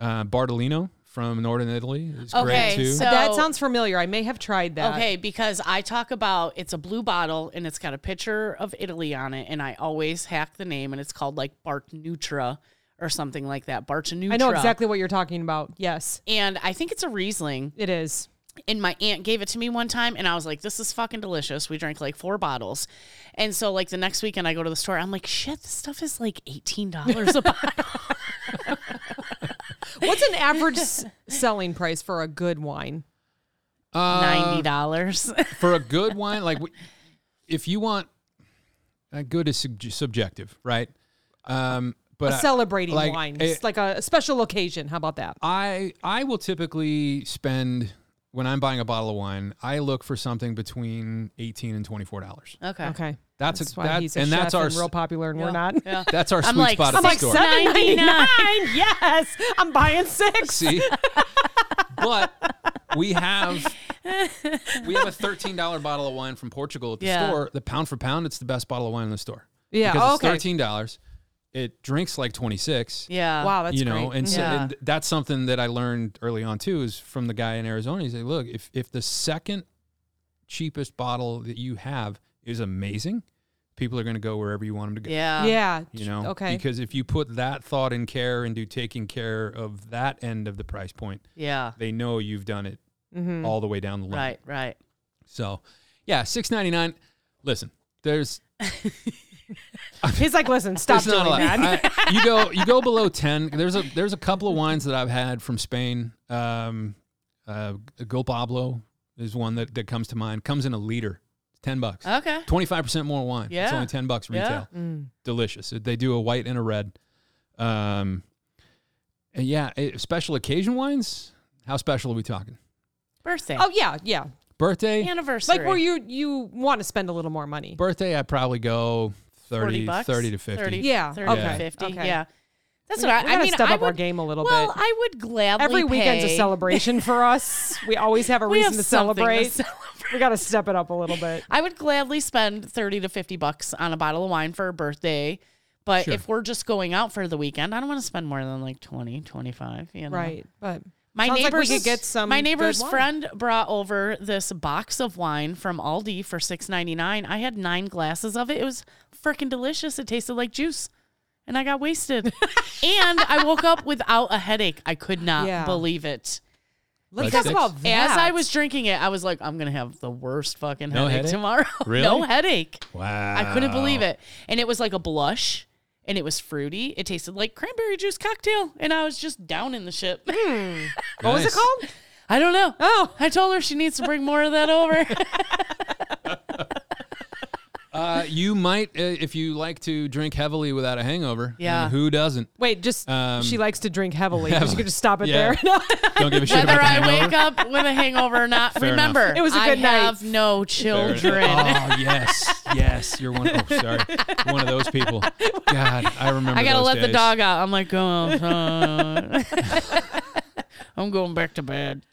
Speaker 4: uh, Bartolino from northern Italy is
Speaker 3: Okay,
Speaker 4: great too.
Speaker 3: so-
Speaker 1: that sounds familiar. I may have tried that.
Speaker 3: Okay, because I talk about it's a blue bottle and it's got a picture of Italy on it, and I always hack the name, and it's called like Bart Nutra or something like that. Bart Nutra.
Speaker 1: I know exactly what you're talking about. Yes,
Speaker 3: And I think it's a Riesling.
Speaker 1: it is.
Speaker 3: and my aunt gave it to me one time and I was like, this is fucking delicious. We drank like four bottles. And so like the next weekend I go to the store, I'm like, shit, this stuff is like
Speaker 1: *laughs*
Speaker 3: $18 a bottle.
Speaker 1: What's an average
Speaker 3: *laughs*
Speaker 1: s- selling price for a good wine? Um,
Speaker 3: *laughs*
Speaker 4: Uh,
Speaker 3: $90.
Speaker 4: for a good wine, like w- if you want, uh, good is sub- subjective, right? Um, but
Speaker 1: A
Speaker 4: I-
Speaker 1: celebrating
Speaker 4: like,
Speaker 1: wine,
Speaker 4: eh,
Speaker 1: It's like a special occasion. How about that?
Speaker 4: I I will typically spend when I'm buying a bottle of wine. I look for something between eighteen and twenty four dollars.
Speaker 3: okay.
Speaker 1: Okay,
Speaker 4: That's,
Speaker 1: that's
Speaker 4: a,
Speaker 1: why
Speaker 4: that-
Speaker 1: he's a
Speaker 4: and
Speaker 1: chef
Speaker 4: that's our
Speaker 1: and
Speaker 4: s-
Speaker 1: real popular, and we're not. *laughs*
Speaker 3: Yeah.
Speaker 4: that's our
Speaker 3: I'm like,
Speaker 4: sweet spot
Speaker 3: I'm
Speaker 4: at the
Speaker 3: like,
Speaker 4: store.
Speaker 3: "Son, $7.99.
Speaker 1: Yes, I'm buying six.
Speaker 4: See, but we have
Speaker 3: *laughs*
Speaker 4: we have a thirteen dollar bottle of wine from Portugal at the
Speaker 3: Yeah.
Speaker 4: store. The pound for pound, it's the best bottle of wine in the store.
Speaker 1: Yeah,
Speaker 4: because
Speaker 1: oh,
Speaker 4: it's
Speaker 1: okay.
Speaker 4: thirteen dollars. It drinks like twenty six.
Speaker 3: Yeah.
Speaker 1: Wow, that's
Speaker 4: you know,
Speaker 1: great.
Speaker 4: and, so,
Speaker 3: Yeah.
Speaker 4: and that's something that I learned early on too, is from the guy in Arizona. He's like, look, if if the second cheapest bottle that you have is amazing, people are going to go wherever you want them to go
Speaker 3: Yeah.
Speaker 1: yeah,
Speaker 4: you know
Speaker 1: okay,
Speaker 4: because if you put that thought and care into taking care of that end of the price point
Speaker 3: Yeah.
Speaker 4: they know you've done it
Speaker 1: Mm-hmm.
Speaker 4: all the way down the line
Speaker 3: Right, right.
Speaker 4: so yeah 699 listen there's *laughs*
Speaker 1: he's like, listen, stop
Speaker 4: there's
Speaker 1: doing
Speaker 4: not a lot.
Speaker 1: that. *laughs*
Speaker 4: I- you go you go below 10 there's a there's a couple of wines that i've had from spain um uh gil pablo is one that that comes to mind comes in a liter 10 bucks
Speaker 3: Okay.
Speaker 4: 25% more wine. It's
Speaker 3: Yeah.
Speaker 4: only 10 bucks
Speaker 3: Yeah. Mm.
Speaker 4: retail. Delicious. They do a white and a red. Um, and yeah, eh, special occasion wines. How special are we talking?
Speaker 3: Birthday.
Speaker 1: Oh yeah, yeah.
Speaker 4: Birthday?
Speaker 3: anniversary.
Speaker 1: Like where you you want to spend a little more money.
Speaker 4: Birthday, I probably go
Speaker 3: 40
Speaker 4: 30,
Speaker 3: bucks?
Speaker 4: 30 to 50.
Speaker 3: 30,
Speaker 1: Yeah,
Speaker 3: 30
Speaker 1: okay,
Speaker 3: to 50.
Speaker 1: okay.
Speaker 3: Yeah. That's
Speaker 1: We-
Speaker 3: what I,
Speaker 1: we
Speaker 3: I
Speaker 1: gotta
Speaker 3: mean.
Speaker 1: step
Speaker 3: I
Speaker 1: up our
Speaker 3: would-
Speaker 1: game a little
Speaker 3: well,
Speaker 1: bit.
Speaker 3: I would gladly
Speaker 1: Every weekend's a
Speaker 3: pay-
Speaker 1: celebration for *laughs* us. We always have a
Speaker 3: We
Speaker 1: reason
Speaker 3: have
Speaker 1: to
Speaker 3: something
Speaker 1: celebrate.
Speaker 3: *laughs* celebrate.
Speaker 1: we got to step it up a little bit.
Speaker 3: I would gladly spend 30 to 50 bucks on a bottle of wine for a birthday. But
Speaker 4: Sure.
Speaker 3: if we're just going out for the weekend, I don't want to spend more than like 20, 25, you know.
Speaker 1: *laughs* Right, but
Speaker 3: My
Speaker 1: Sounds like we
Speaker 3: neighbor's
Speaker 1: could get some
Speaker 3: My
Speaker 1: good
Speaker 3: neighbor's
Speaker 1: wine.
Speaker 3: friend brought over this box of wine from Aldi for 6.99. I had 9 glasses of it. It was freaking delicious. It tasted like juice. And I got
Speaker 1: *laughs*
Speaker 3: wasted. and I woke up without a headache. I could not
Speaker 1: Yeah.
Speaker 3: believe it.
Speaker 1: let's
Speaker 4: Like
Speaker 1: talk
Speaker 4: six?
Speaker 1: about that.
Speaker 3: As I was drinking it, I was like, I'm going to have the worst fucking
Speaker 4: No
Speaker 3: headache,
Speaker 4: headache?
Speaker 3: tomorrow. *laughs* no
Speaker 4: Really?
Speaker 3: headache.
Speaker 4: Wow.
Speaker 3: I couldn't believe it. And it was like a blush and it was fruity. It tasted like cranberry juice cocktail. And I was just down in the ship. *laughs*
Speaker 1: what was it
Speaker 4: Nice.
Speaker 1: called?
Speaker 3: I don't know.
Speaker 1: Oh,
Speaker 3: I told her she needs to bring more of that
Speaker 4: *laughs*
Speaker 3: over.
Speaker 4: Uh, you might, uh, if you like to drink heavily without a hangover.
Speaker 3: Yeah.
Speaker 4: and who doesn't?
Speaker 1: wait, just
Speaker 4: Um,
Speaker 1: she likes to drink heavily. You could just stop it
Speaker 4: Yeah.
Speaker 1: there. *laughs* No.
Speaker 4: Don't
Speaker 3: *laughs*
Speaker 4: give a shit
Speaker 3: Whether
Speaker 4: about the
Speaker 3: I
Speaker 4: hangover.
Speaker 3: wake up with a hangover or not,
Speaker 4: Fair enough.
Speaker 3: remember,
Speaker 1: It was a good
Speaker 3: I
Speaker 1: night.
Speaker 3: have no
Speaker 4: Fair enough.
Speaker 3: children.
Speaker 4: Oh yes, yes. You're one. Oh, sorry. You're one of
Speaker 3: *laughs*
Speaker 4: those people. God, I remember.
Speaker 3: I gotta
Speaker 4: those
Speaker 3: let the
Speaker 4: days.
Speaker 3: dog out. I'm like, oh, *laughs* I'm going back to bed.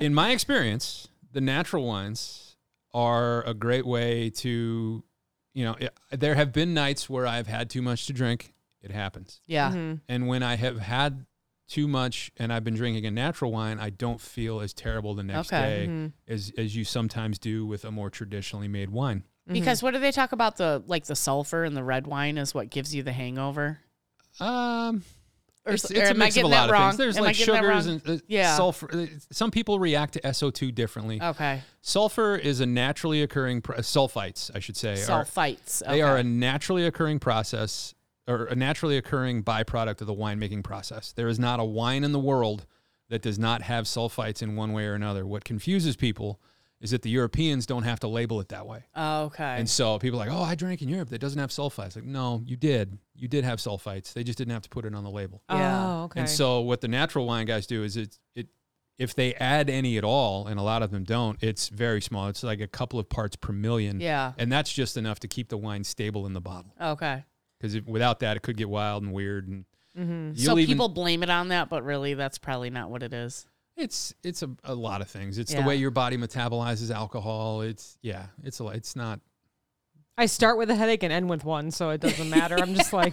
Speaker 4: in my experience, the natural wines are a great way to, you know, it, there have been nights where I've had too much to drink. It happens.
Speaker 3: Yeah.
Speaker 1: Mm-hmm,
Speaker 4: And when I have had too much and I've been drinking a natural wine, I don't feel as terrible the next
Speaker 3: Okay. Mm-hmm.
Speaker 4: day
Speaker 1: mm-hmm.
Speaker 4: as, as you sometimes do with a more traditionally made wine.
Speaker 3: Because what do they talk about? The like the sulfur in the red wine is what gives you the hangover.
Speaker 4: Um,
Speaker 3: Or,
Speaker 4: it's,
Speaker 3: s-
Speaker 4: it's
Speaker 3: or
Speaker 4: a
Speaker 3: am I
Speaker 4: mix of a
Speaker 3: getting that
Speaker 4: lot of
Speaker 3: wrong?
Speaker 4: things. There's
Speaker 3: Am I
Speaker 4: like
Speaker 3: getting that
Speaker 4: sugars
Speaker 3: wrong?
Speaker 4: and uh,
Speaker 3: Yeah. Uh.
Speaker 4: sulfur. uh, Some people react to SO2 differently.
Speaker 3: Okay.
Speaker 4: Sulfur is a naturally occurring pro- uh, sulfites, I should say. are-
Speaker 3: Sulfites.
Speaker 4: They are a
Speaker 3: okay.
Speaker 4: naturally occurring process or a naturally occurring byproduct of the winemaking process. There is not a wine in the world that does not have sulfites in one way or another. What confuses people is that the Europeans don't have to label it that way.
Speaker 3: okay.
Speaker 4: And so people are like, oh, I drank in Europe that doesn't have sulfites. Like, no, you did. You did have sulfites. They just didn't have to put it on the label.
Speaker 3: Yeah.
Speaker 1: Oh, okay.
Speaker 4: And so what the natural wine guys do is it it if they add any at all, and a lot of them don't, it's very small. It's like a couple of parts per million.
Speaker 3: Yeah.
Speaker 4: And that's just enough to keep the wine stable in the bottle.
Speaker 3: Okay.
Speaker 4: Because without that, it could get wild and weird. And you'll
Speaker 3: Mm-hmm. so
Speaker 4: even-
Speaker 3: people blame it on that, but really that's probably not what it is.
Speaker 4: it's it's a, a lot of things. It's
Speaker 3: Yeah.
Speaker 4: the way your body metabolizes alcohol. It's yeah. It's a lot. It's not.
Speaker 1: I start with a headache and end with one, so it doesn't matter. I'm just *laughs* like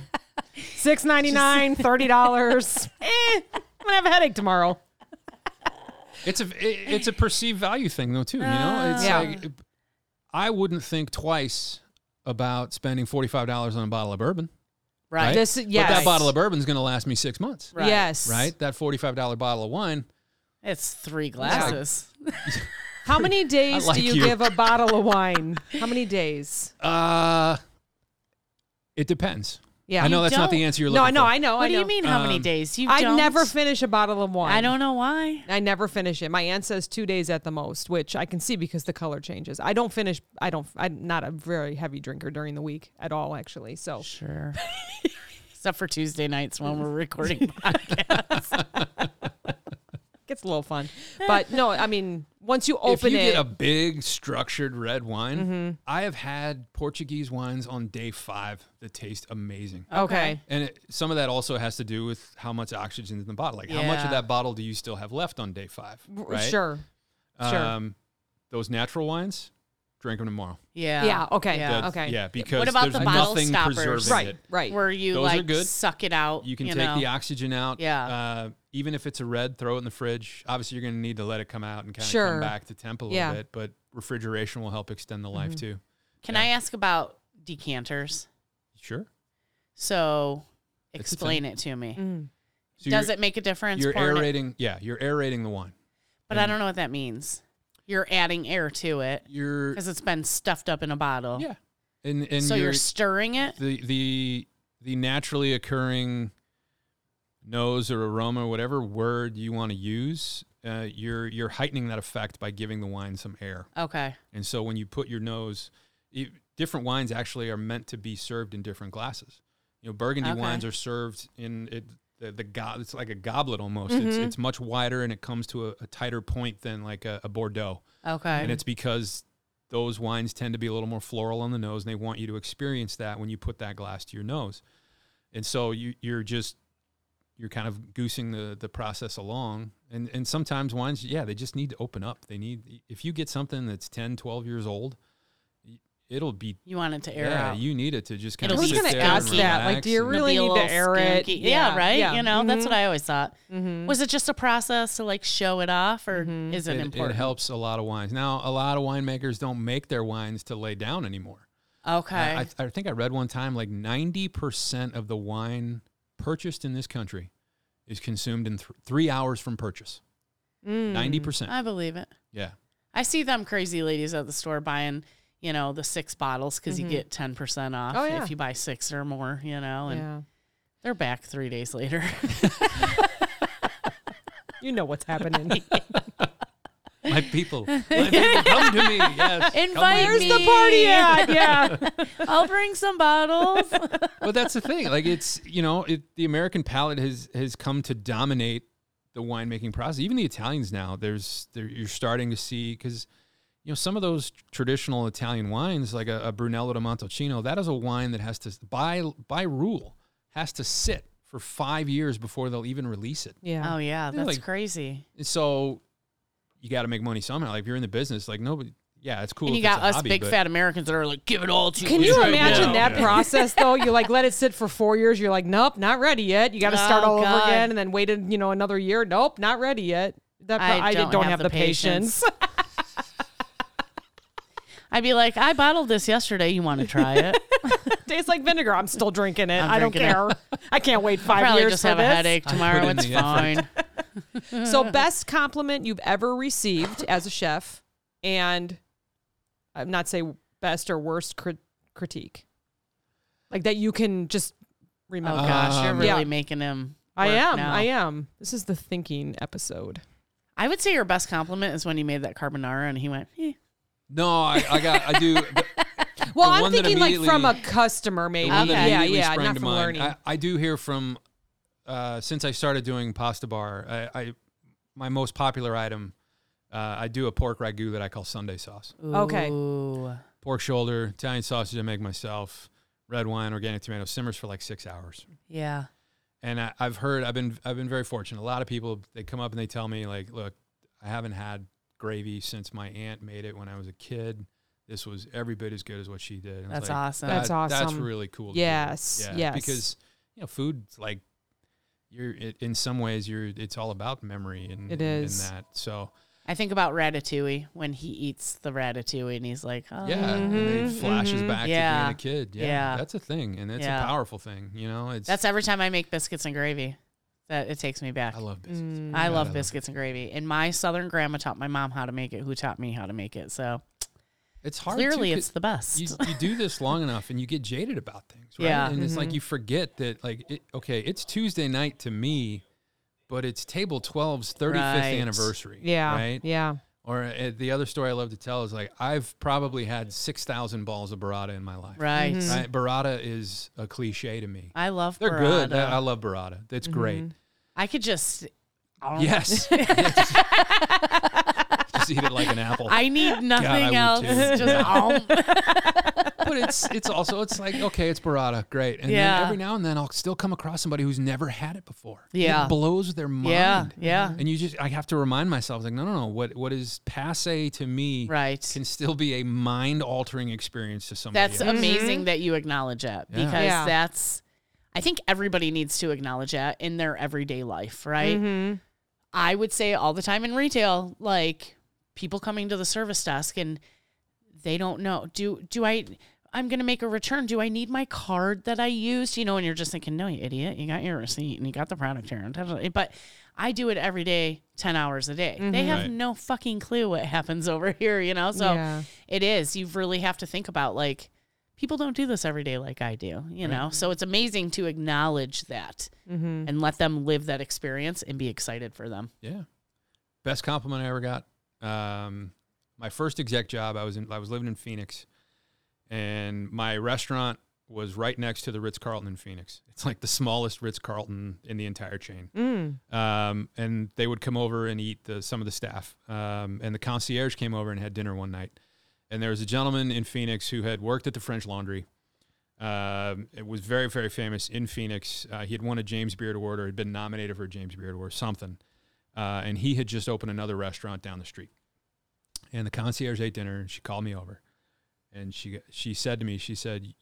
Speaker 1: six ninety nine, thirty dollars. *laughs* eh, I'm gonna have a headache tomorrow.
Speaker 4: It's a it- it's a perceived value thing though too. You
Speaker 3: Uh,
Speaker 4: know, it's
Speaker 1: Yeah.
Speaker 4: like I wouldn't think twice about spending forty five dollars on a bottle of bourbon.
Speaker 3: Right.
Speaker 4: Right?
Speaker 1: This, yes,
Speaker 4: But that bottle of bourbon's going to last me six months,
Speaker 3: Right.
Speaker 1: yes,
Speaker 4: right? That forty-five dollar bottle of wine.
Speaker 3: It's three glasses.
Speaker 1: Oh, How
Speaker 4: *laughs*
Speaker 1: many days
Speaker 4: like
Speaker 1: do you,
Speaker 4: you.
Speaker 1: give a bottle of wine? How many days?
Speaker 4: Uh, it depends.
Speaker 1: Yeah,
Speaker 4: I know
Speaker 1: You
Speaker 4: that's not the
Speaker 3: don't-
Speaker 4: answer you're
Speaker 1: No, I
Speaker 4: looking
Speaker 1: know,
Speaker 4: for.
Speaker 1: I know.
Speaker 3: What
Speaker 1: I
Speaker 3: do you
Speaker 1: know.
Speaker 3: mean? How many
Speaker 4: Um,
Speaker 3: days? You
Speaker 1: I
Speaker 3: don't?
Speaker 1: never finish a bottle of wine.
Speaker 3: I don't know why.
Speaker 1: I never finish it. My aunt says two days at the most, which I can see because the color changes. I don't finish. I don't. I'm not a very heavy drinker during the week at all, actually. So
Speaker 3: Sure.
Speaker 1: *laughs*
Speaker 3: Except for Tuesday nights when we're recording podcasts.
Speaker 1: gets a little fun. But no, I mean, once you open
Speaker 4: if you
Speaker 1: it, Mm-hmm.
Speaker 4: get a big structured red wine, I have had Portuguese wines on day five that taste amazing.
Speaker 1: okay.
Speaker 4: And it, some of that also has to do with how much oxygen's in the bottle. Like, how much
Speaker 3: Yeah.
Speaker 4: of that bottle do you still have left on day five?
Speaker 1: R-
Speaker 4: Right?
Speaker 1: Sure. sure.
Speaker 4: Um, those natural wines, drink them tomorrow.
Speaker 3: Yeah.
Speaker 1: Yeah, okay.
Speaker 3: Yeah.
Speaker 4: That's-
Speaker 1: Okay.
Speaker 4: Yeah, because
Speaker 3: about
Speaker 4: there's
Speaker 3: the bottle
Speaker 4: nothing
Speaker 3: stoppers?
Speaker 4: preserving
Speaker 1: Right.
Speaker 4: it.
Speaker 1: Right.
Speaker 3: Where you
Speaker 4: Those are
Speaker 3: like
Speaker 4: good.
Speaker 3: suck it out.
Speaker 4: You can take
Speaker 3: know?
Speaker 4: the oxygen out.
Speaker 3: Yeah.
Speaker 4: Uh, even if it's a red, throw it in the fridge. Obviously, you're going to need to let it come out and kind of
Speaker 1: Sure.
Speaker 4: come back to temp a little
Speaker 1: Yeah.
Speaker 4: bit, but refrigeration will help extend the life
Speaker 3: Mm-hmm.
Speaker 4: too.
Speaker 3: Can I ask about decanters?
Speaker 4: Sure.
Speaker 3: So
Speaker 4: That's a thing.
Speaker 3: explain it to
Speaker 1: Mm.
Speaker 3: me.
Speaker 4: So
Speaker 3: Does
Speaker 4: you're-
Speaker 3: it make a difference?
Speaker 4: You're
Speaker 3: pouring it-
Speaker 4: aerating. Yeah, you're aerating the wine.
Speaker 3: But I don't know what that means. You're adding air to it
Speaker 4: You're
Speaker 3: because it's been stuffed up in a bottle.
Speaker 4: yeah, and and
Speaker 3: So you're,
Speaker 4: you're
Speaker 3: stirring it.
Speaker 4: the the the naturally occurring nose or aroma, whatever word you want to use. Uh, you're you're heightening that effect by giving the wine some air.
Speaker 3: Okay.
Speaker 4: And so when you put your nose, it, different wines actually are meant to be served in different glasses. You know, Burgundy
Speaker 3: Okay.
Speaker 4: wines are served in it. The, the go- it's like a goblet almost. It's, it's much wider and it comes to a, a tighter point than like a, a Bordeaux.
Speaker 3: Okay.
Speaker 4: And it's because those wines tend to be a little more floral on the nose, and they want you to experience that when you put that glass to your nose. And so you you're just you're kind of goosing the the process along. And and sometimes wines, yeah, they just need to open up. They need if you get something that's 10, 12 years old, y- it'll be
Speaker 3: you want it to air
Speaker 4: yeah,
Speaker 3: out.
Speaker 4: you need it to just kind
Speaker 1: I
Speaker 3: It'll
Speaker 4: of
Speaker 1: was
Speaker 3: be
Speaker 4: sit
Speaker 1: gonna
Speaker 4: there
Speaker 1: ask
Speaker 4: and
Speaker 1: that. Like,
Speaker 4: relax
Speaker 1: do you
Speaker 4: and-
Speaker 3: It'll be
Speaker 1: really
Speaker 3: a
Speaker 1: need
Speaker 3: little
Speaker 1: to air it?
Speaker 3: skunky. Yeah,
Speaker 1: Yeah,
Speaker 3: Mm-hmm. right.
Speaker 1: yeah.
Speaker 3: You know, that's what I always thought. Was it just a process to like show it off, or is it,
Speaker 4: it, it
Speaker 3: important?
Speaker 4: helps a lot of wines. Now, a lot of winemakers don't make their wines to lay down anymore.
Speaker 3: Okay.
Speaker 4: I, I- I think I read one time like 90% of the wine purchased in this country is consumed in th- three hours from purchase. 90%.
Speaker 3: Mm. I believe it.
Speaker 4: yeah.
Speaker 3: I see them crazy ladies at the store buying, you know, the six bottles because you get ten percent off
Speaker 1: Oh, yeah.
Speaker 3: if you buy six or more. You know, and
Speaker 1: Yeah.
Speaker 3: they're back three days later. *laughs*
Speaker 1: You know what's happening.
Speaker 3: *laughs*
Speaker 4: My people, my people come to me. Yes. come
Speaker 3: Invite
Speaker 4: with
Speaker 1: Where's
Speaker 4: me.
Speaker 1: the party
Speaker 3: *laughs*
Speaker 1: at? Yeah.
Speaker 3: I'll bring some bottles.
Speaker 4: But that's the thing. Like it's, you know, it, the American palate has has come to dominate the winemaking process. Even the Italians now, there's there, you're starting to see cuz you know, some of those traditional Italian wines, like a, a Brunello di Montalcino, that is a wine that has to, by by rule, has to sit for five years before they'll even release it.
Speaker 1: Yeah.
Speaker 3: *laughs* oh yeah,
Speaker 4: They're
Speaker 3: that's
Speaker 4: like-
Speaker 3: crazy.
Speaker 4: And so, you got to make money somehow. Like if you're in the business, like nobody, yeah, it's cool.
Speaker 3: And you
Speaker 4: if it's
Speaker 3: got
Speaker 4: a
Speaker 3: us
Speaker 4: hobby,
Speaker 3: big
Speaker 4: but-
Speaker 3: fat Americans that are like, give it all to
Speaker 1: Can
Speaker 3: us
Speaker 1: you
Speaker 3: right
Speaker 1: imagine
Speaker 3: now."
Speaker 1: that
Speaker 4: Yeah.
Speaker 1: process though? You like let it sit for four years. You're like, nope, not ready yet. You got to start
Speaker 3: Oh,
Speaker 1: all over
Speaker 3: God.
Speaker 1: again, and then waited, you know, another year. Nope, not ready yet. That pro- I, don't, have, the patience.
Speaker 3: *laughs* I'd be like, I bottled this yesterday. You want to try it?
Speaker 1: *laughs* Tastes like vinegar. I'm still drinking it.
Speaker 3: I'm
Speaker 1: I don't
Speaker 3: drinking it.
Speaker 1: care. I can't
Speaker 3: *laughs*
Speaker 1: wait five
Speaker 3: Probably
Speaker 1: years
Speaker 3: just
Speaker 1: for
Speaker 3: have
Speaker 1: this.
Speaker 3: a headache
Speaker 4: I put
Speaker 3: tomorrow.
Speaker 4: in
Speaker 3: It's
Speaker 4: the effort.
Speaker 3: fine.
Speaker 1: *laughs* So, best compliment you've ever received as a chef, and I'm not say best or worst crit- critique, like that you can just
Speaker 3: *laughs* Oh
Speaker 1: remember.
Speaker 3: gosh, you're
Speaker 4: Um,
Speaker 3: really
Speaker 1: Yeah.
Speaker 3: making him.
Speaker 1: I
Speaker 3: work
Speaker 1: am.
Speaker 3: now.
Speaker 1: I am. This is the thinking episode.
Speaker 3: I would say your best compliment is when you made that carbonara and he went, eh.
Speaker 4: No, I, I got
Speaker 3: *laughs*
Speaker 4: I do.
Speaker 1: Well,
Speaker 4: The
Speaker 1: I'm
Speaker 4: one that
Speaker 1: thinking like from a
Speaker 4: immediately-
Speaker 1: customer, maybe.
Speaker 4: The one that
Speaker 3: Okay.
Speaker 1: Yeah,
Speaker 4: immediately
Speaker 1: yeah,
Speaker 4: sprang
Speaker 1: not
Speaker 4: to
Speaker 1: from
Speaker 4: mind.
Speaker 1: learning.
Speaker 4: I, I do hear from uh, since I started doing pasta bar. I, I my most popular item. Uh, I do a pork ragu that I call Sunday sauce.
Speaker 1: Okay.
Speaker 3: Ooh.
Speaker 4: Pork shoulder, Italian sausage I make myself, red wine, organic tomato simmers for like six hours.
Speaker 3: Yeah.
Speaker 4: And I, I've heard I've been I've been very fortunate. A lot of people they come up and they tell me like, look, I haven't had gravy since my aunt made it when I was a kid. This was every bit as good as what she did. And I was
Speaker 3: That's
Speaker 4: like,
Speaker 3: awesome.
Speaker 1: That's
Speaker 4: That's
Speaker 1: awesome.
Speaker 4: really cool. to hear.
Speaker 1: Yes, yes.
Speaker 4: Because you know, food's like you're it, in some ways you're it's all about memory and
Speaker 1: It
Speaker 4: and- and
Speaker 1: is.
Speaker 4: that. So
Speaker 3: I think about ratatouille when he eats the ratatouille and he's like, oh,
Speaker 4: yeah, and it
Speaker 1: Mhm,
Speaker 4: flashes
Speaker 1: mhm.
Speaker 4: back
Speaker 3: Mm-hmm. Yeah.
Speaker 4: to being a kid. Yeah,
Speaker 3: Yeah.
Speaker 4: that's a thing, and it's
Speaker 3: Yeah.
Speaker 4: a powerful thing. You know, it's
Speaker 3: That's every time I make biscuits and gravy. That it takes me back.
Speaker 4: I love biscuits.
Speaker 1: Mm.
Speaker 3: I love
Speaker 4: God, I love
Speaker 3: biscuits and gravy. And my southern grandma taught my mom how to make it, who taught me how to make it. So
Speaker 4: It's hard.
Speaker 3: clearly
Speaker 4: to,
Speaker 3: it's the best.
Speaker 4: you, you do this long enough and you get jaded about things, right?
Speaker 3: Yeah. Mm-hmm.
Speaker 4: And it's like you forget that, like, it, okay, it's Tuesday night to me, but it's Table 12's 35th
Speaker 3: Right.
Speaker 4: anniversary.
Speaker 1: yeah,
Speaker 4: Right?
Speaker 1: yeah.
Speaker 4: Or uh, the other story I love to tell is like I've probably had six thousand balls of burrata in my life.
Speaker 3: right.
Speaker 4: Right? Burrata is a cliche to me.
Speaker 3: I love
Speaker 4: They're good.
Speaker 3: burrata. Mm-hmm.
Speaker 4: I, I love burrata. It's great.
Speaker 3: I could just I don't- *laughs*
Speaker 4: Yes. *laughs* Just eat it like an apple.
Speaker 3: I need nothing
Speaker 4: *laughs*
Speaker 3: else.
Speaker 4: God, I would too.
Speaker 3: Just um,
Speaker 4: *laughs* but it's it's also it's like okay, it's burrata, great. And
Speaker 3: Yeah.
Speaker 4: then every now and then I'll still come across somebody who's never had it before.
Speaker 3: Yeah.
Speaker 4: It blows their mind.
Speaker 3: Yeah. Yeah.
Speaker 4: And you just I have to remind myself like no no no what what is passe to me
Speaker 3: Right.
Speaker 4: can still be a mind altering experience to somebody
Speaker 3: That's
Speaker 4: else.
Speaker 3: amazing that you acknowledge that
Speaker 4: Mm-hmm. Yeah.
Speaker 3: because
Speaker 1: Yeah.
Speaker 3: that's I think everybody needs to acknowledge that in their everyday life, right?
Speaker 1: Mhm.
Speaker 3: I would say all the time in retail, like people coming to the service desk and they don't know. Do do I I'm gonna make a return. Do I need my card that I used? You know, and you're just thinking, no, you idiot, you got your receipt and you got the product here. and da, da, da. But I do it every day, ten hours a day. They have
Speaker 4: Right.
Speaker 3: no fucking clue what happens *laughs* over here, you know. So
Speaker 1: Yeah.
Speaker 3: it is. You really have to think about like people don't do this every day like I do, you know. So it's amazing to acknowledge that and let them live that experience and be excited for them.
Speaker 4: Yeah. Best compliment I ever got. Um, my first exec job, I was in, I was living in Phoenix, and my restaurant was right next to the Ritz Carlton in Phoenix. It's like the smallest Ritz Carlton in the entire chain.
Speaker 1: Mm.
Speaker 4: Um, and they would come over and eat the, some of the staff. Um, and the concierge came over and had dinner one night. And there was a gentleman in Phoenix who had worked at the French Laundry. Um, it was very, very famous in Phoenix. Uh, he had won a James Beard Award or had been nominated for a James Beard Award or something. Uh, and he had just opened another restaurant down the street. And the concierge ate dinner and she called me over. And she, she said to me, she said,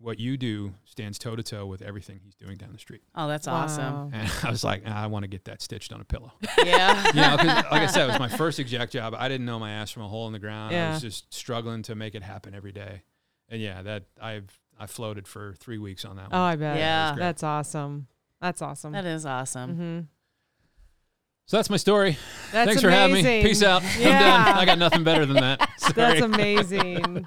Speaker 4: what you do stands toe to toe with everything he's doing down the street.
Speaker 3: Oh, that's awesome.
Speaker 1: *laughs* Wow.
Speaker 4: And *laughs* I was like, "Ah, I want to get that stitched on
Speaker 1: *laughs*
Speaker 4: a pillow.
Speaker 3: Yeah.
Speaker 4: Yeah, like I said, it was my first exec job. I didn't know my ass from a hole in the ground. I
Speaker 1: Yeah.
Speaker 4: was just struggling to make it happen every day. And yeah, that I've I floated for three weeks on that
Speaker 1: Oh,
Speaker 4: one.
Speaker 1: I bet.
Speaker 3: Yeah.
Speaker 4: It was great.
Speaker 1: That's awesome. That's awesome.
Speaker 3: that is awesome.
Speaker 1: Mm-hmm.
Speaker 4: so that's my story.
Speaker 1: That's
Speaker 4: Thanks
Speaker 1: amazing.
Speaker 4: for having me. Peace out. I'm
Speaker 1: Yeah.
Speaker 4: done. I got nothing better than that. Sorry.
Speaker 1: *laughs* That's
Speaker 4: *laughs*
Speaker 1: amazing.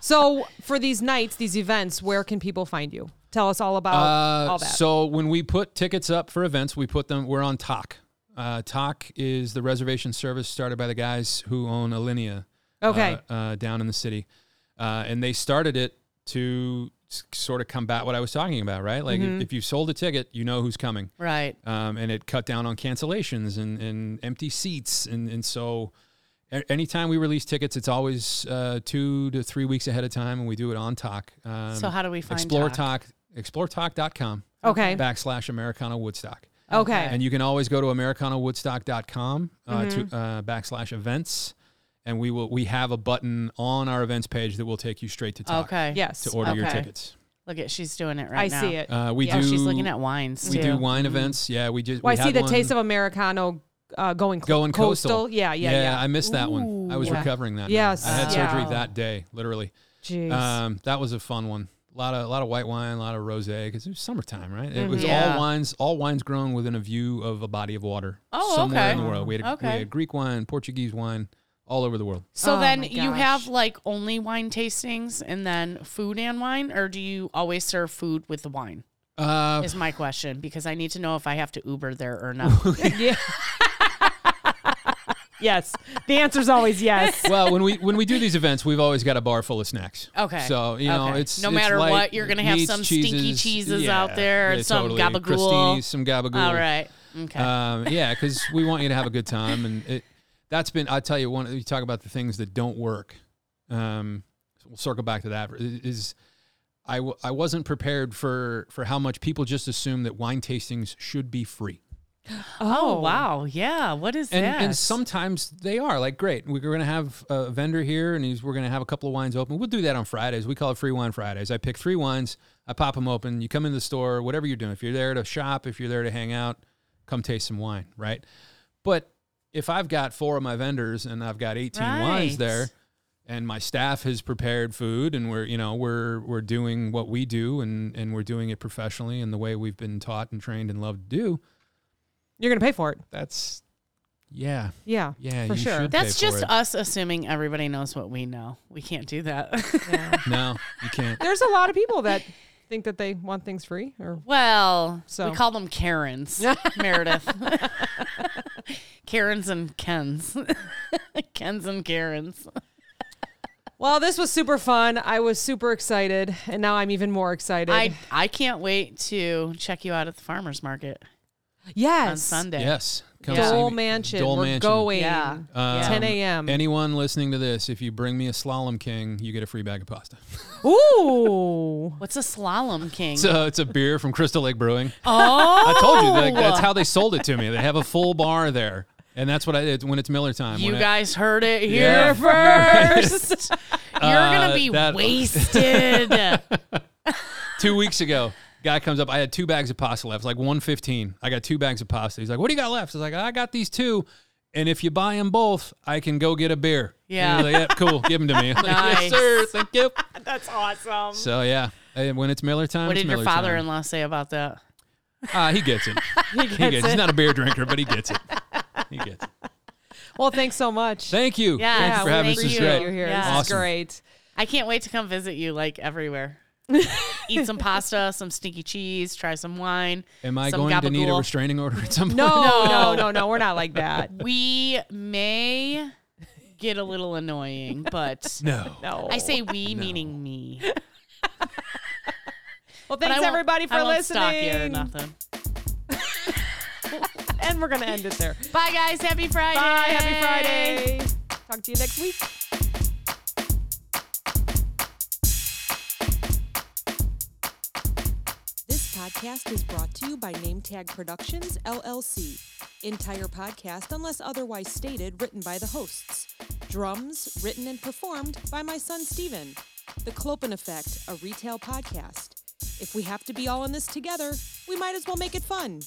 Speaker 1: so, for these nights, these events, where can people find you? Tell us all about
Speaker 4: Uh,
Speaker 1: all that.
Speaker 4: So when we put tickets up for events, we put them. We're on TOC. Uh, TOC is the reservation service started by the guys who own Alinea.
Speaker 1: okay.
Speaker 4: uh, uh, down in the city, uh, and they started it to s- sort of combat what I was talking about, right? Like
Speaker 3: Mm-hmm.
Speaker 4: if, if you sold a ticket, you know who's coming,
Speaker 3: Right.
Speaker 4: um, and it cut down on cancellations and, and empty seats, and and so. a- Anytime we release tickets, it's always uh, two to three weeks ahead of time, and we do it on Talk. Um,
Speaker 3: So how do we find
Speaker 4: Explore
Speaker 3: Talk?
Speaker 4: Talk? ExploreTalk.com
Speaker 1: okay.
Speaker 4: backslash Americana Woodstock.
Speaker 1: Okay.
Speaker 4: And you can always go to AmericanaWoodstock.com uh,
Speaker 1: Mm-hmm.
Speaker 4: to uh, backslash events, and we will we have a button on our events page that will take you straight to talk
Speaker 3: Okay.
Speaker 1: yes.
Speaker 4: to order your
Speaker 3: Okay.
Speaker 4: tickets.
Speaker 3: Look at she's doing it right
Speaker 1: I
Speaker 3: now.
Speaker 1: see it.
Speaker 4: Uh, we
Speaker 1: Yeah.
Speaker 3: Oh,
Speaker 4: do.
Speaker 3: she's looking at wines
Speaker 4: we
Speaker 3: too.
Speaker 4: do wine events. Yeah, we just.
Speaker 1: Mm-hmm. well, I
Speaker 4: we
Speaker 1: see
Speaker 4: had
Speaker 1: the
Speaker 4: one-
Speaker 1: taste of Americano uh, going, cl-
Speaker 4: Going coastal.
Speaker 1: Yeah, yeah,
Speaker 4: yeah,
Speaker 1: yeah.
Speaker 4: I missed that one. I was
Speaker 3: Ooh.
Speaker 4: recovering that. night.
Speaker 1: Yes.
Speaker 4: I had
Speaker 1: Yeah.
Speaker 4: surgery that day, literally.
Speaker 1: Jeez.
Speaker 4: Um, that was a fun one. A lot of a lot of white wine, a lot of rosé, because it was summertime, right? It was
Speaker 3: Mm-hmm. Yeah.
Speaker 4: all wines, all wines grown within a view of a body of water
Speaker 3: Oh,
Speaker 4: somewhere
Speaker 3: okay.
Speaker 4: in the world. We had, we
Speaker 3: Okay.
Speaker 4: had Greek wine, Portuguese wine, all over the world.
Speaker 3: So
Speaker 1: Oh
Speaker 3: then
Speaker 1: my
Speaker 3: you have
Speaker 1: gosh.
Speaker 3: like only wine tastings and then food and wine, or do you always serve food with the wine?
Speaker 4: Uh,
Speaker 3: Is my question because I need to know if I have to Uber there or
Speaker 4: *laughs*
Speaker 3: not. *laughs*
Speaker 1: Yeah. yes. The answer's always yes.
Speaker 4: well, when we when we do these events, we've always got a bar full of snacks.
Speaker 3: Okay.
Speaker 4: So you know,
Speaker 3: Okay.
Speaker 4: it's
Speaker 3: No
Speaker 4: it's
Speaker 3: matter
Speaker 4: like
Speaker 3: what, you're gonna have
Speaker 4: meats,
Speaker 3: some stinky cheeses out there and
Speaker 4: yeah,
Speaker 3: some
Speaker 4: totally.
Speaker 3: gabagool.
Speaker 4: Crostini's, some gabagool.
Speaker 3: All right. Okay.
Speaker 4: Um, yeah, because we want you to have a good time, and it, that's been. I tell you, one you talk about the things that don't work. Um, we'll circle back to that. Is I w- I wasn't prepared for for how much people just assume that wine tastings should be free.
Speaker 3: oh wow. Yeah. What is
Speaker 4: and
Speaker 3: that?
Speaker 4: and sometimes they are like great we're going to have a vendor here and he's, we're going to have a couple of wines open we'll do that on fridays we call it free wine fridays i pick three wines i pop them open you come in the store whatever you're doing if you're there to shop if you're there to hang out come taste some wine right but if i've got four of my vendors and i've got 18 wines
Speaker 3: Right.
Speaker 4: there and my staff has prepared food and we're you know we're we're doing what we do and and we're doing it professionally and the way we've been taught and trained and love to do
Speaker 1: *laughs* You're going to pay for it.
Speaker 4: that's yeah
Speaker 1: Yeah.
Speaker 4: yeah
Speaker 1: For
Speaker 4: you
Speaker 1: sure.
Speaker 4: should pay
Speaker 3: That's
Speaker 4: for
Speaker 3: just
Speaker 4: it.
Speaker 3: us assuming everybody knows what we know. We can't do that.
Speaker 4: No, you
Speaker 3: *laughs*
Speaker 4: can't.
Speaker 1: There's a lot of people that think that they want things free or
Speaker 3: well,
Speaker 1: So.
Speaker 3: we call them Karens,
Speaker 1: *laughs*
Speaker 3: Meredith. Karens and Kens. *laughs* Kens and Karens.
Speaker 1: Well, this was super fun. I was super excited and now I'm even more excited.
Speaker 3: I I can't wait to check you out at the farmers market
Speaker 1: yes.
Speaker 3: on Sunday.
Speaker 4: Yes. Come
Speaker 3: Yeah.
Speaker 4: see
Speaker 1: Dole
Speaker 4: me.
Speaker 1: Mansion.
Speaker 4: Dole
Speaker 1: We're
Speaker 4: Mansion.
Speaker 1: going.
Speaker 3: Yeah.
Speaker 4: Um,
Speaker 1: 10 a.m.
Speaker 4: Anyone listening to this, if you bring me a slalom king, you get a free bag of pasta. *laughs*
Speaker 1: Ooh. *laughs*
Speaker 3: What's a slalom king?
Speaker 4: so it's a beer from Crystal Lake Brewing.
Speaker 3: oh,
Speaker 4: I told you like, that's how they sold it to me. They have a full bar there, and that's what I it's when it's Miller time.
Speaker 3: you
Speaker 4: when I-
Speaker 3: guys heard it here
Speaker 4: Yeah.
Speaker 3: first. You're
Speaker 4: Uh,
Speaker 3: gonna be
Speaker 4: that- *laughs*
Speaker 3: wasted.
Speaker 4: two weeks ago, guy comes up. I had two bags of pasta left, like one fifteen. I got two bags of pasta. He's like, "What do you got left?" I was like, "I got these two, and if you buy them both, I can go get a beer."
Speaker 3: Yeah.
Speaker 4: And he's like, yeah cool. Give them to me. *laughs* I'm like,
Speaker 3: Nice.
Speaker 4: yes, sir. Thank you.
Speaker 1: *laughs* That's awesome.
Speaker 4: So yeah, and when it's Miller time,
Speaker 3: what
Speaker 4: it's
Speaker 3: did your
Speaker 4: Miller time.
Speaker 3: father-in-law say about that?
Speaker 4: Uh, he
Speaker 3: *laughs*
Speaker 4: gets it. he gets, it. He's not a beer drinker, but he gets it. He gets
Speaker 1: *laughs*
Speaker 4: it.
Speaker 1: Well, thanks so much.
Speaker 4: Thank you.
Speaker 3: Yeah,
Speaker 4: Thanks for
Speaker 1: we
Speaker 4: having us.
Speaker 1: appreciate
Speaker 4: This is
Speaker 3: thank
Speaker 4: great.
Speaker 1: you here.
Speaker 3: Yeah.
Speaker 1: This
Speaker 4: Awesome.
Speaker 1: is great.
Speaker 3: I can't wait to come visit you
Speaker 1: *laughs*
Speaker 3: like everywhere. Eat some pasta, some stinky cheese, try some wine.
Speaker 4: Am I
Speaker 3: some
Speaker 4: going to need a
Speaker 3: gabagool.
Speaker 4: restraining order at some point?
Speaker 1: No,
Speaker 3: *laughs* No.
Speaker 1: no, no, no. We're not like
Speaker 3: *laughs*
Speaker 1: that.
Speaker 3: We may get a little annoying,
Speaker 1: *laughs*
Speaker 3: but
Speaker 4: No.
Speaker 1: No.
Speaker 3: I say we meaning me.
Speaker 1: Well,
Speaker 3: But I
Speaker 1: thanks
Speaker 3: won't-
Speaker 1: everybody for
Speaker 3: I won't Stalk you or
Speaker 1: listening.
Speaker 3: nothing.
Speaker 1: and we're gonna end it there.
Speaker 3: Bye guys, happy Friday.
Speaker 1: Bye. Happy Friday. Talk to you next week.
Speaker 2: This podcast is brought to you by NameTag Productions, LLC. Entire podcast, unless otherwise stated, written by the hosts. Drums, written and performed by my son Steven. The Clopen Effect, a retail podcast. If we have to be all in this together, we might as well make it fun.